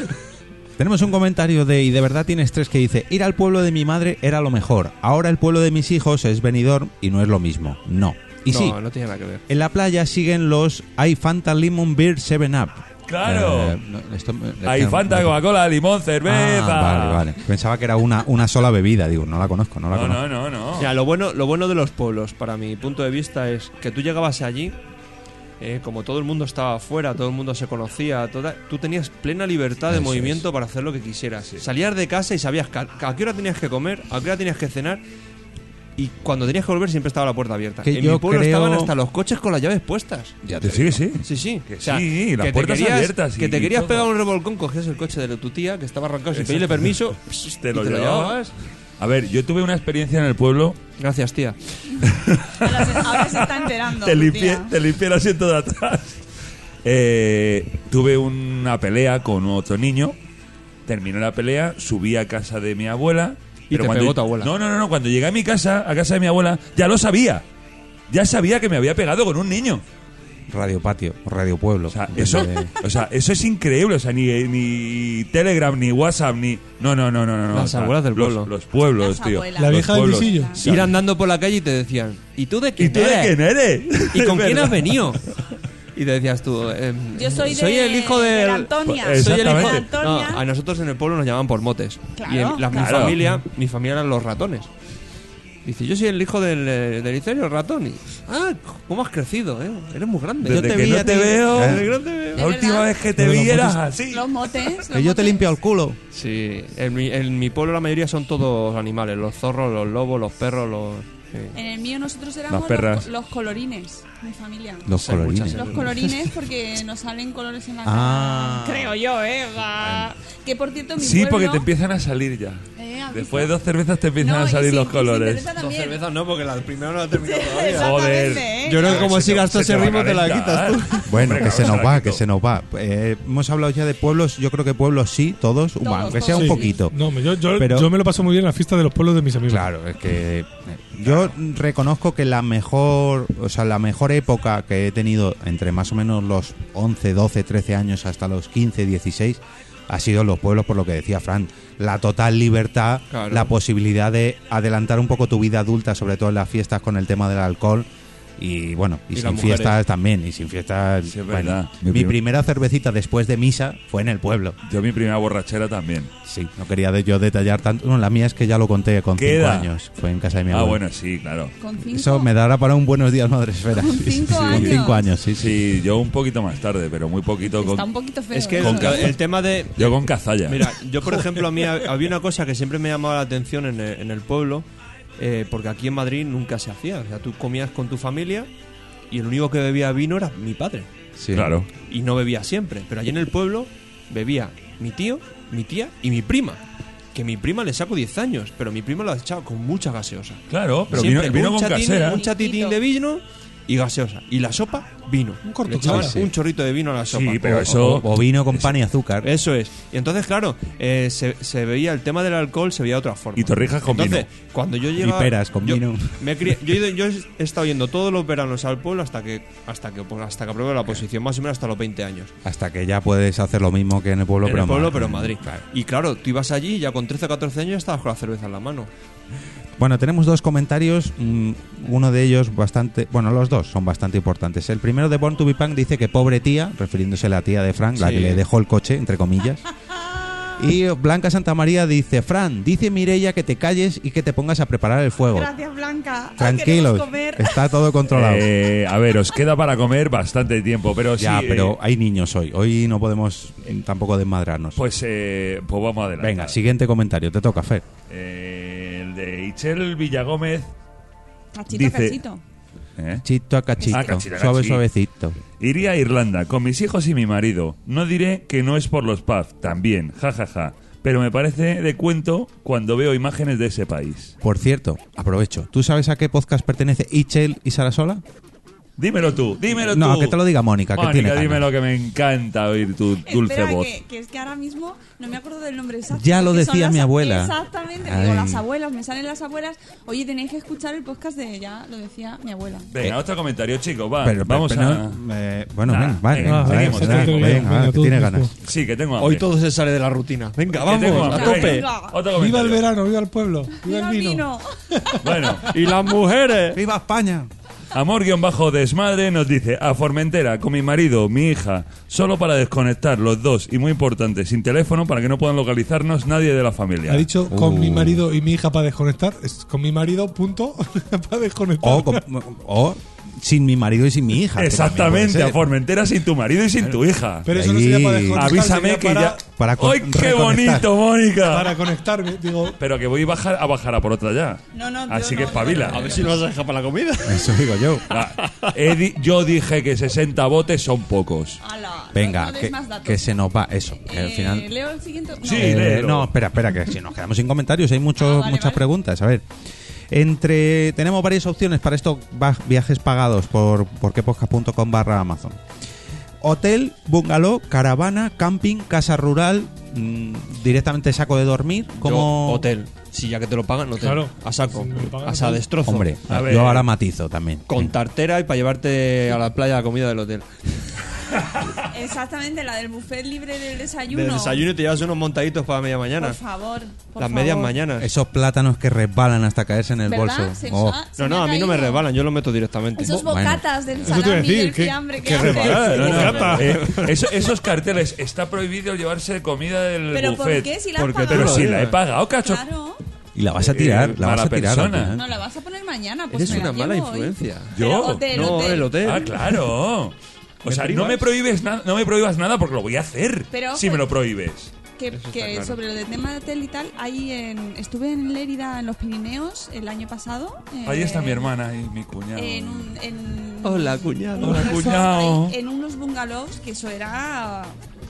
Tenemos un comentario de Y de verdad tienes tres que dice, ir al pueblo de mi madre era lo mejor, ahora el pueblo de mis hijos es venidor y no es lo mismo. No. Y
no,
sí,
no tiene nada que ver.
en la playa siguen los I Fanta Lemon Beer Eh, 7-Up.
Claro. Hay Fanta,
coca
Coca-Cola, limón, cerveza.
Ah, vale, vale. Pensaba que era una, una sola bebida, digo, no la conozco, no la
No,
conozco.
no, no, no.
Mira, lo bueno, lo bueno de los pueblos, para mi punto de vista, es que tú llegabas allí, eh, como todo el mundo estaba afuera, todo el mundo se conocía, toda- tú tenías plena libertad de
Eso
movimiento para hacer lo que quisieras. Salías de casa y sabías que a, a qué hora tenías que comer, a qué hora tenías que cenar. Y cuando tenías que volver siempre estaba la puerta abierta.
Que
en
yo
mi pueblo
creo-
estaban hasta los coches con las llaves puestas.
Ya
Sí,
te
sí,
digo.
sí.
Sí, sí.
Que sí, las puertas
te querías,
abiertas y-
Que te
y
querías
todo.
pegar un revolcón, cogías el coche de tu tía que estaba arrancado sin
Exacto.
pedirle permiso.
Pss,
y
Te lo llevabas. A ver, yo tuve una experiencia en el pueblo.
Gracias, tía.
Ahora se- ahora se está enterando.
te, limpié,
tía.
te limpié el asiento de atrás. Eh, tuve una pelea con otro niño. Terminó la pelea, subí a casa de mi abuela.
Y te
cuando-
pegó tu abuela.
No, no, no, no, Cuando llegué a mi casa, a casa de mi abuela, ya lo sabía. Ya sabía que me había pegado con un niño.
Radio Patio o Radio Pueblo.
O sea,
en vez
eso,
de-
o sea, eso es increíble. O sea, ni, ni Telegram, ni WhatsApp, ni. No, no, no, no. no
Las
o sea,
abuelas del
los-
pueblo.
Los, pueblos,
Las
tío.
abuelas.
Los
La vieja del
pueblos.
visillo.
O sea,
Ir andando por la calle y te decían, ¿y tú de quién
¿Y tú de
eres?
quién eres? (laughs)
¿Y con quién has
¿Verdad?
venido? Y te decías tú, eh,
Yo soy, de,
el hijo del...
de la Antonia.
Pues,
Soy el hijo
Exactamente.
No,
Antonia.
a nosotros en el pueblo nos llamaban por motes.
Claro.
y en la- mi
Claro.
familia, mi familia eran los ratones. Dice, yo soy el hijo del, eh, del Icerio, el ratón. Y, ah, cómo has crecido, eh. Eres muy grande.
Desde
yo te
que
vi
no
a
te
ti".
veo.
Desde que no te veo.
La última
verdad.
vez que te
Pero
vi
los
eras
motes-
así.
Los motes.
Que yo te limpio el culo.
Sí, en mi, en mi pueblo la mayoría son todos animales. Los zorros, los lobos, los perros, los... sí.
En el mío nosotros éramos
perras.
los, los colorines, mi familia.
Los
Hay muchas
colorines.
Los colorines porque nos salen colores en la cara.
Ah.
Creo yo, ¿eh? Va. Que por cierto, mi
Sí, porque
pueblo-
te empiezan a salir ya.
Eh, ¿has
Después de
visto?
dos cervezas te empiezan
No,
a
y
salir
sin-
los
sin
colores.
cerveza también.
no, porque la primera no la he terminado
(laughs) Exactamente,
Joder.
¿eh?
Yo creo que como
Se te-
sigas todo
se
ese
te va a
ritmo te la quitas
calentar.
tú.
Bueno,
Hombre,
que
claro,
se nos
la
va,
quito.
que se nos va. Eh, hemos hablado ya de pueblos, yo creo que pueblos sí, todos, bueno, aunque sea un
todos, sí.
poquito.
No, yo, yo,
Pero-
yo me lo paso muy bien en la fiesta de los pueblos de mis amigos.
Claro, es que yo reconozco que la mejor, o sea, la mejor época que he tenido entre más o menos los 11, 12, 13 años hasta los 15, 16 ha sido en los pueblos por lo que decía Fran, la total libertad,
Claro.
la posibilidad de adelantar un poco tu vida adulta, sobre todo en las fiestas con el tema del alcohol. Y bueno, y,
Y las
sin
mujeres.
fiestas también, y sin fiestas.
Sí, es
bueno,
verdad.
mi Mi primera cervecita después de misa fue en el pueblo.
Yo mi primera borrachera también.
Sí, no quería de- yo detallar tanto. No, la mía es que ya lo conté con cinco
Queda.
años. Fue en casa de mi
Ah,
abuela.
bueno, sí, claro.
Con cinco.
Eso me dará para un buenos días, madre esfera.
Con
Sí, sí,
cinco
sí. Con
años.
cinco años, sí, sí.
Sí, yo un poquito más tarde, pero muy poquito.
Está un
Con,
poquito feo.
Es que
eso,
el,
¿eh?
el tema de...
yo con cazalla.
Mira, yo por ejemplo, a mí ha- había una cosa que siempre me llamaba la atención en el, en el pueblo, eh, porque aquí en Madrid nunca se hacía. O sea, tú comías con tu familia y el único que bebía vino era mi padre.
Sí.
Claro.
Y no bebía siempre. Pero allí en el pueblo bebía mi tío, mi tía y mi prima. Que mi prima le saco 10 años, pero mi prima lo ha echado con mucha gaseosa.
Claro, pero
Siempre
vino, vino
un
con
chatín,
casera.
Un chatitín de vino y gaseosa. Y la sopa, vino.
Un corto
Le echaban
claro.
un chorrito de vino a la sopa.
Sí, pero
O,
eso.
o vino con pan y azúcar.
Eso es. Y entonces, claro, eh, se, se veía el tema del alcohol, se veía de otra forma.
Y torrijas con
entonces,
vino.
cuando yo llegaba...
peras con
yo,
vino.
me he cri- yo, he ido- yo he estado yendo todos los veranos al pueblo hasta que hasta que pues, hasta que apruebe la posición, más o menos hasta los 20 años.
Hasta que ya puedes hacer lo mismo que en el pueblo,
en
pero
el pueblo,
más.
pero en Madrid. Y claro, tú ibas allí y ya con 13 o 14 años estabas con la cerveza en la mano.
Bueno, tenemos dos comentarios. mm, Uno de ellos bastante. Bueno, los dos son bastante importantes. El primero de Born to Be Punk dice que pobre tía, refiriéndose a la tía de Frank, la
Sí.
que le dejó el coche, entre comillas.
(laughs)
Y Blanca Santa María dice: Fran, dice Mirella que te calles y que te pongas a preparar el fuego.
Gracias, Blanca.
Tranquilos,
Queremos comer.
está todo
(laughs)
controlado.
Eh, a ver, os queda para comer bastante tiempo, pero sí.
ya,
eh,
pero hay niños hoy. Hoy no podemos mm, tampoco desmadrarnos.
pues, eh, pues vamos adelante.
Venga, siguiente comentario. Te toca, Fer.
Eh, el de Ichel Villagómez.
Cachito,
Dice-
cachito.
¿eh?
Chito a cachito.
Ah, cachito a
suave,
cachito.
suavecito.
Iría a Irlanda con mis hijos y mi marido. No diré que no es por los pubs, también, jajaja. Pero me parece de cuento cuando veo imágenes de ese país.
Por cierto, aprovecho. ¿Tú sabes a qué podcast pertenece Ichel y Sarasola?
Dímelo tú, dímelo tú.
No, que te lo diga Mónica, que tiene
Mónica,
ganas.
dímelo que me encanta oír tu dulce
Espera,
voz.
Que, que es que ahora mismo no me acuerdo del nombre exacto.
Ya lo
porque son
decía
las-
mi abuela.
Exactamente,
Ay.
digo, las abuelas, me salen las abuelas. Oye, tenéis que escuchar el podcast de ya lo decía mi abuela.
Venga, otro comentario, chicos, va.
Eh, Pero-
Ah, vamos
pero-
a...
eh, bueno,
Nah,
venga, vale,
venga,
venga,
seguimos,
venga,
seguimos.
venga,
Venga,
venga, que
todo
tiene
justo.
ganas.
Sí, que tengo hambre.
Hoy todo se sale de la rutina. Venga,
Que tengo
vamos, a (laughs)
hambre.
tope.
Venga,
Venga.
otro
Viva el
comentario.
verano, viva el pueblo, viva, el vino.
Bueno,
Y las mujeres.
¡Viva España!
Amor-desmadre nos dice a Formentera con mi marido, mi hija, solo para desconectar los dos y muy importante, sin teléfono para que no puedan localizarnos nadie de la familia.
Ha dicho con
Uh.
mi marido y mi hija para desconectar. Es con mi marido, punto, (laughs) para desconectar.
O, con- o sin mi marido y sin mi hija. que también
Exactamente,
puede
a
ser.
Formentera sin tu marido y sin tu hija.
Pero eso no
Ahí.
sería para desconectar.
Avísame
sería
que
para,
ya.
para con-
¡Ay, qué
reconectar.
bonito, Mónica!
Para conectarme, digo.
Pero que voy a bajar a bajar a por otra ya.
No, no, yo
Así
no,
que
yo
espabila.
no.
A ver si nos vas a dejar para la comida.
Eso digo yo.
Ah, he di- yo dije que 60 botes son pocos.
Ala,
Venga,
no des
que,
más datos.
que se nos va. Eso, que al
Eh,
final...
Leo el siguiente. No.
Sí,
Eh,
léelo.
no, espera, espera, que si nos quedamos sin comentarios, hay muchos,
Ah, vale,
muchas
vale.
preguntas. A ver, entre tenemos varias opciones para estos va- viajes pagados por porquepodcast.com barra Amazon. Hotel, bungalow, caravana, camping, casa rural, mm, directamente saco de dormir? como
Yo, hotel. Si ya que te lo pagan, hotel.
Claro.
A saco.
Si me lo pagan,
a sa
hotel.
destrozo.
Hombre,
A ver,
yo ahora matizo también.
Con tartera y para llevarte a la playa la comida del hotel.
Exactamente, la del buffet libre del desayuno.
De desayuno y te llevas unos montaditos para media mañana.
Por favor. por
Las medias
favor.
mañanas.
Esos plátanos que resbalan hasta caerse en el
¿Verdad?
bolso.
Se-
Oh.
ah, se
No, no,
ha
a mí no me
caído.
rebalan, yo lo meto directamente.
Esos
Bueno.
bocatas del
Eso te iba a
salami y
decir,
del
(laughs) ¿qué-
fiambre que
qué
haces.
No,
rebalada,
no, no.
Bocata.
Eh, eso- esos carteles está prohibido llevarse comida del
¿Pero por
buffet.
qué? Si la has
Porque
pagado.
Pero
Claro,
si la he
eh.
pagado, cacho.
Claro.
Y la vas a tirar,
Eh,
la vas
mala
a tirar. al
persona.
final.
No, la vas a poner mañana. Pues
Eres
me la
una mala
llevo hoy.
influencia.
Yo.
Pero hotel,
No,
hotel.
el hotel.
Ah,
(laughs)
claro. O
¿Me
sea, no
privas?
me prohíbes nada, no me prohíbas nada porque lo voy a hacer.
Pero,
si me
pues-
lo prohíbes.
Que,
Eso está
que
claro.
sobre lo del tema de hotel y tal, ahí en- estuve en Lérida, en los Pirineos, el año pasado. eh,
Ahí está mi hermana y mi cuñado.
En un, en,
Hola, cuñado.
Hola,
Eso,
cuñado.
ahí, En unos bungalows que eso era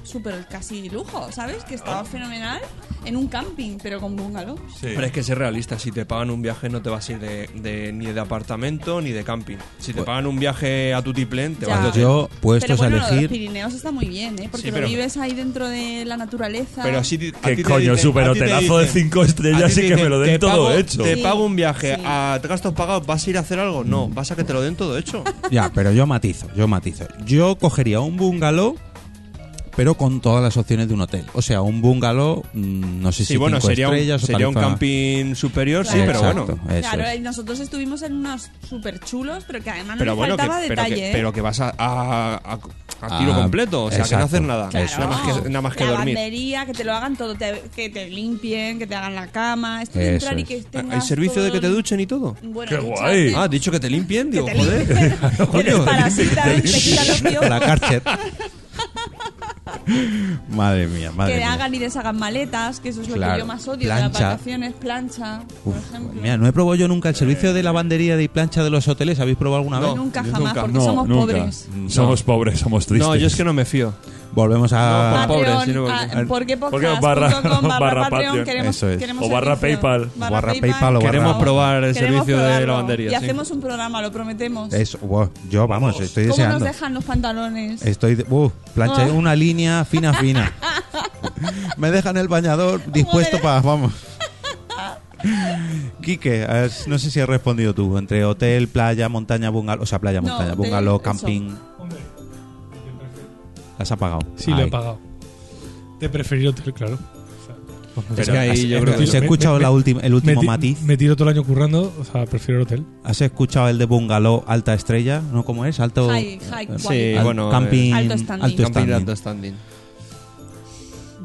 súper casi lujo, ¿sabes? Que
Ah.
estaba fenomenal. En un camping, pero con bungalows.
Sí.
Pero es que ser realista, si te pagan un viaje no te vas a ir de, de- ni de apartamento ni de camping. Si te pagan un viaje a tu tiplén, te
Ya.
vas de hotel.
Yo,
pero
puestos
bueno,
a
lo de los
elegir,
Pirineos está muy bien, ¿eh? Porque
Sí, pero-
lo vives ahí dentro de la naturaleza.
Pero así ti- a ti
Que
te
coño,
dicen-
super
a ti te
hotelazo de
dicen-
5
a
estrellas
ti
y
te
que me
dicen,
lo
te
den todo
pago-
hecho.
Te
Sí,
pago un viaje
sí.
a gastos pagados, ¿vas a ir a hacer algo? No, vas a que te lo den todo hecho.
ya, pero yo matizo, yo matizo. Yo cogería un bungalow, pero con todas las opciones de un hotel. O sea, un bungalow, mm, no sé si
Sí, bueno,
cinco
sería un,
estrellas o
sería un
tarifa-
camping superior, sí,
Claro.
pero
Exacto,
bueno.
eso
claro,
es.
y nosotros estuvimos en unos súper chulos, pero que además no
Pero
le
bueno, que,
faltaba
pero,
detalle.
que,
¿eh?
pero que vas a, a- a- a tiro
Ah,
completo, o sea, que
exacto.
no haces nada.
Claro.
Nada más que, nada más que
la
dormir.
lavandería, que te lo hagan todo, te- que te limpien, que te hagan la cama. Esto
Eso
de entrar y
es.
que
Ah, ¿Hay
tengas
servicio de
todo
que te
el-
duchen y todo?
Bueno,
¡Qué
ducharte.
guay!
(laughs)
Ah, dicho que te limpien,
Que
digo,
te
joder.
limpien,
(laughs)
que
Coño.
los parasitas, te quitan los
La
piojos,
cárcel. madre mía, madre
que
mía.
hagan y deshagan maletas, que eso es lo
Claro.
que yo más odio de las
Plancha.
vacaciones, plancha, por
Uf,
ejemplo.
mira, no he probado yo nunca el servicio de lavandería de y plancha de los hoteles. ¿Habéis probado alguna
No.
vez?
nunca
yo
jamás,
nunca-
porque
No,
somos
nunca.
pobres.
Somos pobres, somos tristes.
No, yo es que no me fío.
Volvemos a.
No, por- pobres,
Patreon,
sí, no,
ah,
porque-
porque
Porque
podcast
barra-
punto com barra
(laughs) barra
Patreon,
Patreon.
queremos-
Eso es.
queremos
O barra
servicio.
PayPal.
Barra PayPal o barra-
Queremos
Vamos.
probar el
Queremos
servicio de
probarlo.
lavandería.
Y
sí.
hacemos un programa, lo prometemos.
Eso, wow, yo, vamos, estoy
¿Cómo nos
deseando.
dejan los pantalones?
Estoy. de- Uh, plancha
Ah.
una línea fina,
(laughs)
fina. Me dejan el bañador dispuesto
Joder.
para.
(laughs)
Vamos. Quique, has- no sé si has respondido tú. Entre hotel, playa, montaña, bungalow. O sea, playa,
No,
montaña,
hotel,
bungalow,
eso.
camping. ¿Las has apagado?
Sí, lo he
Ahí.
pagado. De preferir hotel, claro.
Es que ahí yo creo
¿Tú
que
has escuchado la última- el último
me ti-
matiz?
Me tiro todo el año currando, o sea, prefiero el hotel.
¿Has escuchado el de Bungalow Alta Estrella? ¿No cómo es? Alto.
High- high
eh,
Sí,
al-
bueno.
Camping.
eh,
Alto standing.
alto
camping
standing.
alto standing.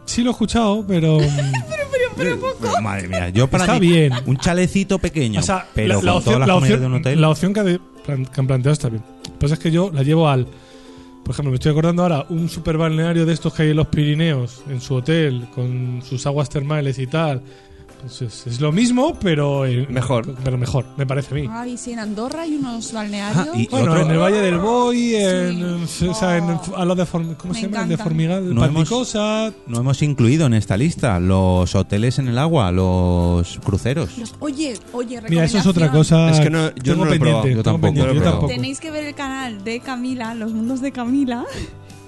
Sí lo he escuchado,
(laughs)
pero... mm,
Pero, Madre mía, yo para
Está
mí.
bien.
Un chalecito pequeño.
o sea,
pero
la,
con
la opción,
todas
la
las comidas
opción-
de un hotel.
la opción que, ha de- plan- que han planteado está bien. Lo que pasa es que yo la llevo al... Por ejemplo, me estoy acordando ahora un super balneario de estos que hay en los Pirineos, en su hotel, con sus aguas termales y tal. Entonces, es lo mismo, pero... eh,
Mejor.
Pero mejor, me parece a mí.
Ay, sí, en Andorra hay unos balnearios.
Ah, y-
Bueno,
otro-
en el Valle del Boy, en,
Sí.
o sea, en-
Oh.
a lo de Form- ¿cómo
Me
se llama? El de
encantan.
Formigal,
No hemos-
Panticosa,
No hemos incluido en esta lista los hoteles en el agua, los cruceros.
Los- Oye, oye,
Mira, eso es
recomendación.
otra cosa.
Es que no- yo
tengo
no lo he probado.
pendiente.
Yo
tengo
tampoco,
pendiente,
yo lo he probado.
Tenéis que ver el canal de Camila, Los Mundos de Camila. (laughs)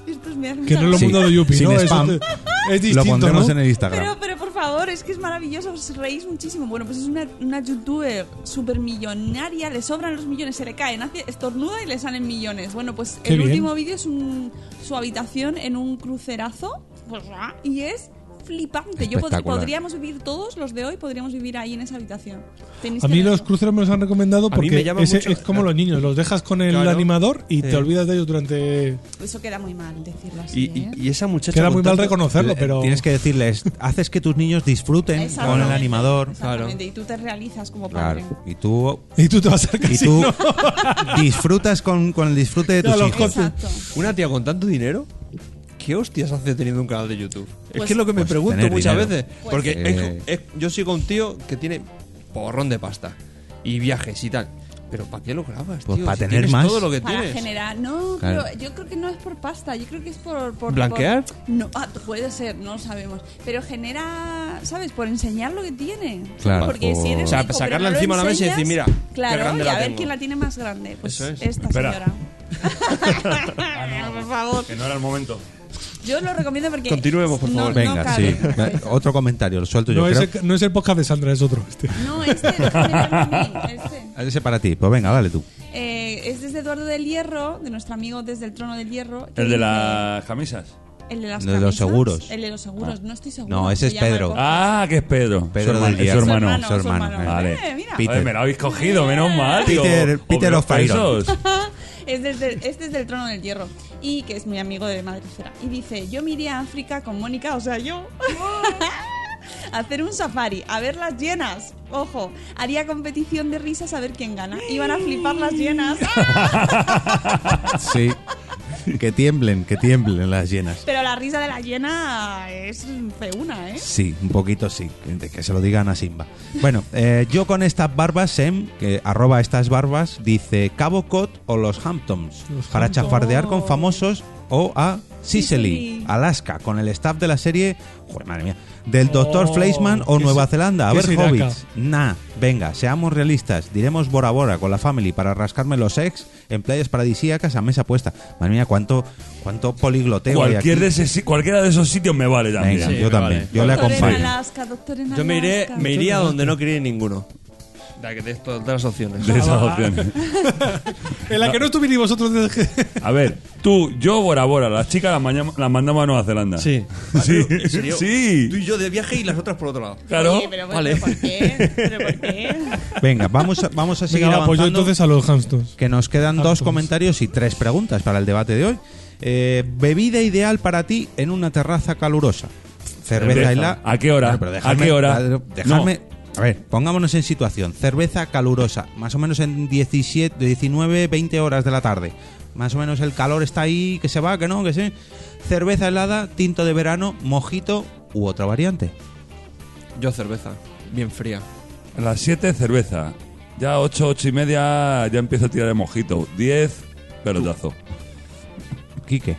Esto es me hace
Que no
mucha
es lo
Sí.
gracia.
mundo de Yuppie,
Sin
¿no? Eso
spam.
te- es
Lo
distinto,
pondremos
¿no?
en el Instagram.
Pero, pero por favor, es que es maravilloso, os reís muchísimo. Bueno, pues es una, una youtuber supermillonaria, le sobran los millones, se le caen, hace estornuda y le salen millones. Bueno, pues
Qué
el
bien.
último vídeo es un- su habitación en un crucerazo pues, ah, y es flipante. Yo pod-
Espectacular.
podríamos vivir todos los de hoy, podríamos vivir ahí en esa habitación. Tenéis
A
que
mí
verlo.
los cruceros me los han recomendado
mí
porque
me llama
ese
mucho-
es como los niños, los dejas con el
Claro.
animador y
Sí.
te olvidas de ellos durante...
Pues Eso queda muy mal decirlo así.
Y, y-
¿eh?
y esa muchacha.
Queda muy
con
mal
tanto-
reconocerlo, pero...
Tienes que decirles, haces que tus niños disfruten
Exactamente,
con el animador.
Exactamente, y tú te realizas como padre.
Claro. Y tú,
Y tú te vas al
y
casino.
tú (laughs) disfrutas con, con el disfrute de
Ya,
tus
los
hijos.
Exacto.
Una tía con tanto dinero. ¿Qué hostias hace teniendo un canal de YouTube? es
Pues-
que es lo que me
Pues
pregunto
tener
muchas
dinero.
veces. Porque
Eh.
es- es- yo sigo a un tío que tiene porrón de pasta y viajes y tal. Pero ¿para qué lo grabas,
Pues
tío?
para
Si
tener
tienes
más.
todo lo que
Para
tienes.
generar. No,
Claro.
pero yo creo que no es por pasta, yo creo que es por. por
¿Blanquear?
por- no, ah, puede ser, no lo sabemos. Pero genera, ¿sabes? Por enseñar lo que tiene.
Claro,
Porque
por-
si eres
O sea,
rico, pero
pues sacarla
no lo
encima de la mesa y
enseñas,
decir, mira, qué
claro,
grande
y
la
a ver
tengo.
quién la tiene más grande. Pues
(laughs) Eso es. Ah,
esta
Espera.
señora. Por favor.
Que no era el momento.
Yo lo recomiendo porque.
Continuemos, por
no-
favor.
no
Venga,
cabe
sí.
en la cabeza.
Otro comentario, lo suelto yo.
No es,
creo.
el, no es el podcast de Sandra, es otro. este.
No, este, déjame terminar, este.
Ese para ti. Pues venga, dale tú.
Eh, es desde Eduardo del Hierro, de nuestro amigo desde el trono del hierro. que
El de
dice-
las camisas.
El de, las
El de los
camisas,
seguros. Ah.
El de los seguros, no estoy seguro.
No, ese
se
es
llama el
Pedro.
podcast.
Ah, que es Pedro.
Pedro
su
del
hermano.
Hierro.
Su hermano.
su hermano,
vale.
Eh, mira.
Peter.
Joder, me lo habéis cogido, menos mal. tío.
Peter- Peter
Os
of Iron.
presos.
Es desde, este es del trono del hierro y que es mi amigo de Madre Tercera. Y dice, yo me iría a África con Mónica, o sea, yo... (laughs) a hacer un safari, a ver las llenas. Ojo, haría competición de risas a ver quién gana. Iban a flipar las llenas.
Sí. Que tiemblen, que tiemblen las llenas.
Pero la risa de la llena es feuna, ¿eh?
Sí, un poquito sí, que, que se lo digan a Simba. Bueno, eh, yo con estas barbas, Sem, que arroba estas barbas, dice Cabo Cod o los Hamptons, para chafardear con famosos o a Sicily,
Sicily.
Alaska, con el staff de la serie, joder, madre mía, del Dr. Fleischmann o
¿qué
Nueva
se-
Zelanda, a
qué
ver
se
hobbits. Nah, venga, seamos realistas, diremos Bora Bora con la family para rascarme los ex en playas paradisíacas a mesa puesta. Madre mía, cuánto, cuánto poligloteo hay aquí.
Cualquier de ese si- cualquiera de esos sitios me vale también.
Venga,
Sí,
yo
me
también,
vale.
yo le
Doctor en
acompaño.
Alaska, doctor en
Yo me iré,
Alaska.
me iría donde no quería ir ninguno. De, de, esto- de las opciones.
De esas opciones.
En la que no estuvimos vosotros desde que-
A ver, tú, yo, Bora Bora, las chicas las, maña- las mandamos a Nueva Zelanda.
(laughs) Sí.
Sí.
¿En serio? Tú
Sí.
y yo de viaje y las otras por otro lado.
Claro.
Oye, pero,
Vale.
pero ¿por qué? ¿Pero por qué?
Venga, vamos a, vamos a seguir
Venga, va, pues yo
avanzando,
entonces a los hamsters.
que nos
Ah,
quedan dos
pues-
Hamptons.
comentarios y tres preguntas para el debate de hoy. Eh, bebida ideal para ti en una terraza calurosa. Cerveza
Cerveza.
y la...
¿A qué hora?
Bueno, pero dejadme-
¿A qué hora?
Dejadme... A ver, pongámonos en situación. Cerveza calurosa, más o menos en 17, 19, 20 horas de la tarde. Más o menos el calor está ahí, que se va, que no, que sí. Cerveza helada, tinto de verano, mojito u otra variante.
Yo cerveza, bien fría.
A las 7, cerveza. Ya 8, 8 y media, ya empiezo a tirar de mojito. 10, pelotazo.
Quique,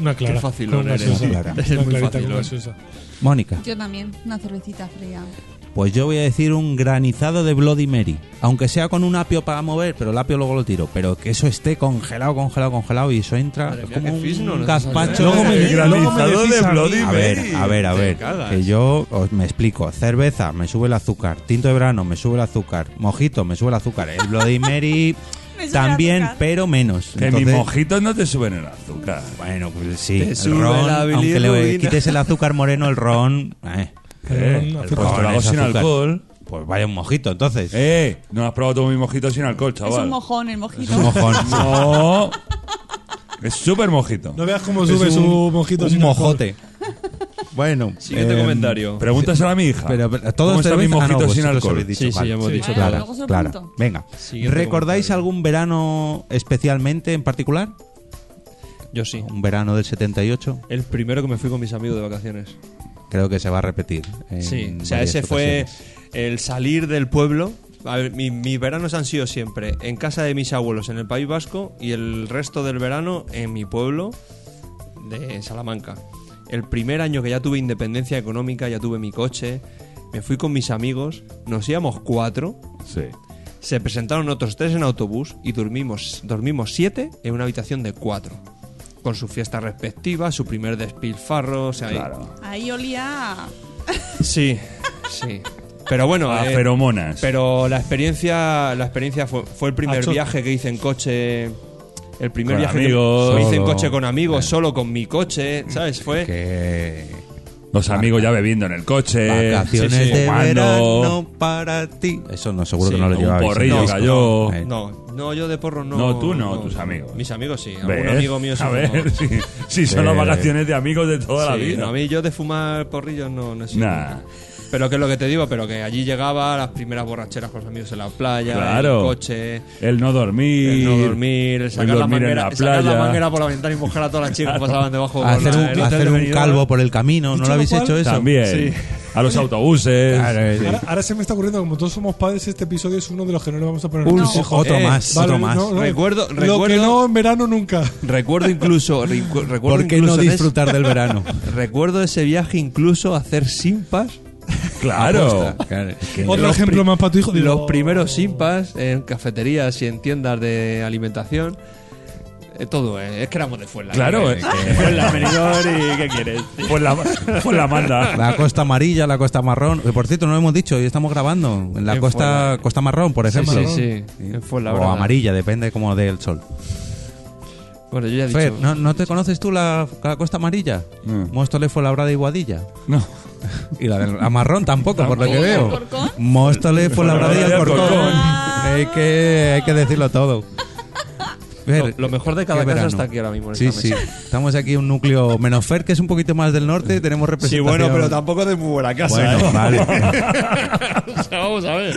Una clara.
Qué fácil,
con
Lorena.
gaseosa.
Una clara.
Una
Es muy
clarita
fácil,
con
Lorena.
gaseosa.
Mónica.
(laughs) Yo también, una cervecita fría.
Ah,
Pues yo voy a decir un granizado de Bloody Mary. Aunque sea con un apio para mover, pero el apio luego lo tiro. Pero que eso esté congelado, congelado, congelado y eso entra
Madre
es
mía,
como
qué fisno,
un
¿no?
gazpacho.
Luego me-
Eh,
luego me
granizado
decís
de
a mí.
Bloody
a ver,
Mary.
a ver, a
Te
ver.
cagas.
Que yo os me explico. Cerveza me sube el azúcar. Tinto de verano me sube el azúcar. Mojito me sube el azúcar. El Bloody
(laughs)
Mary
Me sube el
también,
azúcar.
pero menos.
Que mis
Entonces,
mojitos no te suben el azúcar.
Bueno, pues sí.
Te
El
sube
ron,
la
aunque le
bilirrubina.
quites el azúcar moreno, el ron. eh,
El ron,
el
azúcar.
ron
Pues lo hago
es
sin
azúcar.
alcohol.
Pues vaya un mojito entonces.
Eh, no has probado todo mi mojito sin alcohol, chaval.
Es un mojón el mojito.
Un mojón.
No. Es súper mojito.
No veas cómo sube
Es
su
un-
mojito.
un
sin alcohol.
mojote. bueno,
Siguiente
eh,
comentario.
Em, Pregúntaselo a mi hija.
Pero, pero,
¿Cómo
todos
está mi
cerveza? Ah, no,
mojito sin
vosotros
alcohol?
habéis dicho,
Sí, sí,
vale.
ya hemos
Sí.
dicho
Vale,
claro.
Clara,
luego se lo
Clara.
pregunto.
Venga.
Siguiente
¿Recordáis
comentario.
algún verano especialmente en particular?
Yo sí.
Un verano del 78.
El primero que me fui con mis amigos de vacaciones.
Creo que se va a repetir. en
Sí, o sea,
varias
ese fue
ocasiones.
el salir del pueblo. A ver, mi- mis veranos han sido siempre en casa de mis abuelos en el País Vasco y el resto del verano en mi pueblo de Salamanca. El primer año que ya tuve independencia económica, ya tuve mi coche, me fui con mis amigos, nos íbamos cuatro,
Sí.
se presentaron otros tres en autobús y dormimos, dormimos siete en una habitación de cuatro. Con sus fiestas respectivas, su primer despilfarro, o sea, ahí-
Claro.
Ahí olía.
Sí, sí. Pero bueno,
A
eh,
feromonas.
Pero la experiencia, la experiencia fue, fue el primer
Acho-
viaje que hice en coche. El primer
Ah, Con
viaje
amigos. Eh. Mm,
que me hice en
Solo.
coche con amigos, solo con mi coche, ¿sabes? Fue
Que-
Los amigos ya bebiendo en el coche.
Vacaciones
eh, sí, sí.
de
fumando.
verano para ti. Eso no, seguro
Sí,
que no lo
un
llevabais.
porrillo
No,
cayó.
eh,
no, no yo de porro no.
No, tú no, tus amigos.
Mis amigos sí, algún
¿Ves?
amigo mío sí
A
fumó.
(laughs) ver, si, si son las
Eh.
vacaciones de amigos de toda la
Sí,
vida.
no, a mí yo de fumar porrillos no, no sé.
Nah.
Pero que es lo que te digo, pero que allí llegaba las primeras borracheras con los amigos en la playa,
Claro.
el coche,
El no dormir.
el Eh, no dormir, el sacar,
el
la,
dormir en
manguera,
la
sacar la
playa.
manguera por la ventana y mojar a todas las chicas que pasaban debajo. por
Hacer
la-
un,
el hotel
hacer
de
un
Benidorm.
calvo por el camino. ¿No lo habéis hecho eso?
También.
Sí.
A los autobuses.
Claro, eh,
Ahora, ahora se me está ocurriendo, como todos somos padres, este episodio es uno de los que no le vamos a poner.
Un-
nombre.
No.
Otro
Eh,
más,
Vale,
otro más.
no, no.
Recuerdo-
Lo que
recuerdo-
no en verano nunca.
Recuerdo incluso. recu- recuerdo
¿Por qué no
incluso en
disfrutar del verano?
ese- recuerdo ese viaje incluso hacer simpas.
Claro.
Otro
Los
ejemplo
pri-
más para tu hijo.
"Oh". Los primeros simpas en cafeterías y en tiendas de alimentación.
eh, todo, eh, es que éramos de Fuenla.
Claro, eh.
(laughs)
Fuenla, venidor y ¿qué quieres?
(laughs) Pues la, pues la
(laughs)
manda.
La costa amarilla, la costa marrón. Que por cierto, no lo hemos dicho, hoy estamos grabando. En la
Bien
costa
fuera.
costa marrón, por
Sí,
ejemplo.
sí, sí. En Fuenla,
O
¿verdad?
amarilla, depende como del sol.
Bueno, yo ya he dicho.
Fer, ¿no, no te conoces tú la, la costa amarilla?
Mm.
Móstoles fue la obra de Iguadilla.
No.
Y la del Amarrón tampoco, por lo que
¿Y
veo.
Alcorcón?
Móstoles fue la obra de
Fuenlabrada y
Alcorcón.
Alcorcón.
(laughs) Hay que, hay que
(laughs)
decirlo todo. Fer,
Lo- lo mejor de cada
qué
casa
verano.
está aquí ahora mismo en
Sí,
esta
sí. Estamos aquí un núcleo menos Fer, que es un poquito más del norte. Tenemos
Sí,
representación.
bueno, pero tampoco de muy buena casa.
Bueno, (laughs)
¿eh?
(laughs)
vale.
O sea, vamos a ver.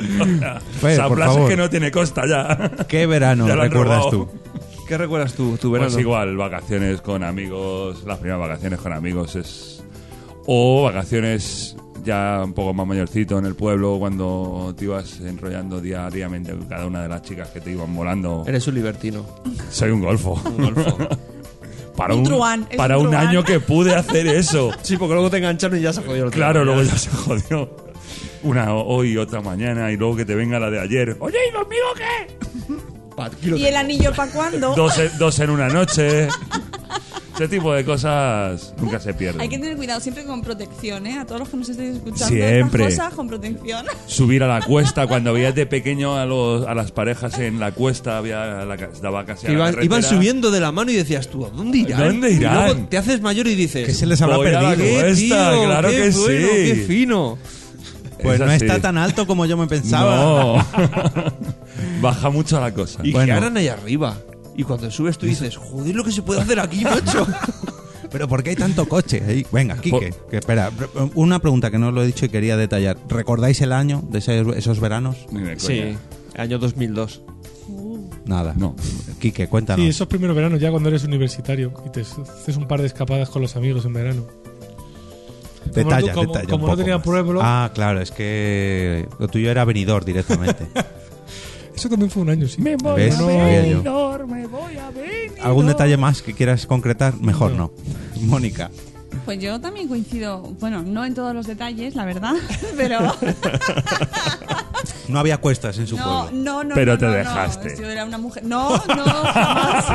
Fer,
San
por
Blas es
favor.
que no tiene costa ya.
¿Qué verano
Ya lo han
recuerdas
robado.
tú?
¿Qué recuerdas tú, tu verano?
Pues igual, vacaciones con amigos, las primeras vacaciones con amigos es... O vacaciones ya un poco más mayorcito en el pueblo, cuando te ibas enrollando diariamente con cada una de las chicas que te iban molando.
Eres un libertino.
Soy un golfo. para
Un
un,
truán, es
(laughs) para
un
un,
truán.
año que pude
(laughs)
hacer eso.
Sí, porque luego te engancharon y ya se jodió el
Claro,
tema.
luego ya se jodió. Una hoy, otra mañana y luego que te venga la de ayer. Oye, ¿y conmigo qué?
(laughs)
Pa, aquí lo
¿Y el anillo para cuándo?
Dos, en- dos en
(laughs)
una noche. Ese tipo de cosas nunca se pierden.
Hay que tener cuidado siempre con protección, ¿eh? A todos los que nos estéis escuchando.
Siempre.
Estas cosas con protección. (laughs)
Subir a la cuesta. Cuando veías de pequeño a, los, a las parejas en la cuesta, había la, ca- daba casi a la
Que iban,
carretera.
iban subiendo de la mano y decías tú, ¿a dónde irán?
¿Dónde
Y
irán?
luego te haces mayor y dices,
¿Qué se les habrá
Voy a la
perdido? Eh,
"Qué
cuesta,
tío,
claro
qué
que sí.
bueno, qué fino!
Pues
Es
no
así.
está tan alto como yo me pensaba.
No. (laughs) Baja mucho la cosa.
Y
Bueno.
que harán ahí arriba. Y cuando subes tú dices, joder, lo que se puede hacer (laughs) aquí, macho.
Pero ¿por qué hay tanto coche ahí? Venga, Quique,
Por-
que espera. Una pregunta que no os lo he dicho y quería detallar. ¿Recordáis el año de ese- esos veranos?
Ni de
sí,
coña.
año 2002.
Nada.
No.
Quique, cuéntanos.
Sí, esos primeros veranos ya cuando eres universitario y te haces un par de escapadas con los amigos en verano.
detalla,
no- como-
detalla. un
como no
poco
tenía
más.
pueblo-
Ah, claro, es que lo tuyo era venidor
(laughs)
directamente.
Eso también fue un año, sí.
¿Ves? Sabía yo. ¿Algún detalle más que quieras concretar? Mejor no. Mónica.
Pues yo también coincido, bueno, no en todos los detalles, la verdad, (laughs)
(laughs)
pero
No había cuestas en su
no,
pueblo.
no, no.
Pero
no,
te
no, no.
dejaste.
Yo era una mujer. No, no. jamás.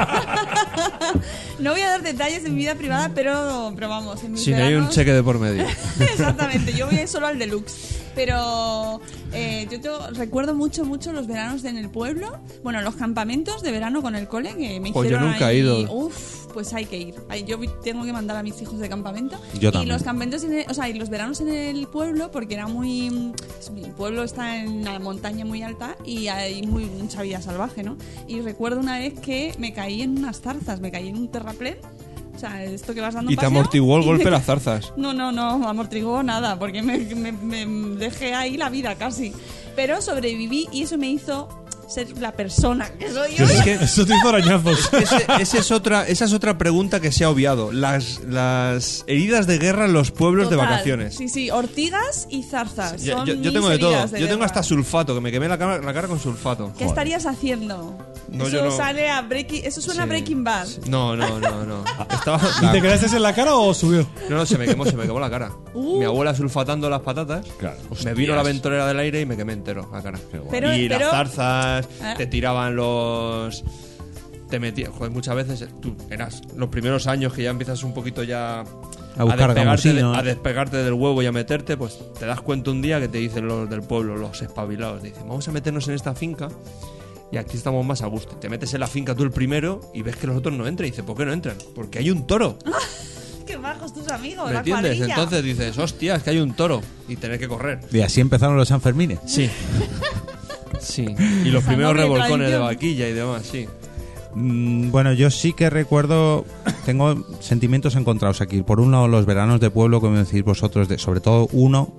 (laughs) no voy a dar detalles de mi vida privada, pero, pero vamos, en mis
Si no hay un
veranos-
cheque de por medio.
(laughs) Exactamente, yo voy solo al deluxe. Pero eh, yo te- recuerdo mucho, mucho los veranos en el pueblo. Bueno, los campamentos de verano con el cole que me
Jo, yo
hicieron.
nunca he
ahí-
ido.
Uf, pues hay que ir. Ay, Yo vi- tengo que mandar a mis hijos de campamento.
Yo
y
también.
los campamentos, en el- o sea, y los veranos en el pueblo, porque era muy. mm, Mi pueblo está en una montaña muy alta y hay muy, mucha vida salvaje, ¿no? Y recuerdo una vez que me caí en unas zarzas, me caí en un terraplén. O sea, esto que vas dando
Y te
paseo,
amortiguó
(laughs)
el
y
golpe
me
las (laughs) zarzas.
no, no, no, amortiguó nada, porque me, me- me dejé ahí la vida casi. Pero sobreviví y eso me hizo ser la persona que soy hoy.
Es que
Eso te hizo arañazos.
ese- ese es otra, esa es otra pregunta que se ha obviado. Las, las heridas de guerra en los pueblos de
Total.
vacaciones.
Sí, sí, ortigas y zarzas.
Ya,
son
yo, yo
mis
tengo de todo.
heridas
yo tengo
guerra.
hasta sulfato, que me quemé la cara, la cara con sulfato.
¿Qué estarías haciendo?
No,
eso
yo no.
sale a Breaking... Eso suena a
Sí.
Breaking Bad.
No, no, no, no. Estaba.
¿Y te quedaste en la cara o subió?
No, no, se me quemó, se me quemó la cara. Mi
Uh.
abuela sulfatando las patatas.
Claro.
Me vino la ventolera del aire y me quemé entero la cara.
Pero-
y
pero-
las zarzas,
Ah.
te tiraban los. Te metías. Joder, muchas veces tú eras los primeros años que ya empiezas un poquito ya.
buscar
despegarte, de-
gamusinos.
a despegarte del huevo y a meterte, pues te das cuenta un día que te dicen los del pueblo, los espabilados, te dicen, vamos a meternos en esta finca y aquí estamos más a gusto. Y Te metes en la finca tú el primero y ves que los otros no entran y dices, ¿por qué no entran? Porque hay un toro.
Qué bajos tus amigos,
¿Me
la
entiendes?
cuadrilla.
Entonces dices, hostia, es que hay un toro y tener que correr.
Y así empezaron los Sanfermines.
(laughs)
Sí. Sí. Y los
Esa
primeros
noble
revolcones de
tradición.
vaquilla y demás, sí.
Mm, Bueno, yo sí que recuerdo, (coughs) tengo sentimientos encontrados aquí. Por un lado, los veranos de pueblo, como decís vosotros, de, sobre todo uno,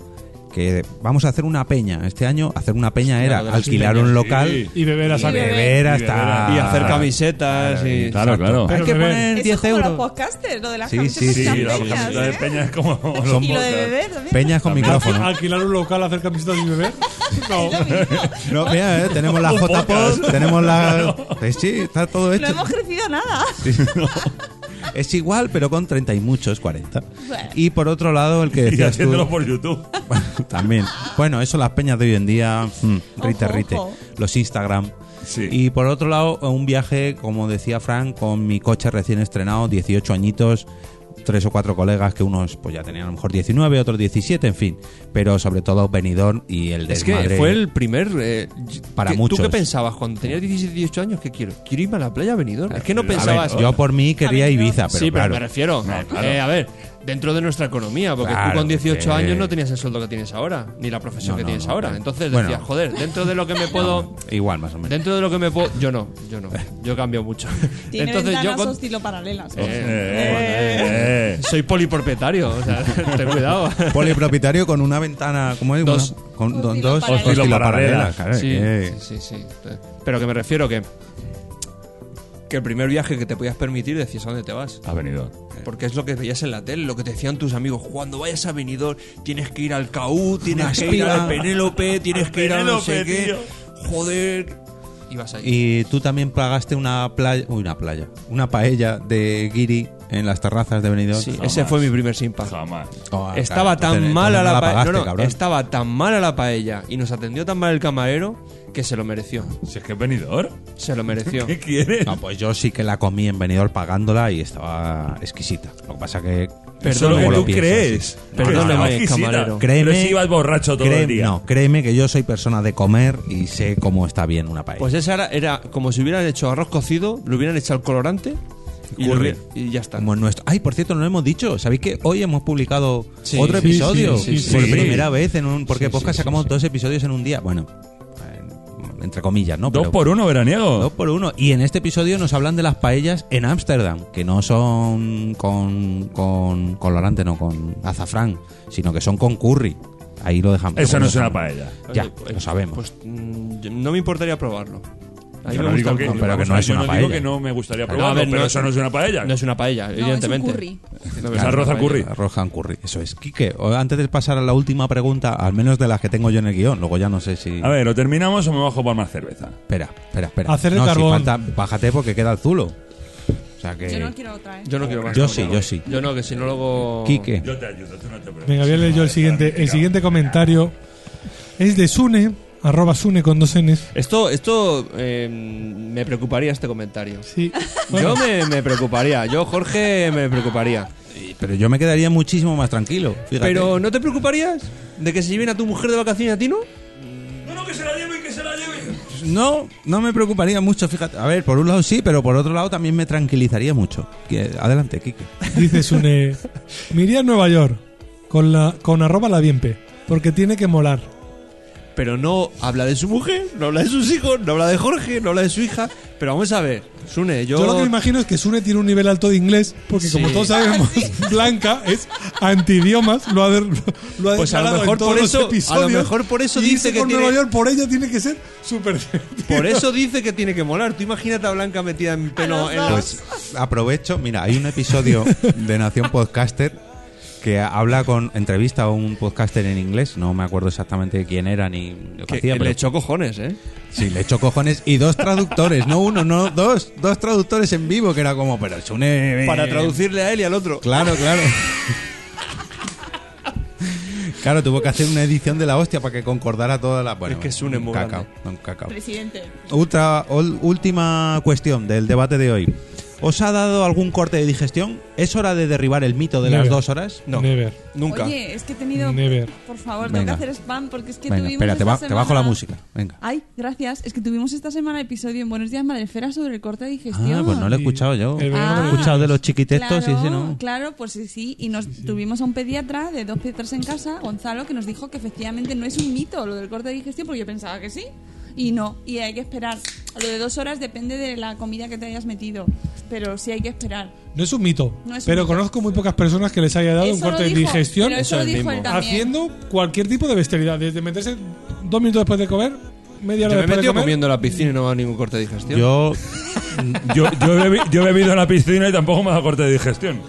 que vamos a hacer una peña. Este año hacer una peña
Hostia,
era
lo de las
alquilar
peñas,
un
sí.
local
Y beber a
y
saco.
beber hasta...
Y hacer
Ah.
camisetas y.
Claro, claro.
Pero beber.
Eso es como los podcasters, lo de las
Sí,
camisetas
sí, sí,
Sí, la
campeñas,
camiseta
¿eh?
de peña es como...
Son
Y lo de
podcasts.
beber también.
Peñas con
(laughs)
micrófono.
Alquilar un local, hacer camisetas
(laughs)
y beber. No.
Lo mismo.
No, mira, eh, tenemos la JPod, tenemos la... Pues sí, está todo
No
hecho.
hemos crecido nada.
Es igual, pero con 30 y muchos, 40.
Bueno.
Y por otro lado, el que
Y
decías tú...
haciéndolo por YouTube.
(laughs) También. Bueno, eso las peñas de hoy en día. mm, rite,
Ojo,
rite.
ojo.
Los Instagram.
Sí.
Y por otro lado, un viaje, como decía Frank, con mi coche recién estrenado, 18 añitos, tres o cuatro colegas que unos pues ya tenían a lo mejor 19, otros 17, en fin. Pero sobre todo Benidorm y el de
Es que fue el primer. eh, y-
Para
que-
muchos.
¿Tú qué pensabas cuando tenías 17, 18 años? ¿Qué quiero? ¿Quiero irme a la playa venidor? Es que no pensabas.
yo por mí quería
Benidorm.
Ibiza, pero
sí, pero
claro.
me refiero.
claro.
eh, a ver, dentro de nuestra economía, porque tú
Claro,
con 18
que-
años no tenías el sueldo que tienes ahora, ni la profesión
No,
que
no,
tienes
no,
ahora.
claro.
Entonces
Bueno.
decías, joder, dentro de lo que me puedo.
Igual, más o menos.
Dentro de lo que me puedo. Yo no, yo no. Yo cambio mucho. (laughs)
Tiene
Entonces yo.
ventanas
con-
osciloparalelas.
Eh,
Eh, eh.
Soy polipropietario, o
(laughs)
sea, ten cuidado.
Polipropietario con una ventana, ¿cómo es?
Dos.
Una- con do- dos
Osciloparalelas.
osciloparalelas, claro,
Sí,
eh.
sí, sí, sí. Pero que me refiero que
Que el primer viaje que te podías permitir decías a dónde te vas.
Ha venido.
Porque es lo que veías en la tele, lo que te decían tus amigos. Cuando vayas a Benidorm tienes que ir al CAU, tienes que ir al Penélope, tienes que ir a no sé qué. Joder. Ibas ahí.
Y tú también pagaste una playa, uy, una playa, una paella de guiri en las terrazas de Benidorm.
Sí, ese fue mi primer simpa.
Jamás.
Oh,
Estaba
claro,
tan
entonces-
mala
entonces
la
no
paella.
pagaste,
no, no,
cabrón.
estaba tan mala la paella y nos atendió tan mal el camarero que se lo mereció.
Si es que es venidor.
Se
(laughs)
lo mereció.
¿Qué quieres?
No, pues yo sí que la comí en Benidorm pagándola y estaba exquisita. Lo que pasa que
Eso es lo
luego
que tú
piensas,
crees.
sí.
Pero
Perdóname,
estaba exquisita.
camarero.
Créeme,
Pero si ibas borracho todo
créeme-
el día.
No, créeme que yo soy persona de comer y sé cómo está bien una paella.
Pues esa era, era como si hubieran hecho arroz cocido, le hubieran echado el colorante y, lo
Curry.
hubie- y ya está.
Como en nuestro. Ay, por cierto, no lo hemos dicho. ¿Sabéis que hoy hemos publicado otro
sí,
episodio?
sí, sí,
por
sí.
primera vez en un. Porque
Sí,
podcast
sí,
sacamos
sí, sí.
dos episodios en un día. Bueno, eh, entre comillas, ¿no?
Dos
Pero-
por uno, veraniego.
Dos por uno. Y en este episodio nos hablan de las paellas en Ámsterdam, que no son con, con colorante, no, con azafrán, sino que son con curry. Ahí lo dejamos.
Eso no es una
Dejamos.
paella.
Ya,
Oye,
lo sabemos.
Pues mm, yo- no me importaría probarlo. A mí
Yo
me
no
gusta
digo
el
que,
curry.
pero que no es
yo
una
no digo
paella.
que no me gustaría
Claro,
probarlo,
a ver,
pero
no-
eso no es una paella.
No es una paella,
es un
evidentemente.
curry.
No,
Es pues arroz al curry.
Roja en curry, eso es. Quique, o- antes de pasar a la última pregunta, al menos de las que tengo yo en el guión, luego ya no sé si.
A ver, ¿lo terminamos o me bajo por más cerveza?
Espera, espera, espera.
Hacer el
no, si
carbón.
falta- bájate porque queda el zulo. O sea que.
Yo no quiero otra, ¿eh?
Yo no quiero más.
Yo sí, yo sí.
Yo no, que si no luego.
Quique.
Yo te ayudo, tú no te preocupes.
Venga, voy a leer yo el siguiente. El siguiente comentario es de Sune, arroba Sune con dos Ns.
Esto, esto eh, me preocuparía este comentario.
Sí.
Yo me, me preocuparía. Yo, Jorge, me preocuparía.
Pero yo me quedaría muchísimo más tranquilo. Fíjate.
Pero ¿no te preocuparías de que se lleven a tu mujer de vacaciones a ti, no?
No, no, que se la lleve, que se la lleve.
No, no me preocuparía mucho, fíjate. A ver, por un lado sí, pero por otro lado también me tranquilizaría mucho. Que- Adelante, Quique.
Dice Sune, me iría a Nueva York con, la, con arroba la bienpe, porque tiene que molar.
Pero no habla de su mujer, no habla de sus hijos, no habla de Jorge, no habla de su hija. Pero vamos a ver, Sune, yo.
Yo lo que me imagino es que Sune tiene un nivel alto de inglés, porque como
Sí.
todos sabemos, Blanca es antidiomas, lo ha, de- lo ha
Pues a lo
declarado en
mejor
todos
por
los
eso- a lo
episodios,
mejor por eso
y
dice
irse
que
con Nueva
tiene-
York por ella tiene que ser súper...
Por eso dice que tiene que molar. Tú imagínate a Blanca metida en
Ah,
pelo en la-
Pues aprovecho, mira, hay un episodio de Nación Podcaster que habla con entrevista a un podcaster en inglés, no me acuerdo exactamente quién era ni lo que
que
hacía, pero
le echó cojones, ¿eh?
sí, le echó cojones y dos traductores, no uno, no dos, dos traductores en vivo que era como, pero es un eh, eh,
Para traducirle a él y al otro.
Claro, claro. Claro, tuvo que hacer una edición de la hostia para que concordara todas las. Bueno,
Es que es un emo
cacao,
grande.
un cacao.
Presidente.
Otra- ol- última cuestión del debate de hoy. ¿Os ha dado algún corte de digestión? ¿Es hora de derribar el mito de las
Never.
dos horas?
No.
Never.
Nunca.
Oye, es que he tenido.
Never.
Por favor, tengo
Venga.
que hacer spam porque es que
Venga,
tuvimos.
espera, te,
esta
ba- te bajo la
semana-
música. Venga.
Ay, gracias. Es que tuvimos esta semana episodio en Buenos Días Madrefera sobre el corte de digestión.
Ah, pues no lo he escuchado yo.
El verano
Ah.
He escuchado de los chiquitestos
claro,
y ese no.
Claro, pues sí, sí. Y nos tuvimos a un pediatra de dos pediatras en casa, Gonzalo, que nos dijo que efectivamente no es un mito lo del corte de digestión, porque yo pensaba que sí. Y no, y hay que esperar. Lo de dos horas depende de la comida que te hayas metido, pero sí hay que esperar.
No es un mito,
No es un
pero
mito.
conozco muy pocas personas que les haya dado un
Eso lo
corte de
dijo,
digestión
pero eso lo
es
dijo
mismo.
él también.
haciendo cualquier tipo de bestialidad, desde meterse dos minutos después de comer, media
Yo
hora
me he
después de
metido
comer.
comiendo en la piscina y no me ha dado ningún corte de digestión.
Yo,
Yo, yo, he bebi- yo he bebido en la piscina y tampoco me da corte de digestión.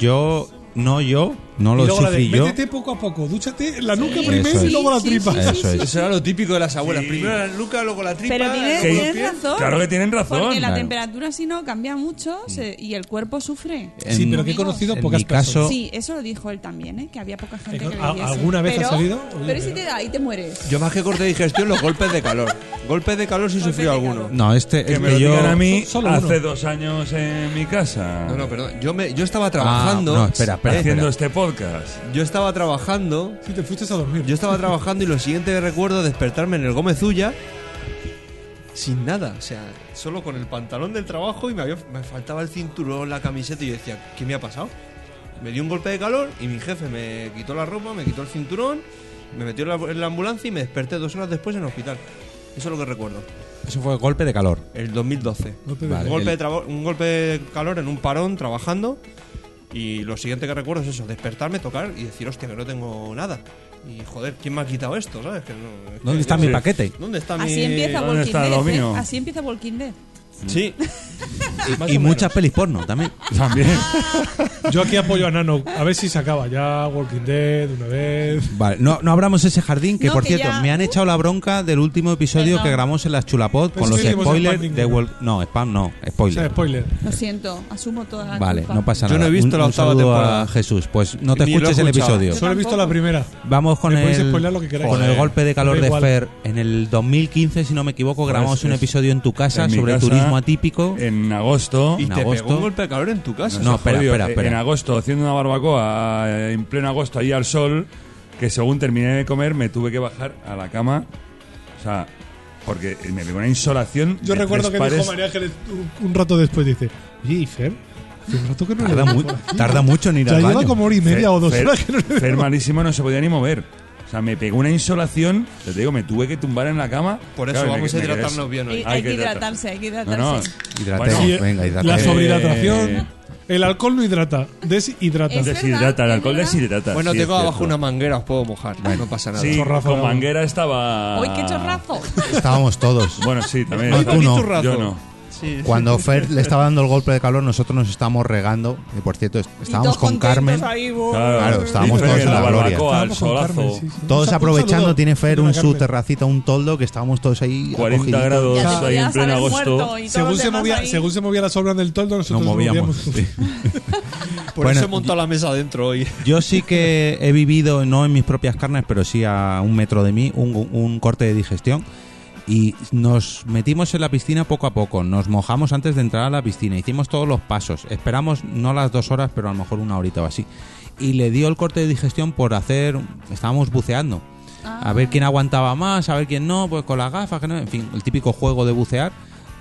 yo, no yo, No
y
lo
luego la de,
sufrí yo.
métete poco a poco, dúchate la nuca
Sí,
primero
eso
y luego
es.
la
Sí,
tripa.
sí, sí,
Eso
(laughs)
es.
Eso era lo típico de las abuelas. Primero la nuca, luego la tripa.
Pero tienes,
que-
luego los
tienes
pies.
razón.
Claro que tienen razón.
Porque la
Claro.
temperatura si no cambia mucho se- y el cuerpo sufre.
Sí,
En-
pero que he conocido
en
pocas
mi caso-
Sí, eso lo dijo él también, ¿eh? que había poca gente que
Eh,
le
¿a-
diese.
alguna vez ha
Pero-
salido? Oye,
Pero si
pero-
te da y te mueres.
Yo más que corte de digestión, los golpes de calor. Golpes de calor sí sufrió
de
alguno.
No, este.
Que
este
me lo
yo-
digan a mí
solo uno.
hace dos años en mi casa.
No, no, perdón. Yo, me, yo estaba trabajando. Eh,
Ah, no, espera, espera, espera.
haciendo este podcast.
Yo estaba trabajando.
Si te fuiste a dormir.
Yo estaba trabajando y lo siguiente que recuerdo es despertarme en el Gómezulla sin nada. O sea, solo con el pantalón del trabajo y me, había- me faltaba el cinturón, la camiseta y yo decía, ¿qué me ha pasado? Me dio un golpe de calor y mi jefe me quitó la ropa, me quitó el cinturón, me metió en la, en la ambulancia y me desperté dos horas después en el hospital. Eso es lo que recuerdo.
Eso fue golpe de calor.
El 2012.
Golpe de-
Un
Vale.
golpe, de
el-
trabo- un golpe de calor en un parón trabajando. Y lo siguiente que recuerdo es eso: despertarme, tocar y decir, hostia, que no tengo nada. Y joder, ¿quién me ha quitado esto? ¿Sabes? Que no- es
¿Dónde
que
está
yo-
mi
sí.
paquete?
¿Dónde está mi.?
Así empieza
¿dónde
Walking
está
Dead.
lo
¿eh?
mío?
Así empieza Walking Dead.
Sí. Más
Y
o menos.
muchas pelis porno también.
(laughs)
También.
Yo aquí apoyo a Nano. A ver si se acaba ya Walking Dead una vez.
Vale, no, no abramos ese jardín, que
No,
por
que
cierto,
ya-
me han echado la bronca del último episodio
Perdón.
que grabamos en las Chulapod
Pero
con
sí
los
que hicimos
spoilers
spam
de
ninguno.
World... No, spam no,
O sea,
spoiler.
spoiler.
Lo siento, asumo toda la
Vale,
culpa.
no pasa
Yo
nada.
no he visto
Un-
la
un
octava
saludo
temporada.
a Jesús, pues no te
Ni lo he
escuches el
escuchado.
episodio.
Solo he visto la primera.
Vamos con
Me podéis
el,
spoilear lo que queráis.
con el
Joder.
golpe de calor
Da
de
igual.
Fer. En el 2015, si no me equivoco, grabamos
Pues
un
es-
episodio en tu casa
en mi
sobre
casa,
turismo atípico.
En agosto.
Y
En
te pegó
agosto.
un golpe de calor en tu casa.
No, espera,
Jodido,
espera,
eh,
espera.
En agosto, haciendo una barbacoa eh, en pleno agosto ahí al sol, que según terminé de comer me tuve que bajar a la cama. O sea, porque me pegó una insolación.
Yo
de
recuerdo que
tres pares.
dijo María Ángeles un, un rato después, dice, oye, ¿y Fer? Hace un rato que no le
Tarda,
vemos
mu-
por aquí".
tarda mucho en
O
ir
sea,
al
lleva
baño.
como hora y media
Fer-
o dos
Fer-
horas que no le vemos.
Fer malísimo no se podía ni mover. O sea, me pegó una insolación. Te digo, me tuve que tumbar en la cama.
Por eso
Claro, me-
vamos
me
a
quedé-
hidratarnos bien
Hay,
hoy.
Ah,
hay que hidratarse, hay que
No,
hidratarse.
no.
Hidratemos,
Bueno,
Sí, eh,
venga,
La
hidratemos.
sobrehidratación.
Eh.
El alcohol no hidrata, deshidrata.
Es-
Deshidrata, el
verdad,
alcohol
es verdad.
deshidrata.
Bueno,
sí,
tengo
es
abajo
cierto.
una manguera, os puedo mojar. No pasa nada.
Sí,
Chorrazo,
con
¿no?
manguera estaba.
¡Uy, qué chorrazo!
Estábamos todos.
Bueno, (laughs) sí, también.
No, y tú no.
Yo no.
Sí.
Cuando Fer le estaba dando el golpe de calor, nosotros nos estábamos regando. Y por cierto, est-
Y
estábamos
todos
con
contentos
Carmen.
ahí, buh.
Claro, estábamos
Dice
todos
que
en la gloria.
barbacoa, al
Estábamos con
solazo.
Carmen, sí, sí.
Todos
Un sa- un
aprovechando,
saludo.
tiene Fer
Una
un
Carmen.
su terracita, un toldo, que estábamos todos ahí.
40
acogiditos.
grados
Ya te
ahí en
podías
pleno
haber
agosto.
muerto y todos
Según
los
se,
demás
movía,
ahí.
según se movía la sombra del toldo,
Nos
nosotros
movíamos. sí.
Por
Bueno,
eso he montado la mesa adentro hoy.
Yo sí que he vivido, no en mis propias carnes, pero sí a un metro de mí, un, un corte de digestión. Y nos metimos en la piscina poco a poco, nos mojamos antes de entrar a la piscina, hicimos todos los pasos, esperamos no las dos horas, pero a lo mejor una horita o así. Y le dio el corte de digestión por hacer, estábamos buceando, a ver quién aguantaba más, a ver quién no, pues con las gafas, que no, en fin, el típico juego de bucear.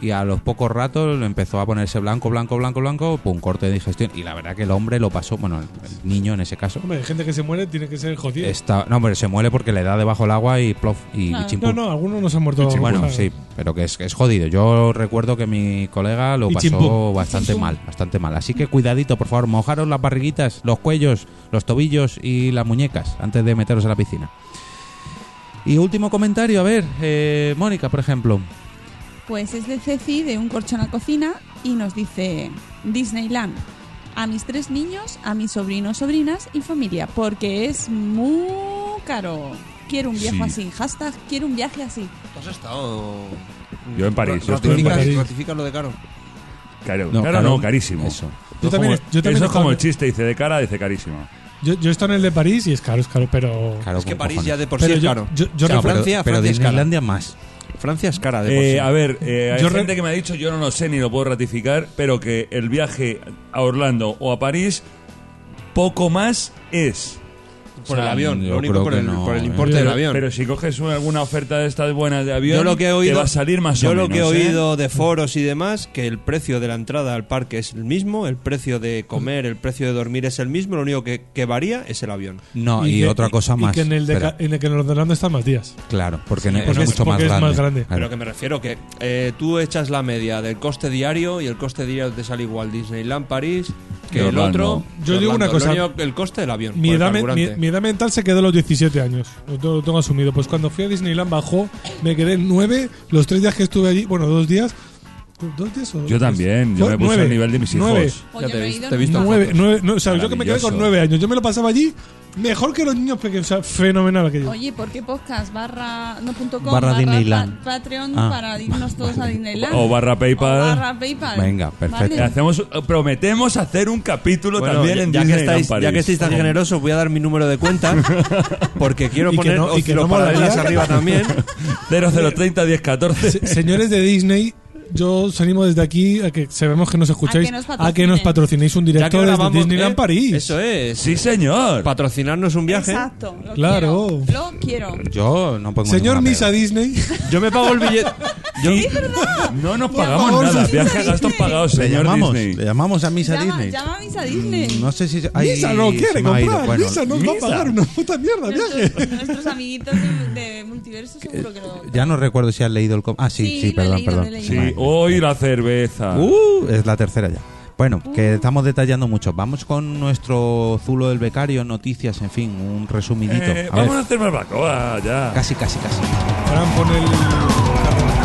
Y a los pocos ratos lo empezó a ponerse blanco, blanco, blanco, blanco, pum, corte de digestión. Y la verdad que el hombre lo pasó, bueno, el- el niño en ese caso,
Hombre, hay gente que se muere, tiene que ser jodido.
Está, no, pero se muere porque le da debajo el agua y plof y
Claro.
chimpum.
No, no, algunos nos han muerto.
Bueno,
Ojalá.
sí, pero que es, que es jodido. Yo recuerdo que mi colega lo
Y
pasó
chimpum.
bastante mal, bastante mal. Así que cuidadito, por favor, mojaros las barriguitas, los cuellos, los tobillos y las muñecas antes de meteros a la piscina. Y último comentario, a ver, eh, Mónica, por ejemplo.
Pues es de Ceci, de un corchón a cocina, y nos dice Disneyland. A mis tres niños, a mis sobrinos, sobrinas y familia, porque es muy caro. Quiero un viaje
Sí.
así. Hashtag, quiero un viaje así.
¿Tú has estado...?
Yo en París, yo estuve en
Ratificas
París.
ratificas lo de caro.
Caro, no, caro, no, carísimo.
Eso.
Yo también,
como-
yo también
eso
he
es
estado-
como el chiste, dice de cara, dice carísimo.
Yo, yo he estado en el de París y es caro, es caro, pero.
Claro,
Es que
con
París
cojones.
ya de por sí
pero
es
yo,
caro.
yo- yo
Claro, pero,
recuerdo-
Francia-
pero
Francia es cara.
Disneylandia más.
Francia es
Ah,
cara de por sí.
Eh, a ver, eh, hay
Yo re-
gente que me ha dicho, yo no lo sé ni lo puedo ratificar, pero que el viaje a Orlando o a París poco más es.
Por el
sea,
avión,
yo
lo único
creo
por
que
el,
no,
por el
¿eh?
importe del
Pero,
avión.
pero si coges una- alguna oferta de estas buenas de avión,
yo lo que he oído
te va a salir más
yo
o
lo
menos.
que he
¿eh?
oído de foros y demás que el precio de la entrada al parque es el mismo, el precio de comer, el precio de dormir es el mismo, lo único que, que varía es el avión.
No, y,
que-
otra cosa
y
más.
que en el, de,
Espera.
ca- en el que en el de Orlando están más días.
Claro, porque no-
porque
es
es-
mucho más
porque es
grande.
más grande.
Claro.
Pero que me refiero que eh, tú echas la media del coste diario y el coste diario te sale igual Disneyland París que
De
el
Orlando.
otro.
Yo
de
digo
Orlando.
una cosa.
Lo único- el coste del avión.
Mi
por el
edad, me- mi,
carburante.
mi edad mental se quedó a los 17 años. Lo tengo, lo tengo asumido. Pues cuando fui a Disneyland bajó, me quedé en 9. Los tres días que estuve allí, bueno, dos días, ¿Dos días o
Yo también, yo
Fue
me puse
nueve,
al nivel de mis hijos.
nueve,
Pues yo no he ido
te he visto.
nueve, nueve, no, o sea, yo que me quedé
Maravilloso.
con nueve años. Yo me lo pasaba allí mejor que los niños pequeños. O sea, fenomenal aquello.
Oye, ¿por qué podcast? Barra, no, punto com,
Barra Disneyland.
pa- Patreon
Ah.
para irnos todos a Disneyland.
O barra PayPal.
O barra PayPal.
Venga, perfecto.
Vale.
Hacemos, prometemos hacer un capítulo
Bueno,
también
ya-
en
ya, que
Disneyland
estáis, ya
París.
que estáis tan
Con-
generosos, voy a dar mi número de
(laughs)
cuenta porque quiero
Y que
poner
no- y que
los
no mola ¿eh?
paralelas
ya.
arriba también.
0030 1014.
Se- Señores de Disney, yo os animo desde aquí a que sabemos que nos escucháis,
A que nos
a que nos
patrocinen.
patrocinéis un
Ya que
director desde
grabamos,
Disneyland
eh,
París.
Eso es.
Sí, señor.
Patrocinarnos un viaje.
Exacto. Lo
Claro.
Quiero, lo quiero.
Yo no pongo
Señor
ninguna
Misa
pega.
Disney,
Yo me pago el billete. Yo,
No nos
favor,
pagamos nada.
sí,
Viaje a
Disney.
gastos pagados,
Le
señor
llamamos, le
Disney.
llamamos a Misa
Llama,
Disney. Mm,
llama a mis a Disney.
No sé si... ay,
Misa no
se
quiere
me ha ido.
comprar.
Bueno,
Misa no va a
Misa.
pagar una puta mierda. Viaje.
Nuestros, nuestros amiguitos de, de multiverso seguro que lo.
Eh, Ya no recuerdo si has leído el... com- Ah, sí, sí,
Sí, lo he
perdón,
leído,
perdón.
lo he leído.
Sí,
Vale.
hoy la cerveza.
Uh, es la tercera ya. Bueno,
Uh.
que estamos detallando mucho. Vamos con nuestro Zulo del Becario, noticias, en fin, un resumidito.
Eh,
A ver,
vamos a hacer barbacoa ya.
Casi, casi, casi.
Fran, pon el.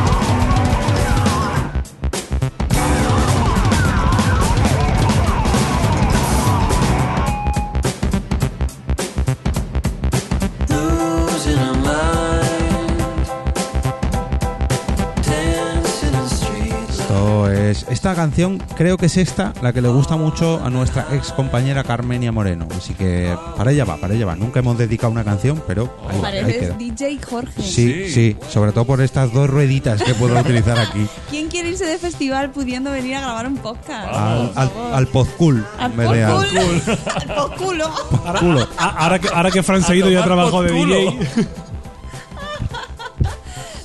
Esto es. Esta canción creo que es esta, la que le gusta mucho a nuestra ex compañera Carmenia Moreno. Así que para ella va, para ella va. Nunca hemos dedicado una canción, pero ahí, va, ahí queda.
Pareces DJ Jorge.
Sí, sí, sobre todo por estas dos rueditas que puedo utilizar aquí.
(laughs) ¿Quién quiere irse de festival pudiendo venir a grabar un podcast?
Al,
Por
al,
favor.
al Podcool.
Ah. Al
en vez de al-
postculo. (laughs) Al postculo.
Ahora, a- Ah, ahora que, ahora que Fran se ha ido y ha
tomar
trabajado de
por culo.
DJ.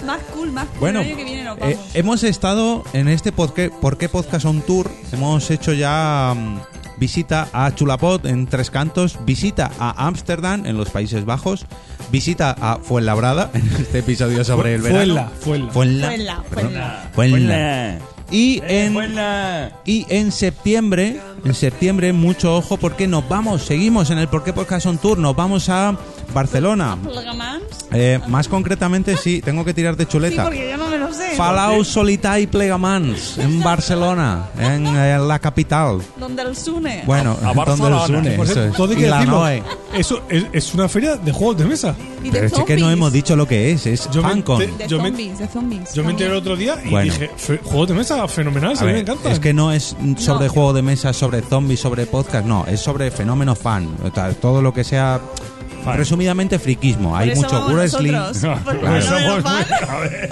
Más cool, más cool.
Bueno,
el año que viene nos
eh,
vamos.
hemos estado en este podcast, ¿Por qué Podcast on Tour? Hemos hecho ya mm, visita a Chulapot en Tres Cantos, visita a Ámsterdam en los Países Bajos, visita a Fuenlabrada (laughs) en este episodio sobre el verano.
Fuenla, fuenla.
Fuenla.
Fuenla,
perdón.
fuenla.
Fuenla. Y
Eh,
en,
Buena.
y en septiembre, en septiembre, mucho ojo porque nos vamos, seguimos en el Por qué Podcast on Tour, nos vamos a Barcelona.
Plegamans.
Eh, más concretamente, sí, tengo que tirar de
Sí,
chuleta.
porque yo no me lo sé.
Palau Solità i Plegamans, en Barcelona, en eh, la capital.
Donde el Sune.
Bueno,
A- a
donde
Barcelona.
los une,
Por
eso
cierto,
es.
todo hay que
Y la
decirlo.
Noe.
Eso es, es una feria de juegos de mesa.
y de
Pero es que no
zombies.
hemos dicho lo que es, es
Yo me
FanCon.
ente-
De
Yo me-
zombies, de zombies.
Yo me enteré el
también.
otro día y
Bueno.
dije, "Fe- juegos de mesa, fenomenal,
A
a mí me
ver,
encanta.
es que no es mm, sobre
No.
juego de mesa, sobre zombies, sobre podcast, no, es sobre fenómeno fan, o sea, todo lo que sea resumidamente friquismo. Hay
Por eso
mucho
vamos
wrestling. (laughs)
nosotros, porque
Claro.
no me lo van.
A ver,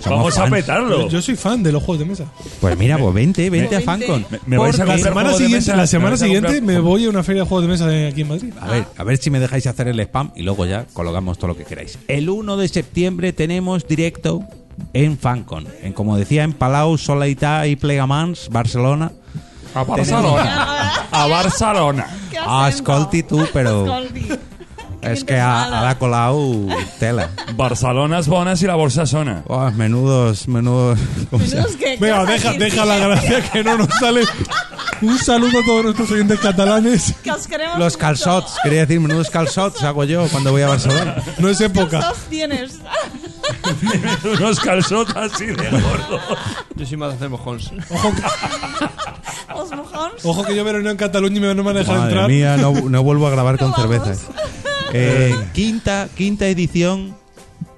Somos
Vamos a
fans.
petarlo.
Yo- Yo soy fan de los juegos de mesa.
Pues mira, pues vente, vente a
Me-
FanCon.
Me- me vais a
La
comprar
semana
juego de
siguiente,
mesa,
la
me
semana
vais a
siguiente
comprar-
me voy a una feria de juegos de mesa de aquí en Madrid.
A ver, a ver si me dejáis hacer el spam y luego ya colocamos todo lo que queráis. El 1 de septiembre tenemos directo en Fancon. En, como decía, en Palau, Soleità y Plegamans, Barcelona.
A Barcelona. A Barcelona.
¿Qué
Ah,
acento?
escolti tú, pero-
Escolti.
(laughs) Es que a, a la Colau, tela.
Barcelona es bonas y la bolsa sona. (laughs)
Oh, menudos, menudos. ¿cómo se llama?
Menos que-
Venga,
vas a
deja,
decir?
deja la gracia que no nos sale. Un saludo a todos nuestros oyentes catalanes.
Que os queremos
Los
mucho.
calzots, quería decir menudos calzots hago yo cuando voy a Barcelona.
No es época.
Calzots tienes.
Unos calzotas así de gordo.
yo soy más de hacer mojones.
Los mojones.
Ojo que yo verano en Cataluña y me- no me van a dejar
Madre
entrar.
mía, no, no vuelvo a grabar con
No
cerveza. Eh, quinta, quinta edición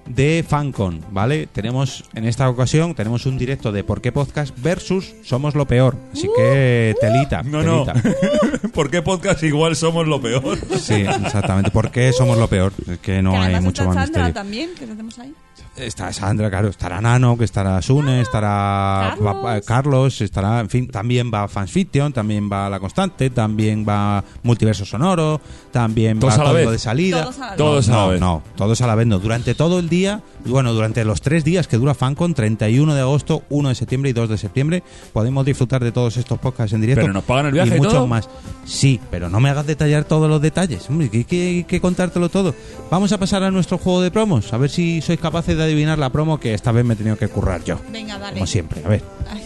de FanCon, ¿vale? Tenemos, en esta ocasión, tenemos un directo de Por qué Podcast versus Somos lo Peor. Así
Uh,
que, telita,
No, no.
telita.
(laughs) ¿Por qué podcast igual somos lo peor?
Sí, exactamente. ¿Por qué Somos lo Peor? Es que no
Que además
hay mucho
está
más
Sandra
misterio.
también, que tenemos ahí.
Está Sandra, claro, estará Nano, que estará Sune, estará
Ah, Carlos.
va- eh, Carlos, estará, en fin, también va Fansfiction, también va La Constante, también va Multiverso Sonoro, también
Todos
va
a la
Código
vez.
de Salida.
Todos a la vez.
Todos a
no,
la vez.
No, todos a la vez no. Durante todo el día, y bueno, durante los tres días que dura FanCon, 31 de agosto, 1 de septiembre y 2 de septiembre, podemos disfrutar de todos estos podcasts en directo.
Pero nos pagan el viaje y
muchos
todo.
más. Sí, pero no me hagas detallar todos los detalles. Hombre, que hay que, hay que contártelo todo. Vamos a pasar a nuestro juego de promos, a ver si sois capaces de adivinar la promo que esta vez me he tenido que currar yo.
Venga, dale.
Como siempre, a ver.
Ay,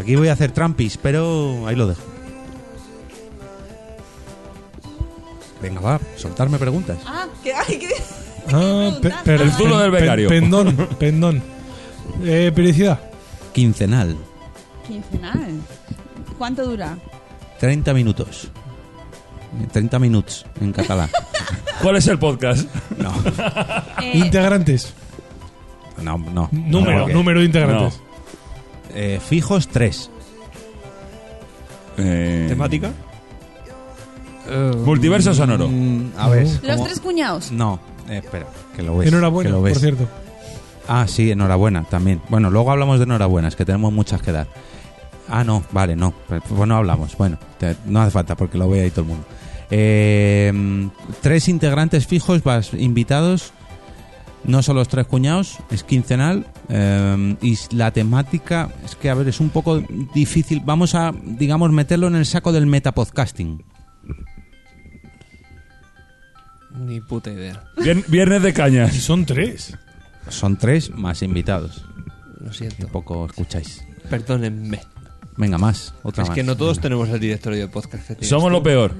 Aquí voy a hacer trampis, pero ahí lo dejo. Venga, va, soltarme preguntas.
(laughs) Ah, que ay, que-
Ah, pe-
preguntar.
pero-
El zulo del
pen-
becario.
Pendón, pendón. Eh, periodicidad.
Quincenal.
Quincenal. ¿Cuánto dura?
30 minutos. 30 minutos en
(laughs)
catalán.
¿Cuál es el podcast?
No,
Eh,
Integrantes.
no, no.
Número,
porque-
número de integrantes.
Eh, fijos, 3. Eh,
¿Temática? Multiverso sonoro.
Mm, a ver.
los
¿cómo?
tres cuñados.
No, eh, espera, que lo ves.
Enhorabuena,
que lo ves.
por cierto.
Ah, sí, enhorabuena también. Bueno, luego hablamos de enhorabuenas, que tenemos muchas que dar. Ah, no, vale, no. Pues no hablamos. Bueno, te- no hace falta porque lo ve ahí todo el mundo. Eh, tres integrantes fijos, vas invitados. No son los tres cuñados, es quincenal. eh, y la temática es que, a ver, es un poco difícil. Vamos a, digamos, meterlo en el saco del metapodcasting.
Ni puta idea.
Vier- Viernes de
Y
cañas.
son tres.
Son tres más invitados.
Lo siento.
Poco escucháis.
Perdónenme.
Venga, más. Otra
Es que
más.
no todos tenemos el directorio de podcast que tienes.
Somos lo peor.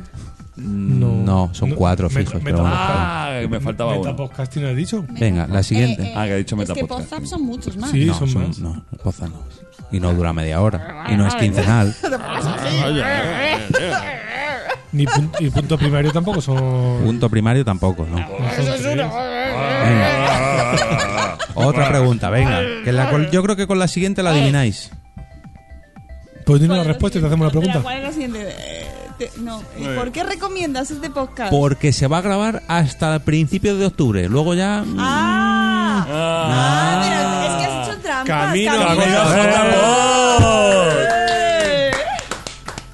No, son
No,
cuatro
meta-
fijos.
meta-
pero bueno.
Ah, que me faltaba uno.
Metapodcasting has dicho.
Venga, la siguiente.
Eh, eh,
Ah, que ha dicho
Es que
Metapodcast.
Podzap son muchos más.
Sí,
no,
son
son-
más.
no, Poza no. Y no dura media hora. Y no es
(laughs)
quincenal.
Ni pun- y punto primario tampoco son.
Punto primario tampoco,
Ah,
¿no? Venga. Otra pregunta, venga. Que la col- yo creo que con la siguiente
Eh.
la adivináis.
Pues dime
¿Cuál
la
es
respuesta y te
siguiente?
hacemos la pregunta.
Espera, ¿Cuál es la siguiente? Eh, te- no. ¿Y ¿Por qué recomiendas este podcast?
Porque se va a grabar hasta principios de octubre. Luego ya.
Ah, ah, pero es que has hecho trampas. Camino. Eh,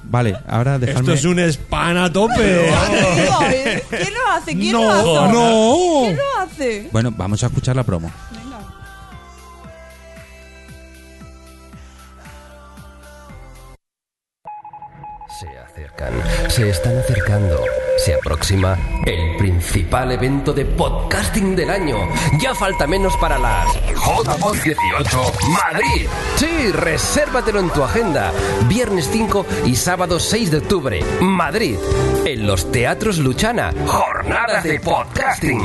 Vale, ahora dejadme.
Esto es un spam a tope.
joder, ¿Quién lo hace? ¿Quién lo hace?
¡Oh!
¿Quién lo hace?
Bueno, vamos a escuchar la promo.
Venga.
Se acercan, se están acercando, se aproxima el principal evento de podcasting del año. Ya falta menos para las JPod 18 Madrid. Sí, resérvatelo en tu agenda. Viernes 5 y sábado 6 de octubre, Madrid. En los Teatros Luchana, jornadas de podcasting.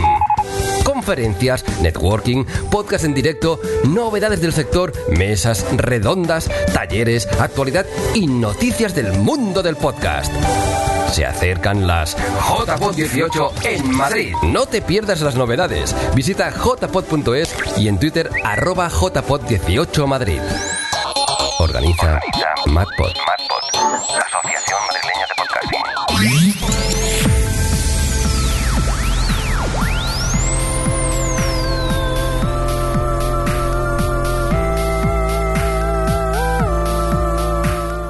Conferencias, networking, podcast en directo, novedades del sector, mesas redondas, talleres, actualidad y noticias del mundo del podcast. Se acercan las JPod 18 en Madrid. No te pierdas las novedades. Visita jpod.es y en Twitter arroba jpod 18 Madrid. Organiza MadPod.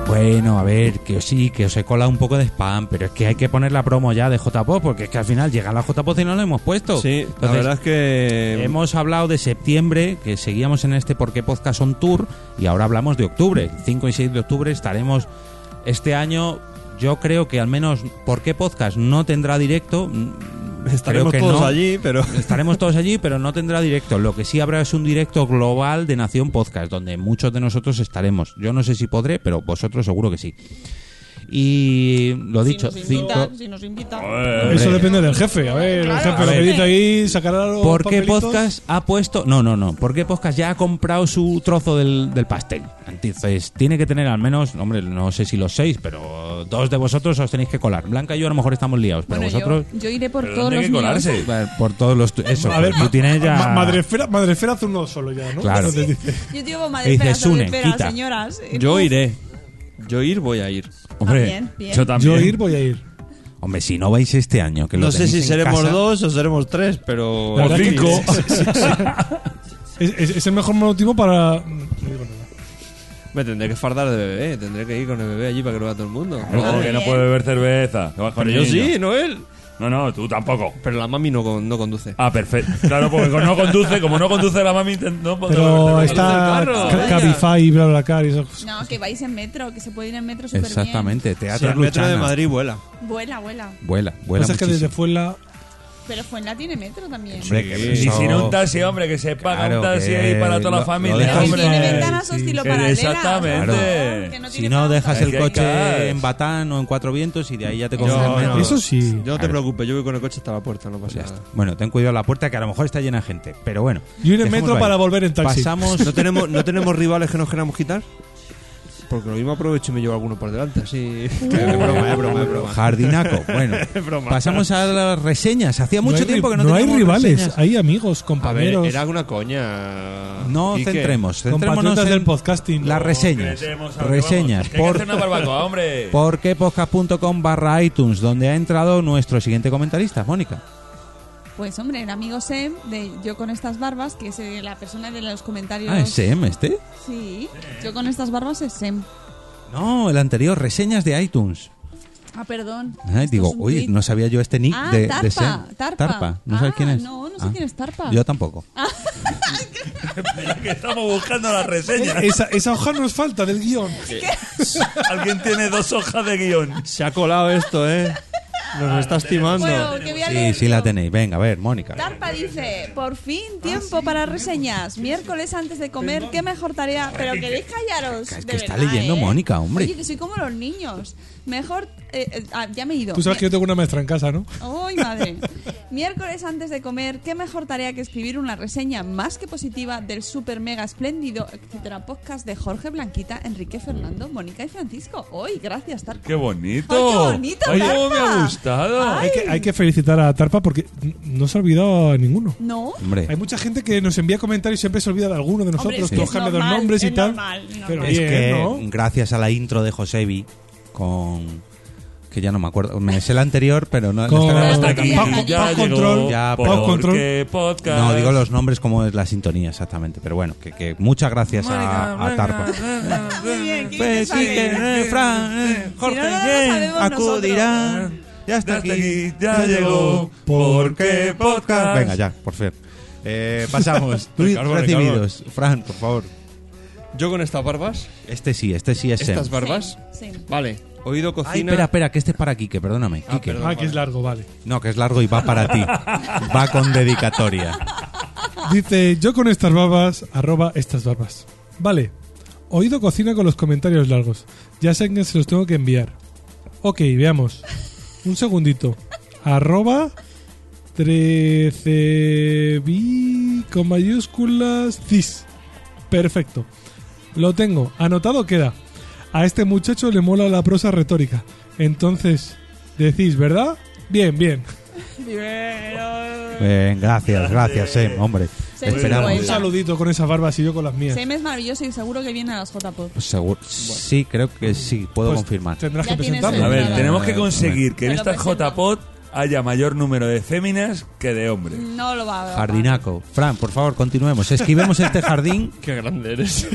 Bueno, a ver, que sí, que os he colado un poco de spam, pero es que hay que poner la promo ya de JPOD, porque es que al final llega la JPOD y no la hemos puesto.
Sí, la
Entonces,
verdad es que.
Hemos hablado de septiembre, que seguíamos en este Porque Podcast on Tour, y ahora hablamos de octubre. 5 y 6 de octubre estaremos este año. Yo creo que al menos Porque Podcast no tendrá directo. mm,
Estaremos
creo que
todos
no.
allí, pero.
Estaremos todos allí, pero no tendrá directo. Lo que sí habrá es un directo global de Nación Podcast, donde muchos de nosotros estaremos. Yo no sé si podré, pero vosotros seguro que sí. Y lo dicho,
si nos
cinco-
invitan, si nos invitan.
Eso depende del jefe. A ver, el
Claro,
jefe lo
a
que
ver.
dice ahí sacará los.
¿Por qué
papelitos.
Podcast ha puesto.? No, no, no. ¿Por qué Podcast ya ha comprado su trozo del, del pastel? Entonces, tiene que tener al menos, hombre, no sé si los seis, pero dos de vosotros os tenéis que colar. Blanca y yo a lo mejor estamos liados, pero
Bueno,
vosotros.
yo, yo iré por
¿Pero
todos
dónde hay
los
que
míos.
colarse?
Bueno, Por todos los. tu- Eso,
A ver,
tú
ma-
tienes ya.
ma- madrefera, madrefera hace uno solo ya, ¿no?
Ah. Claro.
Entonces dice,
Yo digo,
Y
madre,
dices,
espera,
"Sune,
madre, espera,
quita". (laughs)
señoras. eh,
Yo
uf,
iré. Yo ir, voy a ir.
Hombre,
ah, bien, bien.
Yo también.
Yo ir, voy a ir.
Hombre, si no vais este año, que lo
No sé
tenéis
si
en
seremos
casa-
dos o seremos tres, pero.
La verdad es que
cinco.
sí, sí, sí, sí. Es, es- es el mejor motivo para.
Me tendré que fardar de bebé. Tendré que ir con el bebé allí para que lo vea todo el mundo.
No, que no puede beber cerveza. que vas con
Pero yo
el niño.
sí, no él.
No, no, tú tampoco.
Pero la mami no, con- no conduce.
Ah, perfecto. Claro, porque no conduce, como no conduce la mami, te- no podrá
Pero
beber
está
carro,
ca-
vaya.
Cabify, bla, bla, bla. Y esas cosas.
No, que vais en metro, que se puede ir en metro súper
Exactamente,
Si
Teatro
el metro
Luchana.
de Madrid vuela.
Vuela, vuela.
Vuela, vuela.
Pasa Pues que
muchísimo.
desde Fuenla.
Pero Fuenla tiene metro también.
Hombre,
cerveza.
que
Y
eso-
si no un taxi, hombre, que se paga
Claro,
un taxi
que
ahí para
lo-
toda la
lo
familia,
dejas-
Que
hombre.
tiene ventanas hostilo
Eh,
paralelas.
exactamente.
Claro, que no
Si
tiene
no
pauta.
dejas
Es
el
que hay
coche
caras.
en Batán o en Cuatro Vientos y de ahí ya te
Yo-
coges el metro.
no.
Eso sí.
Yo no te
Claro.
preocupes, yo voy con el coche hasta la puerta, no pasa
Ya está.
nada.
Bueno, ten cuidado la puerta que a lo mejor está llena de gente, pero bueno.
Y un metro
dejémoslo ahí.
(laughs)
para volver en taxi.
Pasamos.
¿No tenemos, ¿No tenemos rivales que nos queramos quitar? Porque lo mismo aprovecho y me llevo alguno por delante, así.
Eh,
Es broma, es broma, es broma. Jardinaco, bueno.
Es broma.
Pasamos a las reseñas. Hacía mucho
hay ri-
tiempo que no,
no hay
teníamos
rivales,
reseñas.
hay amigos,
A ver,
compañeros.
era una coña.
No
Quique.
centremos, centrémonos
Compatriotas
en
del podcasting.
Las
No,
reseñas.
que tenemos a lo que
Reseñas.
vamos. Que hay que hacer una barbacoa, hombre.
Por quepodcast.com barra iTunes, donde ha entrado nuestro siguiente comentarista, Mónica.
Pues hombre, el amigo Sem de Yo con estas barbas, que es eh, la persona de los comentarios.
Ah, ¿es SEM este?
Sí, Yo con estas barbas es Sem.
No, el anterior, reseñas de iTunes.
Ah, perdón.
Ay,
Esto
digo,
es un
oye,
tuit.
no sabía yo este nick
Ah,
de, de
Tarpa,
SEM.
Tarpa.
¿No sabes
Ah,
quién es?
no, no sé
Ah.
quién es Tarpa. Ah.
Yo tampoco.
que estamos buscando las reseñas.
Esa, esa hoja nos falta del guión.
Alguien tiene dos hojas de guión.
Se ha colado esto, ¿eh? Nos está estimando.
Bueno, que voy a
Sí,
leer
sí la tenéis. Venga, a ver, Mónica.
Tarpa dice, por
Ah,
fin tiempo para reseñas. Miércoles antes
Pues
de comer, qué mejor tarea. Pero queréis callaros.
Es
de
que está
verdad,
leyendo
¿eh?
Mónica, hombre.
Oye, que soy como los niños. Mejor. eh, eh, ah, ya me he ido.
Tú sabes que yo tengo una maestra en casa, ¿no?
¡Ay, madre! Miércoles antes de comer, qué mejor tarea que escribir una reseña más que positiva del super mega espléndido, etcétera, podcast de Jorge Blanquita, Enrique Fernando, Mónica y Francisco. ¡Ay, gracias, Tarpa!
¡Qué bonito!
Ay, qué bonito,
Ay, cómo me
Tarta.
ha gustado!
Ay.
Hay que, hay que felicitar a Tarpa porque n- no se ha olvidado a ninguno.
¿No?
Hombre,
Hay mucha gente que nos envía comentarios y siempre se olvida de alguno de
Hombre,
nosotros,
es que
que
es
nos cambia los
normal,
nombres y
es
tal.
normal, normal.
Pero
es
bien,
que
¿no?
gracias a la intro de Josebi con... Que ya no me acuerdo. Me sé la anterior, pero no... no
Con-
está grabada
Con-
hasta
Paco-
aquí.
Aquí
Paco-
ya
Paco
llegó
Control,
ya,
Paco
pero-
Control. podcast.
No, digo los nombres como es la sintonía, exactamente. Pero bueno, que, que muchas gracias a, a Tarpa.
Muy bien, ¿quién te
Pues sí, que,
sabe?
eh, Fran, eh, Jorge,
Si no, no lo
eh,
sabemos
acudirá. Ya
Hasta
está
aquí
aquí.
ya llegó. ¿Por qué podcast?
Venga, ya, por fin. Eh, (laughs) pasamos. Tweets
Ricardo,
recibidos. Fran, por favor.
Yo con estas barbas,
Este sí, este sí es Sem.
estas barbas,
Sí, sí.
vale, oído cocina.
Ay, espera, espera, que este es para Quique, perdóname.
Ah,
Quique.
perdón,
Ah, que es largo, vale.
No, que es largo y va para ti. Va con dedicatoria.
Dice, yo con estas barbas, arroba estas barbas. Vale, oído cocina con los comentarios largos. Ya sé que se los tengo que enviar. Ok, veamos. Un segundito. Arroba 13bi con mayúsculas cis. Perfecto. Lo tengo. Anotado queda. A este muchacho le mola la prosa retórica. Entonces, decís, ¿verdad? Bien, bien.
Eh, gracias, gracias, Sem, hombre.
Sem es
Esperamos.
Un saludito con esas barbas y yo con las mías.
Sem es maravilloso y seguro que viene a las JPOD.
Pues seguro- Sí, creo que sí, puedo
Pues
confirmar.
Tendrás
Ya
que
tienes
presentarlo.
A ver,
Nada. pues
tenemos que conseguir que en
Te lo
esta
presento.
JPod haya mayor número de féminas que de hombres.
No lo va a ver.
Jardinaco. Fran, por favor, continuemos. Esquivemos este
(laughs)
jardín.
Qué grande eres.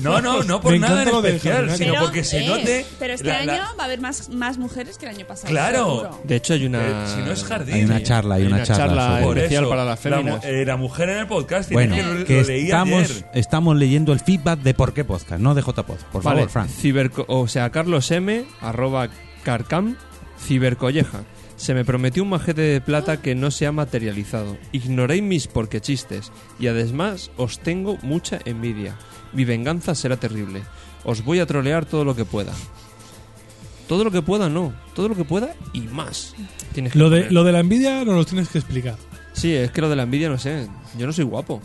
No, no, no por
Me
nada en
encanta lo de
especial,
Jardinaco.
sino
Pero,
porque se
eh,
note.
Pero este
la-
año
la-
va a haber más, más mujeres que el año pasado.
Claro.
seguro.
De hecho, hay
eh,
una.
si no es jardín.
Hay una charla, hay
Hay
una
una
charla.
charla
sobre-
Por
especial
eso,
para las
la mu-
féminas.
eh, la mujer en el podcast.
Bueno,
que lo,
que
lo leí
estamos,
ayer.
estamos leyendo el feedback de por qué podcast, no de JPod. Por
Vale,
favor, Fran.
ciberco- o sea, Carlos M, arroba carcam, cibercolleja. Se me prometió un majete de plata que no se ha materializado. Ignoréis mis porque chistes. Y además os tengo mucha envidia. Mi venganza será terrible. Os voy a trolear todo lo que pueda. Todo lo que pueda, no. Todo lo que pueda y más. Tienes que
Lo de,
poner.
lo de la envidia nos lo tienes que explicar.
Sí, es que lo de la envidia no sé. Yo no soy guapo.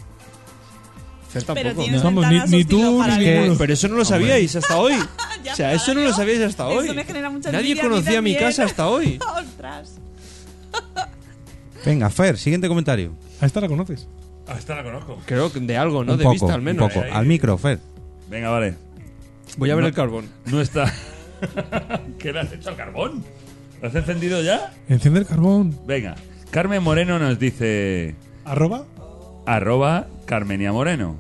Fer
Pero
tampoco.
tienes
Vamos,
ventanas
ni- ni
hostil
tú
para
ni
vivir.
ninguno.
Eh, pero eso no lo sabíais hasta
(laughs)
hoy.
Ya
o sea, eso no
está,
lo
¿no?
sabíais hasta
Eso
hoy.
me genera mucha
Nadie
envidia a mí
conocía mi
también.
casa hasta hoy.
(laughs) ¡Ostras!
Venga, Fer, siguiente comentario.
A esta la conoces.
Hasta la conozco.
Creo que de algo, ¿no?
un
de
poco,
vista al
un
menos.
poco.
Ahí, ahí.
Al micro, Fer.
Venga, vale.
Voy a ver
No.
el carbón.
No está. (laughs) ¿Qué le has hecho al carbón? ¿Lo has encendido ya?
Enciende el carbón.
Venga. Carmen Moreno nos dice.
Arroba.
arroba Carmenia Moreno.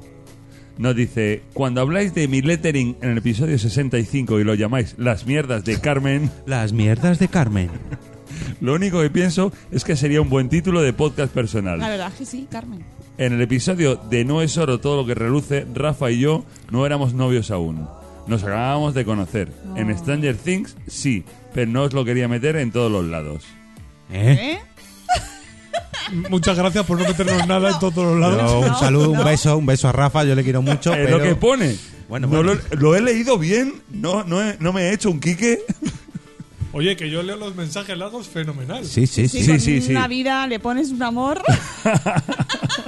Nos dice, cuando habláis de mi lettering en el episodio 65 y lo llamáis las mierdas de Carmen, (laughs)
Las mierdas de Carmen.
lo único que pienso es que sería un buen título de podcast
La
personal.
verdad es que sí, Carmen.
En el episodio de No es oro todo lo que reluce, Rafa y yo no éramos novios aún. Nos acabábamos de conocer. En Stranger Things sí, pero no os lo quería meter en todos los lados.
¿Eh?
¿Eh?
Muchas gracias por no meternos nada en todos los lados.
Yo, un saludo, un beso, un beso a Rafa, yo le quiero mucho.
(laughs) Es
pero-
lo que pone.
Bueno,
No
bueno.
Lo, lo he leído bien, no, no, he- no me he hecho un quique.
Oye, que yo leo los mensajes largos, fenomenal.
Sí, sí, sí.
Sí,
con
sí, sí.
Una vida, le pones un amor.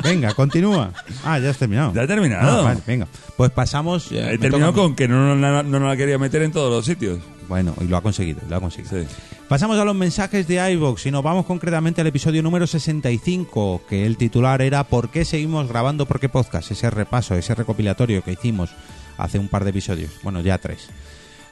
Venga, continúa. Ah, ya has terminado.
Ya he terminado.
Ah, vale, venga. Pues pasamos.
Ya
me
He terminado
toca-
con que no, nos la- no nos la quería meter en todos los sitios.
Bueno, y lo ha conseguido, lo ha conseguido. Pasamos a los mensajes de iVox y nos vamos concretamente al episodio número 65, que el titular era ¿Por qué seguimos grabando? ¿Por qué podcast? Ese repaso, ese recopilatorio que hicimos hace un par de episodios, bueno, ya tres.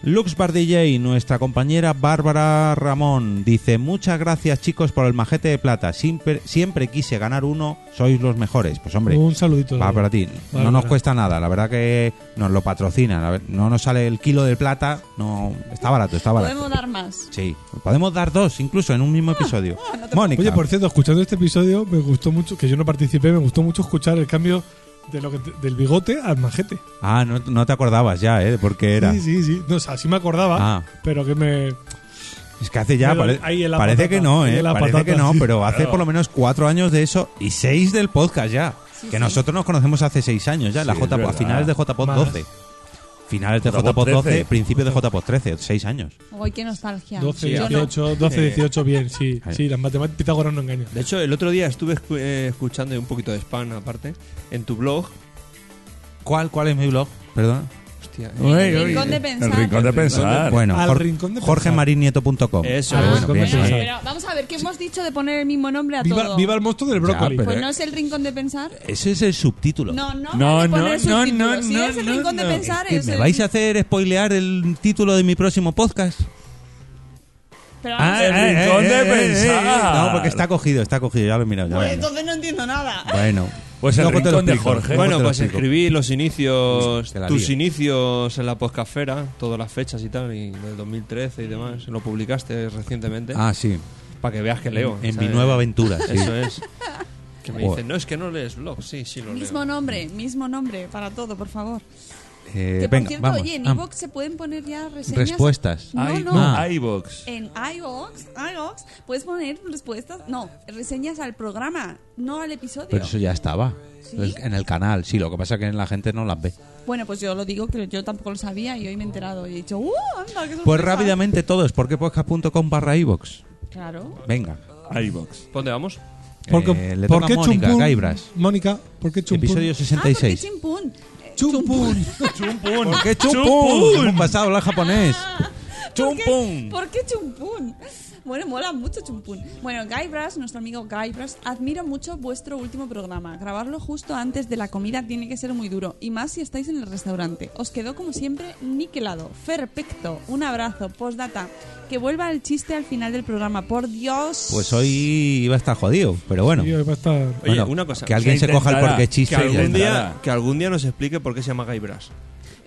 Lux Bar DJ, nuestra compañera Bárbara Ramón, dice Muchas gracias chicos por el majete de plata, siempre, siempre quise ganar uno, sois los mejores. Pues hombre,
Un saludito.
Va para ti. No nos
Bárbara.
cuesta nada, la verdad que nos lo patrocinan. la ver- No nos sale el kilo de plata, no está barato, está barato.
Podemos dar más.
Sí, podemos dar dos incluso en un
Ah,
mismo episodio. Mónica.
Oye, por cierto, escuchando este episodio me gustó mucho, que yo no participé, me gustó mucho escuchar el cambio de lo que te- del bigote al majete.
Ah, no, no te acordabas ya, ¿eh? Porque era.
Sí, sí, sí. No, o sea, sí me acordaba,
Ah.
pero que me...
Es que hace ya.
Pero
pare-
ahí en la
parece
patata,
que no,
ahí
¿eh?
en la
Parece
patata,
que no,
sí.
pero hace
Claro.
por lo menos cuatro años de eso y seis del podcast ya. que nosotros nos conocemos hace seis años ya, en la
Sí,
J
es
a
verdad.
finales de JPod
Más.
12. Finales de
JPod
JPod 12,
13.
principios de JPod 13, seis años.
Uy, qué nostalgia.
12,
Yo no.
18, 12, 18, bien, sí.
Ahí.
Sí, las matemáticas Pitágoras no engañan.
De hecho, el otro día estuve escu- eh, escuchando y un poquito de spam aparte en tu blog.
¿Cuál, cuál es mi blog? Perdón.
Hostia. eh,
El rincón de pensar.
Bueno,
Al
Jor-
rincón de pensar.
Eso
jorgemarinieto.com. Pero
es.
bueno, bien,
Ah, Bueno,
bien.
pero vamos a ver, ¿qué hemos dicho de poner el mismo nombre a
Viva,
todo?
viva el monstruo del brócoli.
pero-
Pues no es el rincón de pensar.
Ese es el subtítulo.
No, no,
No,
vale
no,
poner
no,
subtítulos.
no,
Si
no,
es el
no,
rincón de
no.
pensar,
¿Qué,
es
¿Me
el-
vais a hacer spoilear el título de mi próximo podcast? Eh,
Pero vamos
Ah,
a-
el rincón de pensar.
No, porque está cogido, está cogido, ya lo he mirado. ya lo he
Pues
mirado.
entonces no entiendo nada.
Bueno,
Pues el
Luego te lo
rincón de
explico,
Jorge.
luego te
Bueno,
lo
pues
explico.
escribí los inicios,
Te la
tus
lío.
inicios en la poscafera, todas las fechas y tal, y del 2013 y demás. Lo publicaste recientemente.
Ah, sí.
Para que veas que leo.
En mi
¿sabes?
nueva aventura, sí.
Eso es. Que me
Joder.
dicen, no, es que no lees blog. Sí, sí lo
Mismo
leo.
nombre, mismo nombre para todo, por favor.
Eh,
que por
venga,
cierto,
vamos.
oye, en
Ah,
iVoox se pueden poner ya reseñas.
Respuestas.
No,
I-
no.
Ah.
iVox.
En iVoox, iVoox, puedes poner respuestas, no, reseñas al programa, no al episodio.
Pero eso ya estaba.
¿Sí?
En el canal, sí. Lo que pasa es que la gente no las ve.
Bueno, pues yo lo digo que yo tampoco lo sabía y hoy me he enterado y he dicho, ¡uh, anda, qué sorpresa!
Pues rápidamente todos, porquepodcast.com barra iVox.
Claro.
Venga.
iVox.
¿Dónde vamos?
Porque,
Eh, le
¿Por
toca
qué
a Mónica
Chumpún?
Gaibras.
Mónica, ¿por qué Chumpún?
Episodio
Ah, porque
66.
chimpún. Eh,
Chumpún.
Chumpun.
¿Por qué chumpun? Hemos pasado a hablar japonés.
¿Por qué-
Chumpun.
¿Por qué chumpún? Bueno, mola mucho chumpún. Bueno, Guybrush, nuestro amigo Guybrush, admiro mucho vuestro último programa. Grabarlo justo antes de la comida tiene que ser muy duro, y más si estáis en el restaurante. Os quedó como siempre niquelado. Perfecto. Un abrazo. Postdata. Que vuelva el chiste al final del programa. Por Dios.
Pues hoy iba a estar jodido, pero bueno.
Tío, va a estar...
Oye,
Bueno,
una cosa.
Que alguien
se
se coja el
intentará.
porque
que
chiste. y ya
algún,
está.
día,
nada.
que algún día nos explique por qué se llama Gaibras.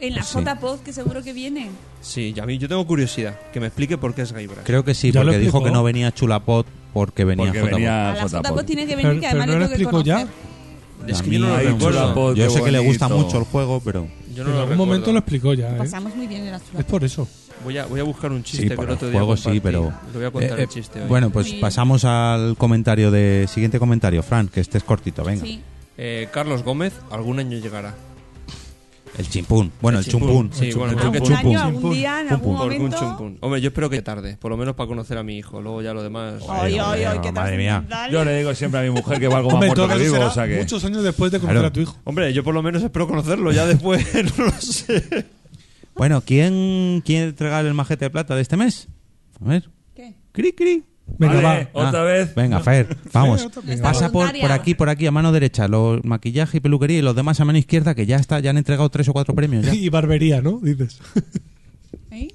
En la
pues sí.
J-Pod que seguro que viene.
Sí, y a mí yo tengo curiosidad. Que me explique por qué es Gaibras.
Creo que sí,
Ya lo
porque dijo
explicó.
que no venía Chulapot porque venía
Porque
J-Pod.
venía Pues
a la
J-Pod.
J-Pod tiene que venir,
Pero,
que
pero
además
no lo
le tengo
explico
que
ya.
conocer.
Es
A
que yo no
mí
lo
Ay,
recuerdo.
Chulapot.
Yo
qué
sé que le gusta
bonito.
mucho el juego, pero.
Yo no
En
lo
algún momento
recuerdo.
lo explicó ya, ¿eh?
Pasamos muy bien en la
Es por eso.
Voy a, voy a buscar un chiste
Sí,
que
por
el
el
otro día
juego sí,
compartí.
pero.
Le voy a contar
Eh, eh,
el chiste hoy.
Bueno, pues
Muy bien.
pasamos al comentario de. Siguiente comentario, Fran, que este es cortito, venga.
Sí.
Eh, Carlos Gómez, algún año llegará.
El chimpún. Bueno, el, chumpún.
Sí,
El
bueno,
chumpún.
creo que
Algún
chumpún.
año, algún día, en algún
Por un
momento.
chumpún. Hombre, yo espero que tarde, por lo menos para conocer a mi hijo. Luego ya lo demás.
Ay, ay, ay, qué
Madre mía.
trascendental.
Yo le digo siempre a mi mujer que valgo más
Hombre, en
muerto
todo
que
caso
vivo,
será
o sea que...
muchos años después de conocer
Claro.
a tu hijo.
Hombre, yo por lo menos espero conocerlo. Ya después (laughs) no lo sé.
Bueno, ¿quién quiere entregar el majete de plata de este mes? A ver.
¿Qué?
Cri, cri.
Venga,
Vale.
va.
¿Otra vez?
Ah, Venga, Fer, vamos.
otra-
Venga.
Pasa por,
Voluntaria.
por aquí, por aquí, a mano derecha, los maquillaje y peluquería y los demás a mano izquierda, que ya está, ya han entregado tres o cuatro premios.
(laughs)
Ya.
Y barbería, ¿no? Dices.
¿Eh?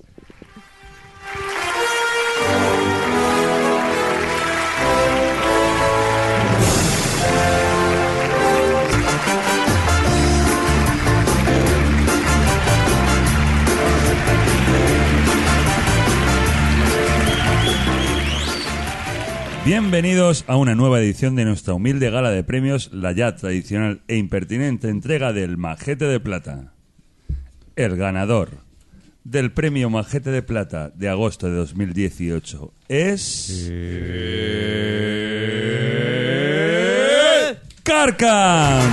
Bienvenidos a una nueva edición de nuestra humilde gala de premios, la ya tradicional e impertinente entrega del Majete de Plata. El ganador del premio Majete de Plata de agosto de 2018 es... ¡Carcam!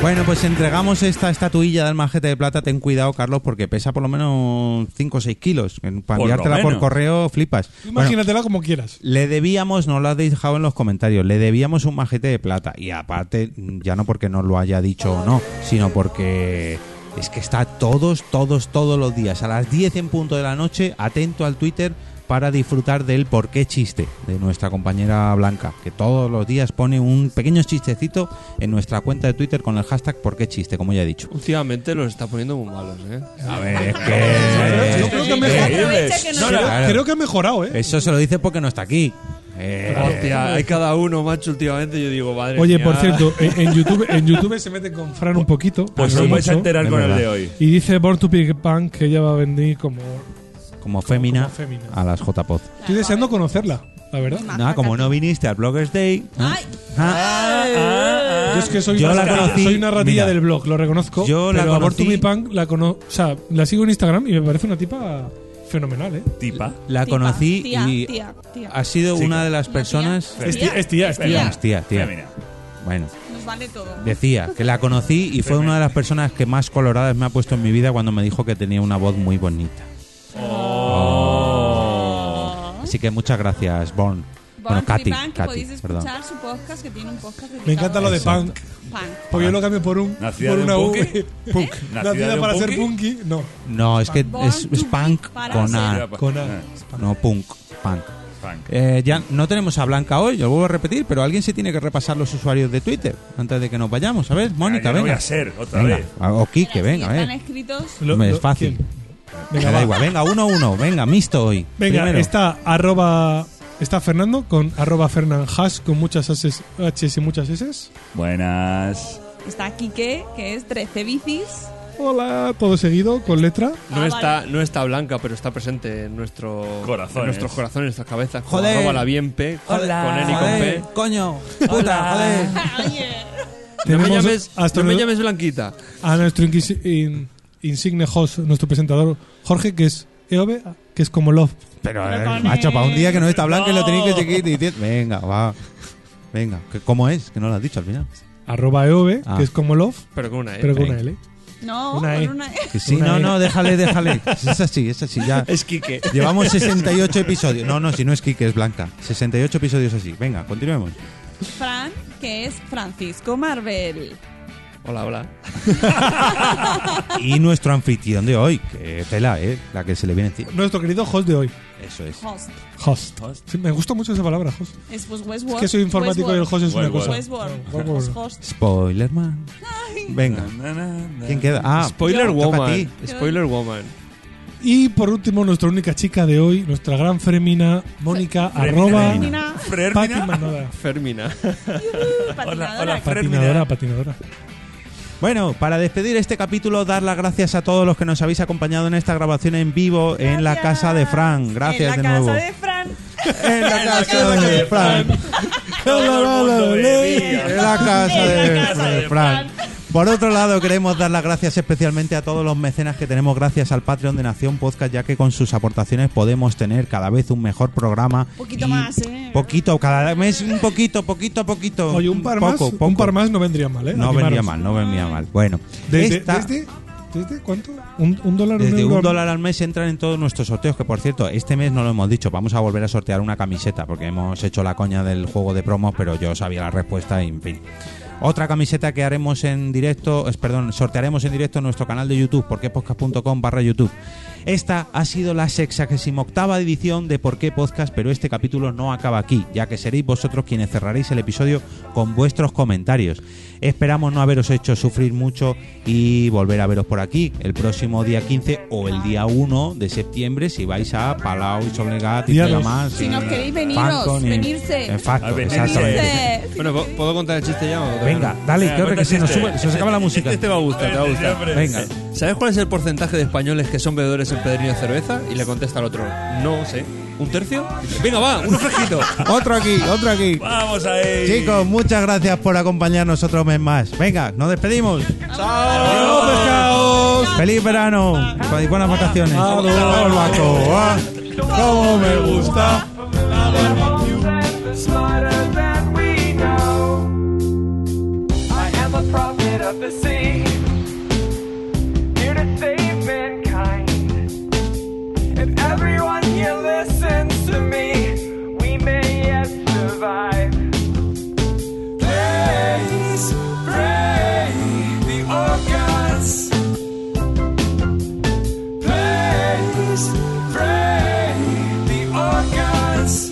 Bueno, pues entregamos esta estatuilla del majete de plata. Ten cuidado, Carlos, porque pesa por lo menos 5 o 6 kilos.
Por
Para
lo
enviártela por
menos.
correo, flipas. Bueno,
Imagínatela como quieras.
le debíamos, nos lo has dejado en los comentarios, le debíamos un majete de plata. Y aparte, ya no porque nos lo haya dicho o no, sino porque es que está todos, todos, todos los días, a las 10 en punto de la noche, atento al Twitter para disfrutar del por qué chiste de nuestra compañera Blanca, que todos los días pone un pequeño chistecito en nuestra cuenta de Twitter con el hashtag por qué chiste, como ya he dicho.
Últimamente los está poniendo muy malos, ¿eh?
A ver, es que-
(laughs) Yo creo
eh,
que ha mejorado. ¿eh? Creo- Creo que ha mejorado, ¿eh?
Eso se lo dice porque no está aquí. Eh,
Hostia, hay cada uno, macho, últimamente. Yo digo, madre
Oye,
mía.
por cierto, en, en YouTube, en YouTube se mete con Fran un poquito.
Pues
no
os vais a
mucho.
enterar
Es
con el
verdad.
de hoy.
Y dice Born to Big Punk que ella va a venir como.
como fémina,
como fémina.
a las JPOD.
Estoy deseando conocerla, la verdad.
Nada, como no viniste al Bloggers Day. ¿eh?
Ay.
Ah,
Yo es que soy,
Yo
una,
la conocí-
soy una ratilla
mira.
del blog, lo reconozco.
Yo la
pero a Born to
conocí-
Be Punk la conozco. O sea, la sigo en Instagram y me parece una tipa fenomenal, ¿eh?
Tipa.
la
Tipa,
conocí
tía,
y
tía, tía.
ha sido
Chica.
una de las
Una
personas.
tía.
Es tía, es tía, es tía.
Tía, tía, tía.
Mira, mira.
Bueno,
Nos vale todo.
decía que la conocí y fue una de las personas que más coloradas me ha puesto en mi vida cuando me dijo que tenía una voz muy bonita. Así que muchas gracias, Born. bueno,
Oh. Born to be
Katy,
Punk, que podéis
Katy, perdón.
escuchar su podcast que tiene un podcast
Me encanta lo de
Exacto.
punk.
Punk.
Porque yo lo cambio por un.
¿Nacida
por
de un
una
punky?
(laughs) V. Punk.
¿Nacida
Nacida
de un
para ser
punky?
punky, no.
No, es que
Born
es,
to
es
be
punk
para
con
Mira,
A,
pa-
Con A.
Ah,
no punk, punk.
Frank.
Eh, ya no tenemos a Blanca hoy, lo vuelvo a repetir, pero alguien se tiene que repasar los usuarios de Twitter antes de que nos vayamos. A ver, Mónica,
yo Ah, no
venga.
voy a ser, otra
Venga,
vez.
a- O Quique, venga, a
Están
ver.
escritos
Lo-
Hombre,
lo-
es fácil.
¿quién?
Me da igual, venga, uno a uno, venga, mixto hoy.
Venga,
Primero.
está arroba. Está Fernando con arroba Fernan Hash con muchas H's, H's y muchas S's.
Buenas.
Está Quique, que es 13 bicis.
Hola, todo seguido con letra.
No
Ah,
está,
vale.
no está blanca, pero está presente en nuestro
Corazones.
en nuestros corazones, en nuestras cabezas. Con
Joder.
arroba la bien P, con N y con P.
coño, puta, joder.
Oye.
No me
Tenemos
llames,
hasta
no me
nue-
llames blanquita.
a nuestro inquis- in- insigne host, nuestro presentador Jorge, que es EOB, que es como Love.
Pero, eh, macho, para un día que no está Blanca y lo tenéis que seguir diciendo. Venga, va. Venga, que- ¿cómo es? Que no lo has dicho al final.
Arroba EOB,
Ah.
que es como Love,
Pero con una E.
pero con una
venga.
L.
No,
Una
con
E.
una E. (laughs)
Que sí,
Una
no,
era.
no, déjale, déjale. (laughs) Es así, (laughs) es así, ya.
Es Quique.
Llevamos 68 episodios. No, no, si no es Quique, es Blanca. 68 episodios así. Venga, continuemos.
Fran, que es Francisco Marvel.
Hola, hola.
Y nuestro anfitrión de hoy, que tela, ¿eh? La que se le viene encima.
Nuestro querido host de hoy.
Eso es.
Host.
Host. Sí, me gusta mucho esa palabra, host.
Es pues Westworld.
Es que soy informático y el host es una
Westworld.
cosa.
Westworld.
Westworld.
Host, host.
Spoilerman. Venga.
Na, na, na.
¿Quién queda? Ah,
Spoiler
toca a ti.
Woman. Spoiler Woman.
Y por último, nuestra única chica de hoy, nuestra gran fremina, Mónica, arroba
Patina,
Pati
Fermina.
Manada.
Fermina.
patinadora.
hola.
Patinadora, patinadora.
Bueno, para despedir este capítulo, dar las gracias a todos los que nos habéis acompañado en esta grabación en vivo en la casa de Fran. Gracias
en
de
la
nuevo.
casa de Fran.
En la casa de Fran.
Todo el mundo bebía.
En la casa
En la casa
de
de
Fran. Por otro lado, queremos dar las gracias especialmente a todos los mecenas que tenemos gracias al Patreon de Nación Podcast, ya que con sus aportaciones podemos tener cada vez un mejor programa.
Poquito
y
más, ¿eh?
Poquito, cada mes un poquito, poquito a poquito.
Oye, un par,
Poco,
más,
poco.
un par más no vendría mal, ¿eh?
No
Animaros.
venía mal, no venía mal. Bueno,
Desde,
esta-
desde, ¿Desde cuánto? ¿Un, un dólar?
desde
euro?
un dólar al mes entran en todos nuestros sorteos, que por cierto, este mes no lo hemos dicho, vamos a volver a sortear una camiseta, porque hemos hecho la coña del juego de promos, pero yo sabía la respuesta y en fin. Otra camiseta que haremos en directo, es, perdón, sortearemos en directo en nuestro canal de YouTube, porquepodcast.com barra YouTube. Esta ha sido la 68 octava edición de Por qué Podcast, pero este capítulo no acaba aquí, ya que seréis vosotros quienes cerraréis el episodio con vuestros comentarios. Esperamos no haberos hecho sufrir mucho y volver a veros por aquí el próximo día 15 o el día 1 de septiembre si vais a Palau y Sobregat y
Día dos.
más.
Si nos queréis veniros, venirse.
A
Exacto,
venirse.
exactamente.
Dice,
Bueno, ¿po- ¿puedo contar el chiste ya? o todavía
Venga,
no?
dale,
Venga,
creo que
cuenta
se nos
chiste.
sube, se nos acaba la música.
Este te va a gustar, te va a
Este
gustar.
hombre.
Venga.
¿Sabes cuál es el porcentaje de españoles que son bebedores en Pedrinho de cerveza? Y le contesta al otro, no sé. ¿Un tercio? Dice, Venga, va, uno fresquito.
Otro aquí, otro aquí.
Vamos ahí.
Chicos, muchas gracias por acompañarnos otro mes más. Venga, nos despedimos. ¡Chao! pescados! ¡Feliz verano! Y buenas vacaciones. Barbacoa, ¡Cómo me gusta!
smarter than we know. I am a prophet of the podcast.